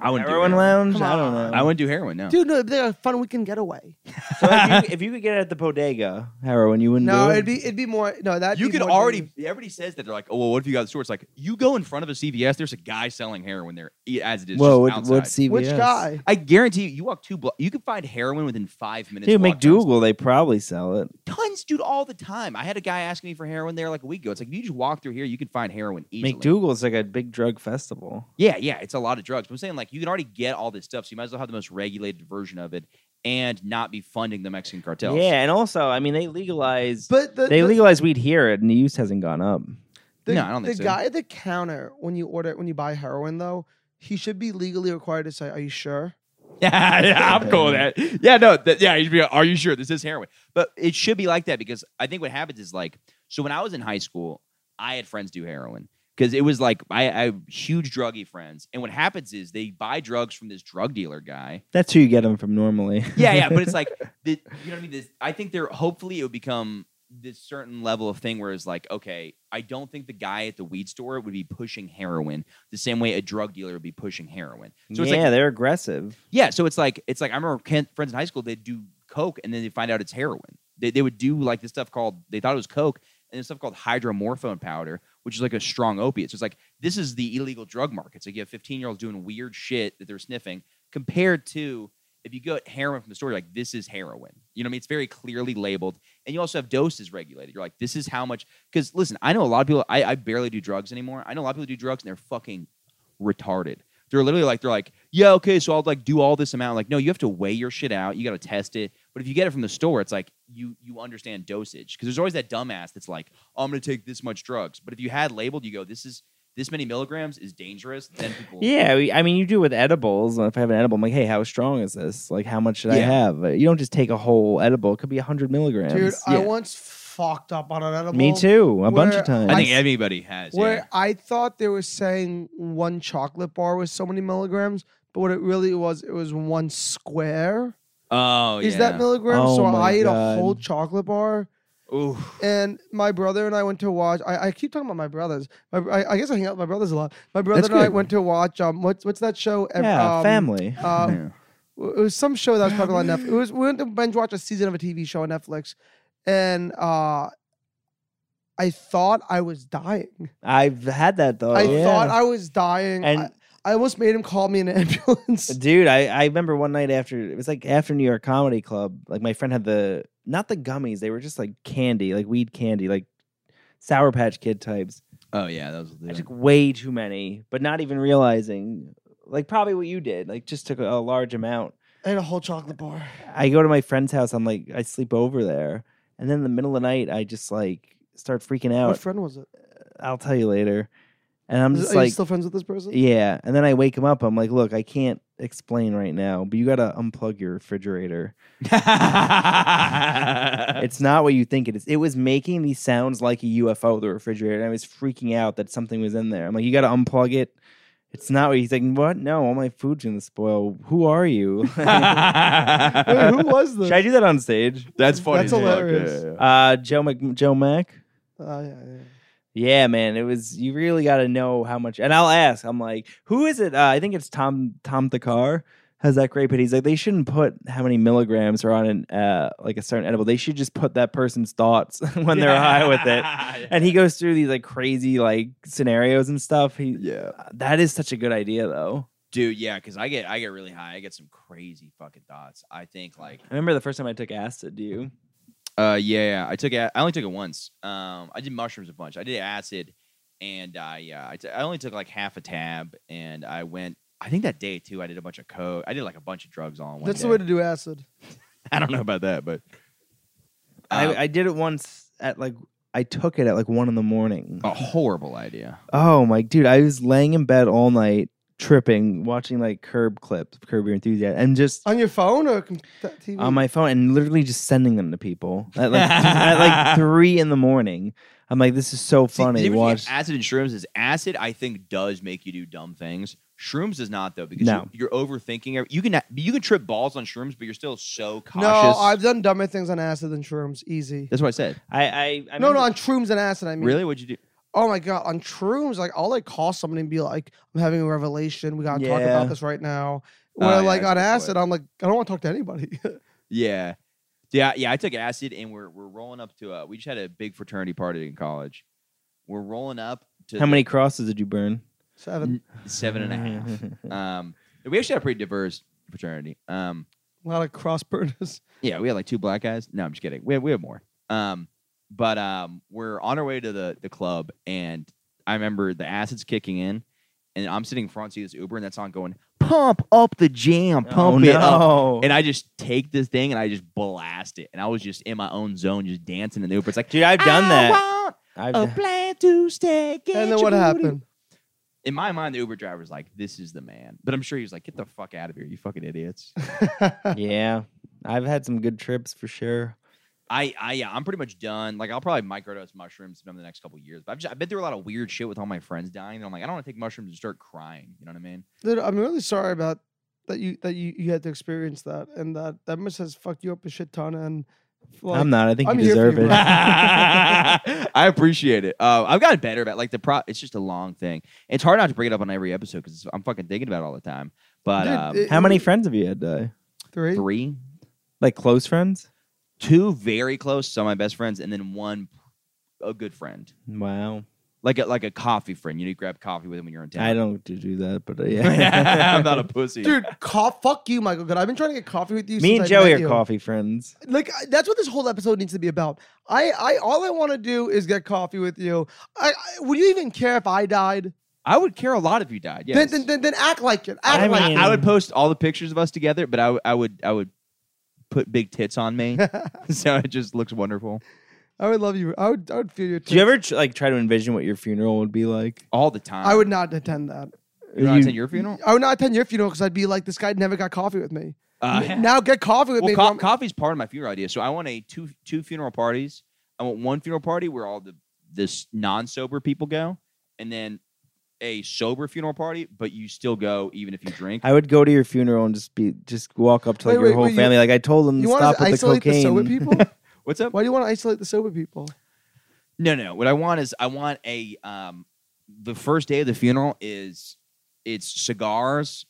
Speaker 4: I, I wouldn't. do
Speaker 7: heroin
Speaker 4: heroin.
Speaker 7: lounge.
Speaker 6: Come
Speaker 7: I don't know.
Speaker 6: on.
Speaker 4: I wouldn't do heroin. No.
Speaker 6: Dude, no, it'd be a fun weekend getaway.
Speaker 7: So if, you, if you could get it at the bodega, heroin, you wouldn't
Speaker 6: No,
Speaker 7: do it.
Speaker 6: it'd be it'd be more. No, that
Speaker 4: you could already. Everybody says that they're like, oh, well, what if you got the store? It's like you go in front of a CVS. There's a guy selling heroin there, e- as it is.
Speaker 7: Whoa,
Speaker 4: just
Speaker 7: what,
Speaker 4: outside.
Speaker 7: what's CVS?
Speaker 6: which guy?
Speaker 4: I guarantee you, you walk two blocks, you can find heroin within five minutes.
Speaker 7: Dude,
Speaker 4: walk times.
Speaker 7: McDougal, they probably sell it.
Speaker 4: tons, dude, all the time. I had a guy asking me for heroin there like a week ago. It's like if you just walk through here, you can find heroin easily.
Speaker 7: McDougal's like a big drug festival.
Speaker 4: Yeah, yeah, it's a lot of drugs. But I'm saying like you can already get all this stuff, so you might as well have the most regulated version of it and not be funding the Mexican cartels.
Speaker 7: Yeah, and also, I mean, they legalized
Speaker 6: But the,
Speaker 7: they
Speaker 6: the,
Speaker 7: legalized weed here, and the use hasn't gone up.
Speaker 6: the,
Speaker 4: No, I don't
Speaker 6: the
Speaker 4: think so.
Speaker 6: guy at the counter when you order when you buy heroin though, he should be legally required to say, "Are you sure?"
Speaker 2: yeah, yeah, I'm cool with that. Yeah, no, that, yeah. You'd be, like, are you sure this is heroin?
Speaker 4: But it should be like that because I think what happens is like so when I was in high school, I had friends do heroin because it was like I, I have huge druggy friends, and what happens is they buy drugs from this drug dealer guy.
Speaker 7: That's who you get them from normally.
Speaker 4: Yeah, yeah, but it's like the, you know what I mean. This, I think they're hopefully it would become this certain level of thing where it's like okay, I don't think the guy at the weed store would be pushing heroin the same way a drug dealer would be pushing heroin. So it's
Speaker 7: yeah,
Speaker 4: like
Speaker 7: they're aggressive.
Speaker 4: yeah, so it's like it's like I remember Ken, friends in high school they'd do coke and then they find out it's heroin. They they would do like this stuff called they thought it was coke and this stuff called hydromorphone powder, which is like a strong opiate. So it's like this is the illegal drug market. So you have 15 year olds doing weird shit that they're sniffing compared to if you get heroin from the store, you're like this is heroin. You know what I mean? It's very clearly labeled, and you also have doses regulated. You're like this is how much. Because listen, I know a lot of people. I, I barely do drugs anymore. I know a lot of people do drugs and they're fucking retarded. They're literally like they're like, yeah, okay, so I'll like do all this amount. Like, no, you have to weigh your shit out. You got to test it. But if you get it from the store, it's like you you understand dosage because there's always that dumbass that's like, oh, I'm gonna take this much drugs. But if you had labeled, you go, this is this many milligrams is dangerous, then people.
Speaker 7: Yeah, we- I mean, you do with edibles. If I have an edible, I'm like, hey, how strong is this? Like, how much should I
Speaker 4: Yeah.
Speaker 7: have? You don't just take a whole edible. It could be 100 milligrams.
Speaker 6: Dude, I
Speaker 7: Yeah.
Speaker 6: once fucked up on an edible.
Speaker 7: Me too, a bunch
Speaker 6: where
Speaker 7: of times.
Speaker 4: I think
Speaker 6: I-
Speaker 4: everybody has.
Speaker 6: Where
Speaker 4: yeah.
Speaker 6: I thought they were saying one chocolate bar was so many milligrams, but what it really was, it was one square.
Speaker 4: Oh,
Speaker 6: is
Speaker 4: yeah.
Speaker 6: that milligrams?
Speaker 7: Oh
Speaker 6: so
Speaker 7: my
Speaker 6: I ate
Speaker 7: God.
Speaker 6: a whole chocolate bar.
Speaker 4: Ooh.
Speaker 6: And my brother and I went to watch. I, I keep talking about my brothers. My, br- I, I guess I hang out with my brothers a lot. My brother
Speaker 7: That's
Speaker 6: and I
Speaker 7: good.
Speaker 6: went to watch. Um, what's what's that show? Ev-
Speaker 7: yeah,
Speaker 6: um,
Speaker 7: family.
Speaker 6: Uh, It was some show that was popular on Netflix. It was we went to binge watch a season of a TV show on Netflix, and uh, I thought I was dying.
Speaker 7: I've had that though.
Speaker 6: I
Speaker 7: yeah.
Speaker 6: thought I was dying.
Speaker 7: And-
Speaker 6: I, I almost made him call me an ambulance.
Speaker 7: Dude, I, I remember one night after it was like after New York Comedy Club, like my friend had the not the gummies, they were just like candy, like weed candy, like Sour Patch Kid types.
Speaker 4: Oh, yeah. That was the
Speaker 7: I took way too many, but not even realizing, like probably what you did, like just took a, a large amount.
Speaker 6: I had a whole chocolate bar.
Speaker 7: I go to my friend's house, I'm like, I sleep over there, and then in the middle of the night, I just like start freaking
Speaker 6: What
Speaker 7: out.
Speaker 6: friend was it?
Speaker 7: I'll tell you later. And I'm
Speaker 6: Is-
Speaker 7: just
Speaker 6: Are
Speaker 7: like,
Speaker 6: you still friends with this person?
Speaker 7: Yeah. And then I wake him up. I'm like, look, I can't explain right now, but you got to unplug your refrigerator. It's not what you think it is. It was making these sounds like a UFO, the refrigerator. And I was freaking out that something was in there. I'm like, you got to unplug it. It's not what he's like, what? No, all my food's going to spoil. Who are you? Should
Speaker 6: Wait, who was this?
Speaker 7: I do that on stage?
Speaker 4: That's funny.
Speaker 6: That's
Speaker 4: as fuck,
Speaker 6: hilarious.
Speaker 4: yeah, yeah.
Speaker 7: Uh, Joe, Mac- Joe Mack?
Speaker 6: Oh, yeah, yeah.
Speaker 7: Yeah, man, it was. You really got to know how much. And I'll ask. I'm like, who is it? Uh, I think it's Tom Tom Thakar has that great bit. He's like, they shouldn't put how many milligrams are on an uh, like a certain edible. They should just put that person's thoughts when they're high with it. And he goes through these like crazy like scenarios and stuff. He uh,
Speaker 4: Yeah.
Speaker 7: that is such a good idea though.
Speaker 4: Dude, yeah, because I get I get really high. I get some crazy fucking thoughts. I think like
Speaker 7: I remember the first time I took acid. Do you?
Speaker 4: Uh, yeah, yeah. I took a- I only took it once. Um, I did mushrooms a bunch. I did acid, and I yeah, I, t- I only took like half a tab, and I went. I think that day too, I did a bunch of coke. I did like a bunch of drugs all in one.
Speaker 6: That's
Speaker 4: day.
Speaker 6: the way to do acid.
Speaker 4: I don't know about that, but
Speaker 7: I,
Speaker 4: Um,
Speaker 7: I did it once at like I took it at like one in the morning.
Speaker 4: a horrible idea.
Speaker 7: Oh my dude, I was laying in bed all night tripping, watching like curb clips, curb your enthusiasm, and just
Speaker 6: On your phone or com- that TV?
Speaker 7: on my phone and literally just sending them to people at like, at like three in the morning. I'm like, this is so
Speaker 4: See, the
Speaker 7: funny.
Speaker 4: difference
Speaker 7: Watch
Speaker 4: between acid and shrooms is acid. I think does make you do dumb things. Shrooms does not though because
Speaker 7: No.
Speaker 4: you, are overthinking. every- You can you can trip balls on shrooms, but you're still so cautious.
Speaker 6: no, I've done dumber things on acid than shrooms. Easy.
Speaker 4: That's what I said.
Speaker 7: I, I, I
Speaker 6: no,
Speaker 7: remember-
Speaker 6: no, on shrooms and acid. I
Speaker 7: Mm.
Speaker 6: mean,
Speaker 4: Really? What'd you do?
Speaker 6: oh my god, on shrooms, like I'll like call somebody and be like, I'm having a revelation. We gotta talk
Speaker 7: Yeah. Oh,
Speaker 6: about this right now. Where
Speaker 4: yeah,
Speaker 6: like
Speaker 4: that's
Speaker 6: on
Speaker 4: the way.
Speaker 6: acid, I'm like, I don't want to talk to anybody.
Speaker 4: Yeah. Yeah, yeah, I took acid and we're we're rolling up to a we just had a big fraternity party in college. We're rolling up to
Speaker 7: How many crosses did you burn?
Speaker 6: Seven.
Speaker 4: seven and
Speaker 7: Mm-hmm.
Speaker 4: a half. um we actually had a pretty diverse fraternity. Um
Speaker 6: A lot of cross burners.
Speaker 4: yeah, we had like two black guys. No, I'm just kidding. We have, we have more. Um, but um, we're on our way to the the club, and I remember the acid's kicking in, and I'm sitting in front seat of this Uber, and that's on going pump up the jam, pump it up.
Speaker 7: Oh, no.
Speaker 4: And I just take this thing and I just blast it, and I was just in my own zone, just dancing in the Uber. It's like,
Speaker 7: Dude, I've done
Speaker 4: I
Speaker 7: that.
Speaker 4: want
Speaker 7: I've
Speaker 6: Oh,
Speaker 4: a
Speaker 7: done-
Speaker 4: plan to stay. get
Speaker 6: and then
Speaker 4: your
Speaker 6: what
Speaker 4: booty.
Speaker 6: happened?
Speaker 4: In my mind, the Uber driver's like, "This is the man," but I'm sure he was like, "Get the fuck out of here, you fucking idiots."
Speaker 7: yeah, I've had some good trips for sure.
Speaker 4: I, I, yeah, I'm pretty much done. Like, I'll probably microdose mushrooms in the next couple years. But I've, just, I've been through a lot of weird shit with all my friends dying. And I'm like, I don't want to take mushrooms and start crying. You know what I mean?
Speaker 6: Dude, I'm really sorry about that. You that you you had to experience that, and that that must has fucked you up a shit ton. And like,
Speaker 7: I'm not. I think
Speaker 6: I'm
Speaker 7: you
Speaker 6: here for
Speaker 7: deserve
Speaker 6: you,
Speaker 7: it.
Speaker 6: bro.
Speaker 4: I appreciate it. Uh, I've gotten better about like the pro. It's just a long thing. It's hard not to bring it up on every episode because I'm fucking thinking about it all the time. But
Speaker 6: Dude,
Speaker 4: um,
Speaker 6: it-
Speaker 7: How many friends have you had die?
Speaker 6: three.
Speaker 4: three,
Speaker 7: Like close friends?
Speaker 4: two very close, some of my best friends, and then one, a good friend,
Speaker 7: Wow.
Speaker 4: like a, like a coffee friend. You know, you grab coffee with him when you're in town.
Speaker 7: I don't do- do that, but uh, yeah.
Speaker 4: I'm not a pussy.
Speaker 6: Dude, co- fuck you, Michael. Good. I've been trying to get coffee with you.
Speaker 7: Me
Speaker 6: since
Speaker 7: and
Speaker 6: I
Speaker 7: Joey
Speaker 6: met
Speaker 7: are
Speaker 6: you.
Speaker 7: coffee friends.
Speaker 6: like I- that's what this whole episode needs to be about. I, I all I want to do is get coffee with you. I, I would you even care if I died?
Speaker 4: I would care a lot if you died. Yes.
Speaker 6: Then, then, then, then act like it. Act
Speaker 7: I
Speaker 6: like
Speaker 4: I,
Speaker 7: mean-
Speaker 6: it.
Speaker 4: I would post all the pictures of us together, but I, w- I would I would put big tits on me, so it just looks wonderful.
Speaker 6: I would love you. I would. I would feel your.
Speaker 7: Do you
Speaker 6: tick-
Speaker 7: ever tr- like try to envision what your funeral would be like?
Speaker 4: all the time.
Speaker 6: I would not attend that.
Speaker 4: You know, I was at your funeral.
Speaker 6: I would not attend your funeral because I'd be like, this guy never got coffee with me.
Speaker 4: Uh,
Speaker 6: Now get coffee with
Speaker 4: well,
Speaker 6: me.
Speaker 4: co-
Speaker 6: from-
Speaker 4: coffee's part of my funeral idea. So I want a two two funeral parties. I want one funeral party where all the this non sober people go, and then a sober funeral party, but you still go even if you drink.
Speaker 7: I would go to your funeral and just be just walk up to like
Speaker 6: Wait,
Speaker 7: your
Speaker 6: wait,
Speaker 7: whole
Speaker 6: wait, you-
Speaker 7: family. like I told them to
Speaker 6: you want
Speaker 7: stop
Speaker 6: to
Speaker 7: with the
Speaker 6: isolate the,
Speaker 7: cocaine.
Speaker 6: sober people?
Speaker 4: What's up?
Speaker 6: Why do you want to isolate the sober people?
Speaker 4: No, no. What I want is I want a um the first day of the funeral is it's cigars,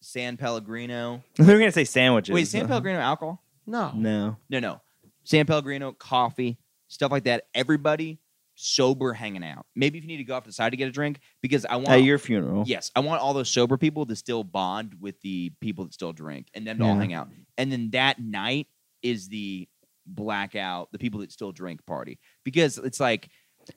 Speaker 4: San Pellegrino.
Speaker 7: They're gonna say sandwiches.
Speaker 4: Wait, San Pellegrino alcohol?
Speaker 6: No.
Speaker 7: No.
Speaker 4: No, no. San Pellegrino, coffee, stuff like that. Everybody sober hanging out. Maybe if you need to go off to the side to get a drink, because I want
Speaker 7: At your funeral.
Speaker 4: Yes, I want all those sober people to still bond with the people that still drink and them to all
Speaker 7: Yeah.
Speaker 4: hang out. And then that night is the blackout, the people that still drink party. Because it's like,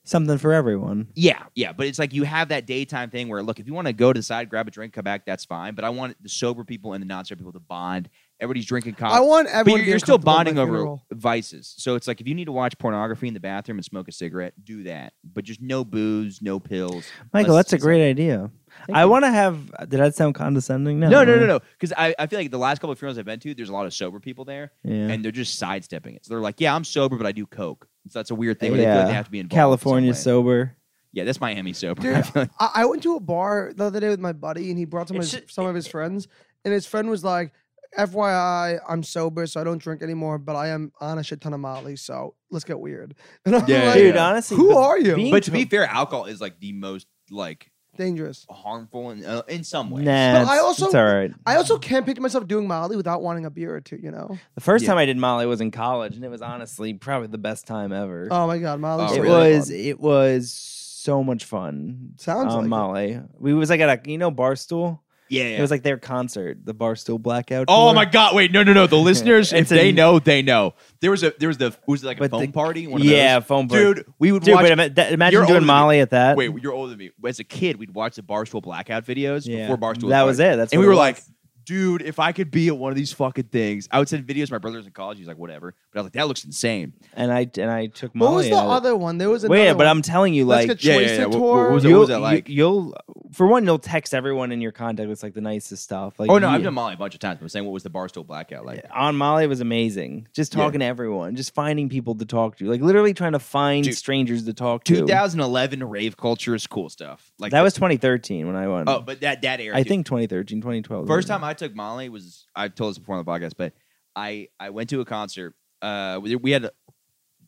Speaker 7: Something for everyone.
Speaker 4: yeah, yeah, but it's like you have that daytime thing where, look, if you want to go to the side, grab a drink, come back, that's fine. But I want the sober people and the non sober people to bond. Everybody's drinking
Speaker 6: I
Speaker 4: coffee.
Speaker 6: want
Speaker 4: But
Speaker 6: everyone.
Speaker 4: you're,
Speaker 6: to be
Speaker 4: you're still
Speaker 6: uncomfortable at my
Speaker 4: bonding over
Speaker 6: funeral.
Speaker 4: vices. So it's like if you need to watch pornography in the bathroom and smoke a cigarette, do that. But just no booze, no pills.
Speaker 7: Michael,
Speaker 4: Let's-
Speaker 7: that's a great idea. I want to have. Did that sound condescending? No.
Speaker 4: No, no, no, no. Because I, I feel like the last couple of funerals I've been to, there's a lot of sober people there,
Speaker 7: Yeah.
Speaker 4: and they're just sidestepping it. So they're like, "Yeah, I'm sober, but I do coke." So that's a weird thing. Where they feel like
Speaker 7: Yeah.
Speaker 4: they have to be involved. in some
Speaker 7: California
Speaker 4: way.
Speaker 7: sober.
Speaker 4: Yeah, that's Miami sober.
Speaker 6: Dude,
Speaker 4: I feel like-
Speaker 6: I, I went to a bar the other day with my buddy, and he brought some of
Speaker 4: It's
Speaker 6: his, some of his friends, and his friend was like, "FYI, I'm sober, so I don't drink anymore, but I am on a shit ton of Molly, so let's get weird." And I'm
Speaker 4: Yeah,
Speaker 6: like,
Speaker 7: Dude,
Speaker 4: yeah.
Speaker 7: honestly,
Speaker 6: who
Speaker 7: the-
Speaker 6: are you?
Speaker 7: being
Speaker 4: but to be fair, alcohol is like the most like
Speaker 6: Dangerous.
Speaker 4: harmful in uh, in some
Speaker 7: Nah,
Speaker 4: ways.
Speaker 7: it's,
Speaker 6: I also-
Speaker 7: it's all right.
Speaker 6: I also can't picture myself doing Molly without wanting a beer or two. You know?
Speaker 7: The first
Speaker 4: Yeah.
Speaker 7: time I did Molly was in college, and it was honestly probably the best time ever.
Speaker 6: Oh my god, Molly.
Speaker 3: Oh,
Speaker 7: it
Speaker 3: really?
Speaker 7: was it was so much fun.
Speaker 6: Sounds
Speaker 7: um,
Speaker 6: like it.
Speaker 7: Molly. We was like at a you know Barstool.
Speaker 4: Yeah,
Speaker 7: It was like their concert, the Barstool Blackout.
Speaker 2: Oh
Speaker 7: tour.
Speaker 2: my God! Wait, no, no, no. The listeners, if
Speaker 7: It's
Speaker 2: they
Speaker 7: in-
Speaker 2: know, they know. There was a there was the was it like a
Speaker 7: But
Speaker 4: phone
Speaker 7: the-
Speaker 4: party. One of
Speaker 7: Yeah,
Speaker 4: those?
Speaker 7: phone party.
Speaker 4: dude, we would
Speaker 7: dude.
Speaker 4: watch.
Speaker 7: But ima- that- imagine
Speaker 2: You're older
Speaker 7: doing
Speaker 2: than
Speaker 7: Molly at that.
Speaker 2: Wait,
Speaker 4: you're older than me. As a kid, we'd watch the Barstool Blackout videos
Speaker 7: Yeah.
Speaker 4: before Barstool.
Speaker 7: That
Speaker 4: Blackout.
Speaker 7: was it. That's
Speaker 2: and
Speaker 7: what
Speaker 2: we were
Speaker 7: it
Speaker 2: like,
Speaker 7: was.
Speaker 2: dude, if I could be at one of these fucking things,
Speaker 4: I would send videos. My brother was in college. He's like, whatever. But I was like, that looks insane.
Speaker 7: and I and I took
Speaker 6: What
Speaker 7: Molly.
Speaker 6: was the
Speaker 7: out.
Speaker 6: other one? There was another
Speaker 7: Wait, but
Speaker 6: one.
Speaker 7: I'm telling you,
Speaker 6: Let's
Speaker 7: like,
Speaker 6: get
Speaker 4: yeah, yeah,
Speaker 6: Choice
Speaker 4: yeah.
Speaker 6: Tour.
Speaker 4: What- what was that-
Speaker 7: you'll,
Speaker 4: like?
Speaker 7: You, will for one, you'll text everyone in your contact. It's like the nicest stuff. Like,
Speaker 4: Oh no,
Speaker 7: you-
Speaker 4: I've done Molly a bunch of times. But I'm saying, what was the Barstool Blackout like?
Speaker 7: on Molly was amazing. Just talking to everyone, just finding people to talk to, like literally trying to find
Speaker 4: Dude,
Speaker 7: strangers to talk to.
Speaker 4: 2011 rave culture is cool stuff. Like
Speaker 7: that was 2013 when I went.
Speaker 4: oh, but that that era.
Speaker 7: I
Speaker 4: too.
Speaker 7: think 2013, 2012.
Speaker 4: first time I took Molly was I've told this before on the podcast, but I I went to a concert. Uh, we we had a,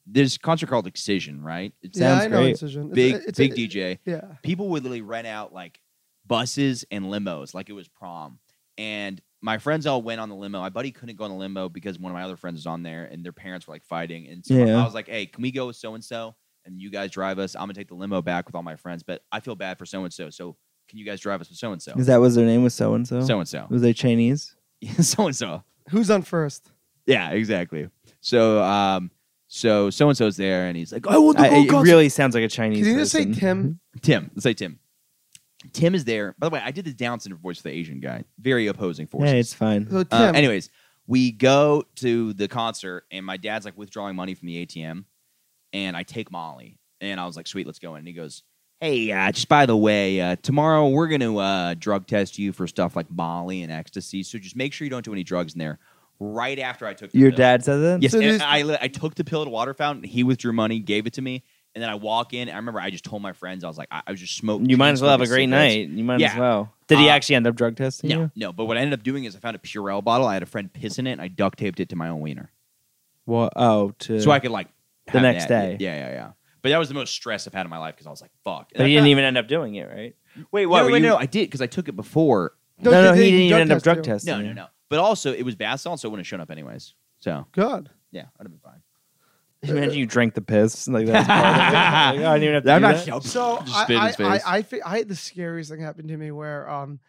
Speaker 4: this concert called Excision, right? It's
Speaker 6: yeah,
Speaker 7: sounds
Speaker 6: I know
Speaker 7: great.
Speaker 6: Incision. It's-
Speaker 4: big
Speaker 6: it's-
Speaker 4: big
Speaker 6: it-
Speaker 4: DJ.
Speaker 6: Yeah.
Speaker 4: people would literally rent out like buses and limos like it was prom and my friends all went on the limo my buddy couldn't go on the limo because one of my other friends was on there and their parents were like fighting and so
Speaker 7: Yeah.
Speaker 4: i was like hey can we go with so and so and you guys drive us i'm gonna take the limo back with all my friends but i feel bad for so and so so can you guys drive us with so and so
Speaker 7: Is that was their name? Was so and so?
Speaker 4: so and so
Speaker 7: Was they Chinese?
Speaker 4: so and so
Speaker 6: Who's on first?
Speaker 4: yeah exactly so um so so and so's there and he's like i want the
Speaker 7: I,
Speaker 4: whole
Speaker 7: it
Speaker 4: concert
Speaker 7: really sounds like a Chinese.
Speaker 6: Can you just say
Speaker 7: person.
Speaker 6: Tim?
Speaker 4: Tim. Let's say Tim. Tim is there. By the way, I did the Down syndrome voice for the Asian guy. Very opposing forces.
Speaker 7: Yeah, it's fine.
Speaker 6: So
Speaker 4: Uh,
Speaker 6: Tim.
Speaker 4: anyways, we go to the concert, and my dad's like withdrawing money from the ATM, and I take Molly, and I was like, "Sweet, let's go in." And he goes, "Hey, uh, just by the way, uh, tomorrow we're gonna uh, drug test you for stuff like Molly and ecstasy, so just make sure you don't do any drugs in there." Right after I took the
Speaker 7: Your
Speaker 4: pill.
Speaker 7: dad said that.
Speaker 4: Yes,
Speaker 6: So
Speaker 4: and
Speaker 6: there's-
Speaker 4: I, li- I took the pill at a water fountain. He withdrew money, gave it to me, and then I walk in. I remember I just told my friends I was like, I, I was just smoking.
Speaker 7: You might as well have a great
Speaker 4: smoking cigarettes.
Speaker 7: night. You might
Speaker 4: Yeah.
Speaker 7: as well. Did he
Speaker 4: Uh,
Speaker 7: actually end up drug testing
Speaker 4: No,
Speaker 7: you?
Speaker 4: no. But what I ended up doing is I found a Purell bottle. I had a friend piss in it. And I duct taped it to my own wiener
Speaker 7: What? Oh, to
Speaker 4: so I could like
Speaker 7: The
Speaker 4: have
Speaker 7: next day.
Speaker 4: that. Yeah, yeah, yeah. But that was the most stress I've had in my life because I was like, fuck.
Speaker 7: But he didn't even end up doing it, right? Wait,
Speaker 4: No,
Speaker 7: were
Speaker 4: Uh, wait,
Speaker 7: you-
Speaker 4: no, I did because I took it before.
Speaker 7: No, no, he
Speaker 6: they- they
Speaker 7: didn't even end up drug
Speaker 6: test
Speaker 7: testing.
Speaker 4: No, no, no. But also, it was bath salts, so it wouldn't have shown up anyways. So
Speaker 6: you. God.
Speaker 4: yeah, I'd have been fine.
Speaker 7: Imagine you drank the piss. Like that's part of it. Like, oh, I didn't even have to.
Speaker 4: I'm
Speaker 7: do
Speaker 4: not.
Speaker 7: that.
Speaker 6: So
Speaker 2: Just
Speaker 6: I,
Speaker 2: spit in his
Speaker 6: I, I,
Speaker 2: face.
Speaker 6: I, fe- I had the scariest thing happen to me where um,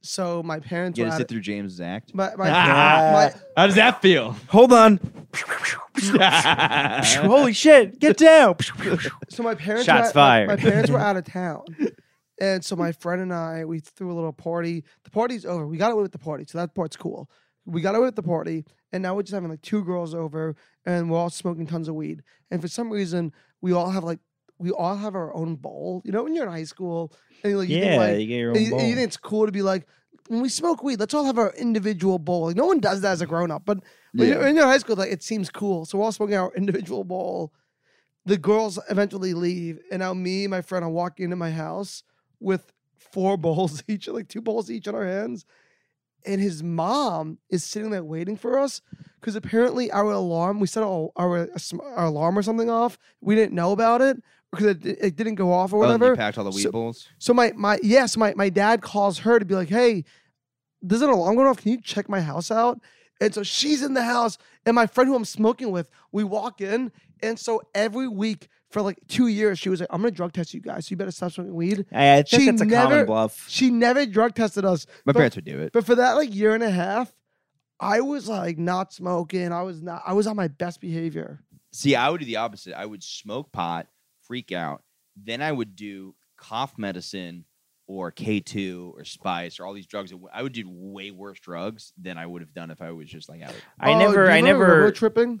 Speaker 6: so my parents
Speaker 4: You
Speaker 6: were
Speaker 4: had to
Speaker 6: out.
Speaker 4: sit through James' act.
Speaker 6: my, my,
Speaker 2: Ah.
Speaker 6: my,
Speaker 2: how does that feel?
Speaker 7: Hold on.
Speaker 2: yeah,
Speaker 4: Oh,
Speaker 7: Holy shit! Get down.
Speaker 6: so my parents
Speaker 7: Shots
Speaker 6: were out, my- My,
Speaker 7: fired.
Speaker 6: parents were out of town, and so my friend and I we threw a little party. The party's over. We got away with the party, so that part's cool. We got away with the party, and now we're just having like two girls over, and we're all smoking tons of weed. And for some reason, we all have like we all have our own bowl. You know, when you're in high school, and like you think,
Speaker 7: yeah,
Speaker 6: like,
Speaker 7: you get your own
Speaker 6: and you, and you
Speaker 7: bowl.
Speaker 6: think it's cool to be like, when we smoke weed, let's all have our individual bowl. Like no one does that as a grown up, but when you're in your high school, like it seems cool. So we're all smoking our individual bowl. The girls eventually leave, and now me and my friend are walking into my house with four bowls each, like two bowls each in our hands. And his mom is sitting there waiting for us because apparently our alarm, we set our, our, our alarm or something off. We didn't know about it because it, it didn't go off or
Speaker 4: Oh, and
Speaker 6: whatever.
Speaker 4: you packed all the weed
Speaker 6: So-
Speaker 4: bowls.
Speaker 6: So my my yes, my my dad calls her to be like, hey, there's an alarm going off. Can you check my house out? And so she's in the house, and my friend who I'm smoking with, we walk in, and so every week for like two years, she was like, I'm gonna drug test you guys. So you better stop smoking weed.
Speaker 7: I, I think
Speaker 6: She
Speaker 7: that's a
Speaker 6: never-
Speaker 7: common bluff.
Speaker 6: She never drug tested us.
Speaker 4: My
Speaker 6: But-
Speaker 4: parents would do it.
Speaker 6: But for that like year and a half, I was like not smoking. I was not I was on my best behavior.
Speaker 4: See, I would do the opposite. I would smoke pot, freak out. Then I would do cough medicine or K2 or spice or all these drugs. I would do way worse drugs than I would have done if I was just like out.
Speaker 7: I
Speaker 6: Oh, do
Speaker 7: never,
Speaker 6: you
Speaker 7: I
Speaker 6: remember
Speaker 7: never.
Speaker 6: road tripping.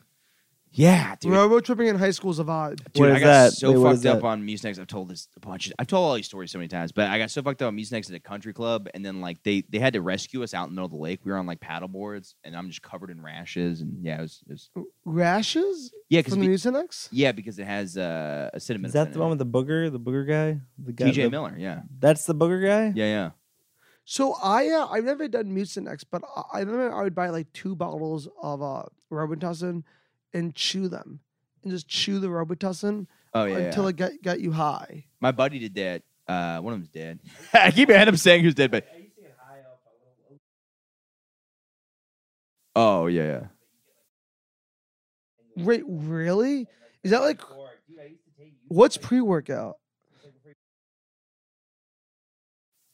Speaker 4: Yeah, dude.
Speaker 6: Road tripping in high school is a vibe.
Speaker 4: Dude,
Speaker 7: What
Speaker 4: I
Speaker 7: is
Speaker 4: got
Speaker 7: that?
Speaker 4: so
Speaker 7: Wait, what is
Speaker 4: fucked up
Speaker 7: that?
Speaker 4: on Mucinex. I've told this a bunch. Of, I've told all these stories so many times, but I got so fucked up on Mucinex at a country club, and then like they they had to rescue us out in the middle of the lake. We were on like paddle boards, and I'm just covered in rashes, and yeah, it was, it was
Speaker 6: Rashes
Speaker 4: yeah, because
Speaker 6: from Mucinex?
Speaker 4: yeah, because it has uh, acetaminophen.
Speaker 7: Is that the
Speaker 4: in
Speaker 7: one
Speaker 4: it.
Speaker 7: with the booger, the booger guy, the guy?
Speaker 4: T.J.
Speaker 7: the-
Speaker 4: Miller? Yeah,
Speaker 7: That's the booger guy.
Speaker 4: yeah, yeah.
Speaker 6: So I uh, I've never done Mucinex, but I- I remember I would buy like two bottles of uh, Robitussin and chew them, and just chew the Robitussin
Speaker 4: Oh yeah.
Speaker 6: until
Speaker 4: yeah.
Speaker 6: it got got you high.
Speaker 4: My buddy did that. Uh, one of them's dead.
Speaker 2: I keep ahead of saying who's dead, but
Speaker 4: Oh yeah, yeah.
Speaker 6: Wait, really? Is that like what's pre workout?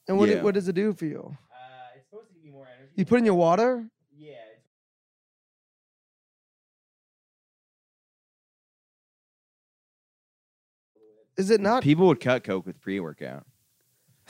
Speaker 6: And what,
Speaker 4: Yeah.
Speaker 6: what does it do for you? You put in your water? Is it not?
Speaker 4: People would cut coke with pre-workout.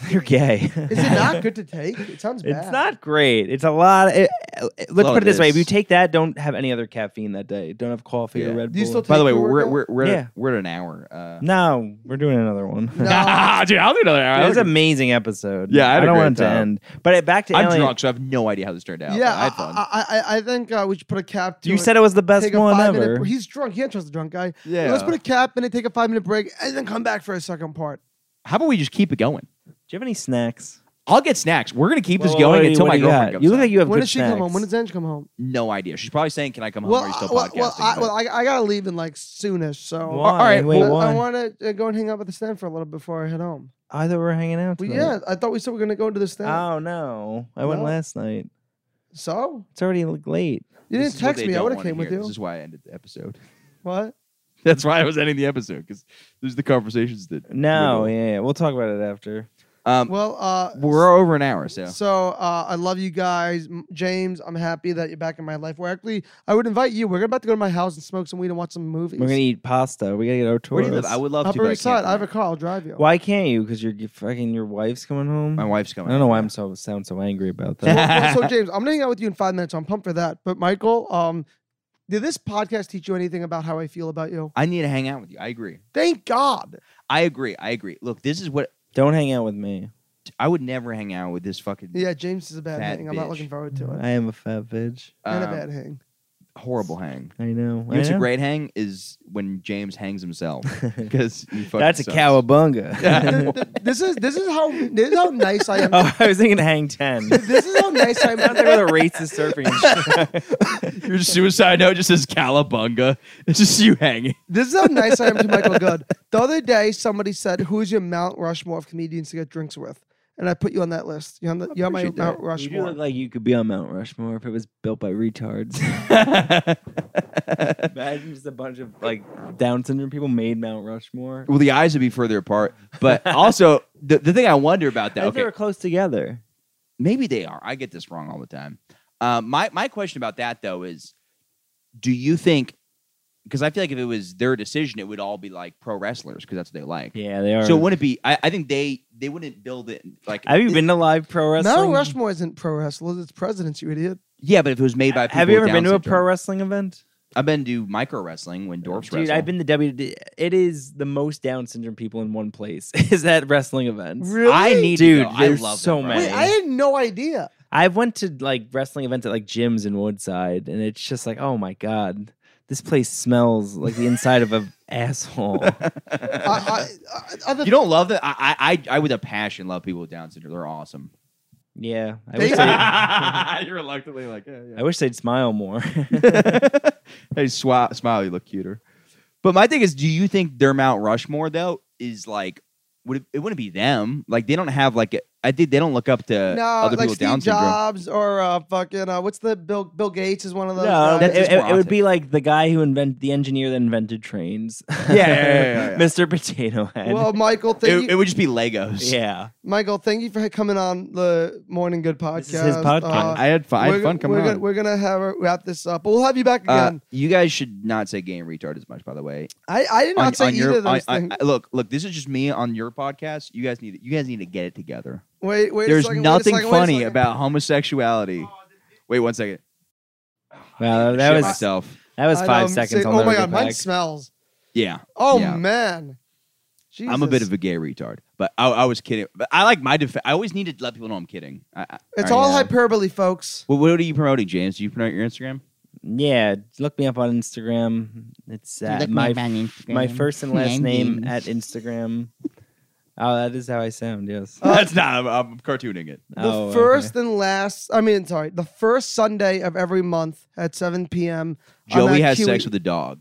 Speaker 7: You're gay.
Speaker 6: Is it not good to take? It sounds bad.
Speaker 7: It's not great. It's a lot. It, it- let's
Speaker 4: Well,
Speaker 7: put it
Speaker 4: it
Speaker 7: this way: if you
Speaker 4: is.
Speaker 7: take that, don't have any other caffeine that day. Don't have coffee or
Speaker 4: Yeah.
Speaker 7: Red
Speaker 6: Do you
Speaker 7: Bull.
Speaker 6: still
Speaker 4: By the way,
Speaker 6: Take your
Speaker 4: we're
Speaker 6: workout?
Speaker 4: we're we're,
Speaker 7: Yeah.
Speaker 4: at, we're at an hour. Uh,
Speaker 7: no, we're doing another one.
Speaker 6: No.
Speaker 2: dude, I'll do another hour.
Speaker 7: it was an amazing episode.
Speaker 4: Yeah, I had a
Speaker 7: don't
Speaker 4: great
Speaker 7: want it to
Speaker 4: time.
Speaker 7: end. But it- back to
Speaker 4: I'm
Speaker 7: Alien.
Speaker 4: drunk, so I have no idea how this turned out.
Speaker 6: yeah,
Speaker 4: but I
Speaker 6: I,
Speaker 4: had fun.
Speaker 6: I, I, I think uh, we should put a cap. To
Speaker 7: You
Speaker 6: it.
Speaker 7: said it was the best
Speaker 6: Take a
Speaker 7: one
Speaker 6: five-minute
Speaker 7: ever.
Speaker 6: br- He's drunk. You can't trust the drunk guy.
Speaker 4: yeah.
Speaker 6: Let's put a cap in it, take a five minute break, and then come back for a second part.
Speaker 4: How about we just keep it going?
Speaker 7: Do you have any snacks?
Speaker 4: I'll get snacks. We're gonna keep this
Speaker 7: Well,
Speaker 4: going
Speaker 7: what do you-
Speaker 4: until
Speaker 7: what
Speaker 4: my
Speaker 7: do you got?
Speaker 4: girlfriend comes.
Speaker 7: You look
Speaker 4: home.
Speaker 7: like you have
Speaker 6: When
Speaker 7: good
Speaker 6: does she
Speaker 7: snacks.
Speaker 6: come home? When does Ange come home?
Speaker 4: no idea. She's probably saying, "Can I come home?"
Speaker 6: Well,
Speaker 4: Are you
Speaker 6: I,
Speaker 4: still
Speaker 6: well,
Speaker 4: podcasting?
Speaker 6: well, I,
Speaker 4: but-
Speaker 6: well, I, I gotta leave in like soonish. So
Speaker 7: Why?
Speaker 4: all right,
Speaker 7: Wait,
Speaker 6: I,
Speaker 7: why? I,
Speaker 6: want to go and hang out with the stand for a little before I head home.
Speaker 7: thought we were hanging out.
Speaker 6: Well,
Speaker 7: tonight.
Speaker 6: yeah, I thought we said we are gonna go into the stand.
Speaker 4: Uh,
Speaker 7: Oh no, I went
Speaker 6: No.
Speaker 7: last night.
Speaker 6: so
Speaker 7: It's already like, late.
Speaker 6: you
Speaker 4: This
Speaker 6: didn't
Speaker 4: is what
Speaker 6: text
Speaker 4: they
Speaker 6: me. I
Speaker 4: don't
Speaker 6: would have
Speaker 4: wanna
Speaker 6: came with
Speaker 4: hear.
Speaker 6: you.
Speaker 4: This is why I ended the episode.
Speaker 6: What?
Speaker 2: That's why I was ending the episode because there's the conversations that
Speaker 7: No,
Speaker 2: Middle.
Speaker 7: yeah, yeah, we'll talk about it after.
Speaker 4: Um,
Speaker 6: Well, uh,
Speaker 4: we're over an hour, so
Speaker 6: So uh, I love you guys, M- James. I'm happy that you're back in my life. Well, actually, I would invite you. We're about to go to my house and smoke some weed and watch some movies.
Speaker 7: We're gonna eat pasta. We gotta get our tour.
Speaker 4: where do you live? I would love to.
Speaker 6: Upper
Speaker 4: but I
Speaker 6: East
Speaker 4: can't
Speaker 6: Side. I have a
Speaker 4: tonight.
Speaker 6: car. I'll drive you.
Speaker 7: Why can't you? Because your fucking your wife's coming home.
Speaker 4: My wife's
Speaker 7: I
Speaker 4: coming.
Speaker 7: don't know why I'm so sound so angry about
Speaker 6: Well,
Speaker 7: that.
Speaker 6: well, so James, I'm gonna hang out with you in five minutes. I'm pumped for that. But Michael, um, did this podcast teach you anything about how I feel about you?
Speaker 4: I need to hang out with you. I agree.
Speaker 6: Thank God.
Speaker 4: I agree. I agree. Look, this is what
Speaker 7: Don't hang out with me.
Speaker 4: I would never hang out with this fucking
Speaker 6: Yeah, James is a bad
Speaker 4: Fat
Speaker 6: hang. I'm not
Speaker 4: bitch.
Speaker 6: looking forward to it.
Speaker 7: I am a fat bitch.
Speaker 6: and a
Speaker 4: um,
Speaker 6: bad hang.
Speaker 4: horrible hang.
Speaker 7: I know.
Speaker 4: You know,
Speaker 7: I
Speaker 4: It's a
Speaker 7: know.
Speaker 4: great hang is when James hangs himself because
Speaker 7: That's a
Speaker 4: um,
Speaker 7: cowabunga.
Speaker 6: Th- th- this is this is how this is how nice I am.
Speaker 7: oh, I was thinking hang ten.
Speaker 6: This is how nice I am.
Speaker 7: Sounds like with a racist surfing.
Speaker 2: your suicide note just says Calabunga. It's just you hanging.
Speaker 6: This is how nice I am to Michael Good. The other day, somebody said, "Who is your Mount Rushmore of comedians to get drinks with?" And I put you on that list. You're on, the, you're on my
Speaker 4: appreciate
Speaker 6: Mount
Speaker 4: that.
Speaker 7: you do
Speaker 6: Rushmore.
Speaker 7: look like you could be on Mount Rushmore if it was built by retards. Imagine just a bunch of like Down syndrome people made Mount Rushmore.
Speaker 4: Well, the eyes would be further apart, but also the, the thing I wonder about that.
Speaker 7: If they
Speaker 4: Okay,
Speaker 7: were close together.
Speaker 4: maybe they are. I get this wrong all the time. Uh, my my question about that though is, do you think because I feel like if it was their decision, it would all be like pro wrestlers because that's what they like.
Speaker 7: Yeah, they are.
Speaker 4: So wouldn't it be? I, I think they they wouldn't build it like.
Speaker 7: have you been to live pro wrestling?
Speaker 6: No, Rushmore isn't pro wrestlers. It's presidents, you idiot.
Speaker 4: Yeah, but if it was made by people
Speaker 7: Have you
Speaker 4: with
Speaker 7: ever been
Speaker 4: Down
Speaker 7: to a
Speaker 4: syndrome.
Speaker 7: pro wrestling event?
Speaker 4: I've been to micro wrestling when dwarfs
Speaker 7: Dude,
Speaker 4: wrestle.
Speaker 7: I've been to W. It is the most Down syndrome people in one place. Is that wrestling events?
Speaker 6: Really?
Speaker 4: I need to
Speaker 7: Dude,
Speaker 4: go. I
Speaker 7: there's
Speaker 4: love
Speaker 7: so
Speaker 4: that, bro.
Speaker 7: many.
Speaker 6: Wait, I had no idea.
Speaker 7: I went to like wrestling events at like gyms in Woodside, and it's just like, oh my god, this place smells like the inside of an asshole.
Speaker 6: I, I, I, other
Speaker 4: You don't love that? I, I I- I with a passion love people with Down syndrome. They're awesome.
Speaker 7: Yeah, I
Speaker 6: They-
Speaker 7: wish, they,
Speaker 2: You're reluctantly like, yeah, yeah.
Speaker 7: I wish they'd smile more.
Speaker 4: hey, swi- smile, you look cuter. But my thing is, do you think their Mount Rushmore though is like would it, it wouldn't be them? Like they don't have like a, I think they don't look up to
Speaker 6: no,
Speaker 4: other
Speaker 6: like
Speaker 4: people with
Speaker 6: Steve
Speaker 4: Down syndrome.
Speaker 6: Jobs or uh, fucking uh, what's the Bill Bill Gates is one of those.
Speaker 7: no,
Speaker 6: guys.
Speaker 7: it,
Speaker 4: that's just
Speaker 7: it- it would
Speaker 4: rotten.
Speaker 7: be like the guy who invented the engineer that invented trains. Yeah,
Speaker 4: yeah, yeah.
Speaker 7: Mr. Potato Head.
Speaker 6: well, Michael, thank
Speaker 4: It,
Speaker 6: you,
Speaker 4: it would just be Legos.
Speaker 7: yeah,
Speaker 6: Michael, thank you for coming on the Morning Good podcast. Uh,
Speaker 7: This is his podcast.
Speaker 4: I had fun. I
Speaker 6: we're,
Speaker 4: had fun
Speaker 6: go- we're
Speaker 4: coming
Speaker 6: gonna,
Speaker 4: on.
Speaker 6: We're gonna have her wrap this up, but we'll have you back
Speaker 4: Uh,
Speaker 6: again.
Speaker 4: you guys should not say gay and retard as much, by the way.
Speaker 6: I, I did not
Speaker 4: On-
Speaker 6: say
Speaker 4: on
Speaker 6: either
Speaker 4: your-
Speaker 6: of those
Speaker 4: I- I-
Speaker 6: things.
Speaker 4: I- look, look, this is just me on your podcast. You guys need you guys need to get it together.
Speaker 6: wait, wait. a
Speaker 4: There's
Speaker 6: second, wait a
Speaker 4: nothing
Speaker 6: second, wait a
Speaker 4: funny
Speaker 6: second.
Speaker 4: about homosexuality. Wait one second.
Speaker 7: well, that
Speaker 4: Shit
Speaker 7: was
Speaker 4: myself.
Speaker 7: that was
Speaker 6: I
Speaker 7: five
Speaker 6: know, I'm
Speaker 7: seconds.
Speaker 6: saying-
Speaker 7: on
Speaker 6: oh my god, mine smells.
Speaker 4: Yeah.
Speaker 6: Oh
Speaker 4: Yeah.
Speaker 6: man, Jesus.
Speaker 4: I'm a bit of a gay retard, but I, I was kidding. But I like my defense. I always need to let people know I'm kidding. I, I,
Speaker 6: It's
Speaker 4: right,
Speaker 6: all
Speaker 4: yeah.
Speaker 6: hyperbole, folks.
Speaker 4: Well, what are you promoting, James? Do you promote your Instagram?
Speaker 7: yeah, look me up on Instagram. It's at my my first and last name at Instagram. Oh, that is how I sound. Yes.
Speaker 4: That's not. I'm, I'm cartooning it.
Speaker 6: The
Speaker 7: Oh, okay.
Speaker 6: first and last, I mean, sorry, the first Sunday of every month at 7 p.m. I'm
Speaker 4: Joey
Speaker 6: at
Speaker 4: has
Speaker 6: QE
Speaker 4: sex with a dog.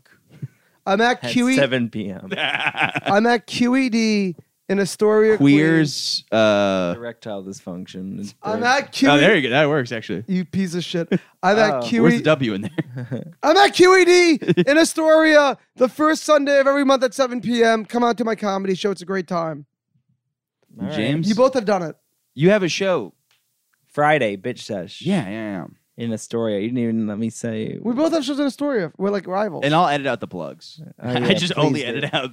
Speaker 6: I'm at
Speaker 7: At
Speaker 6: QE.
Speaker 7: 7 p.m.
Speaker 6: I'm at QED in Astoria. Queens.
Speaker 4: Queers. Uh,
Speaker 7: Erectile dysfunction. is
Speaker 6: I'm
Speaker 7: big.
Speaker 6: at
Speaker 4: oh, there
Speaker 6: QED.
Speaker 4: you go. That works actually.
Speaker 6: You piece of shit. I'm
Speaker 7: Oh.
Speaker 6: at
Speaker 4: Where's the
Speaker 6: QE.
Speaker 4: W in there?
Speaker 6: I'm at QED in Astoria the first Sunday of every month at 7 p.m. Come out to my comedy show. It's a great time.
Speaker 7: All right.
Speaker 4: James,
Speaker 6: You both have done it.
Speaker 4: you have a show.
Speaker 7: Friday, bitch sesh.
Speaker 4: Yeah, yeah, yeah.
Speaker 7: In Astoria. You didn't even let me say.
Speaker 6: We both have shows in Astoria. We're like rivals.
Speaker 4: And I'll edit out the plugs.
Speaker 7: Oh, yeah,
Speaker 2: I just only
Speaker 7: please do.
Speaker 2: edit out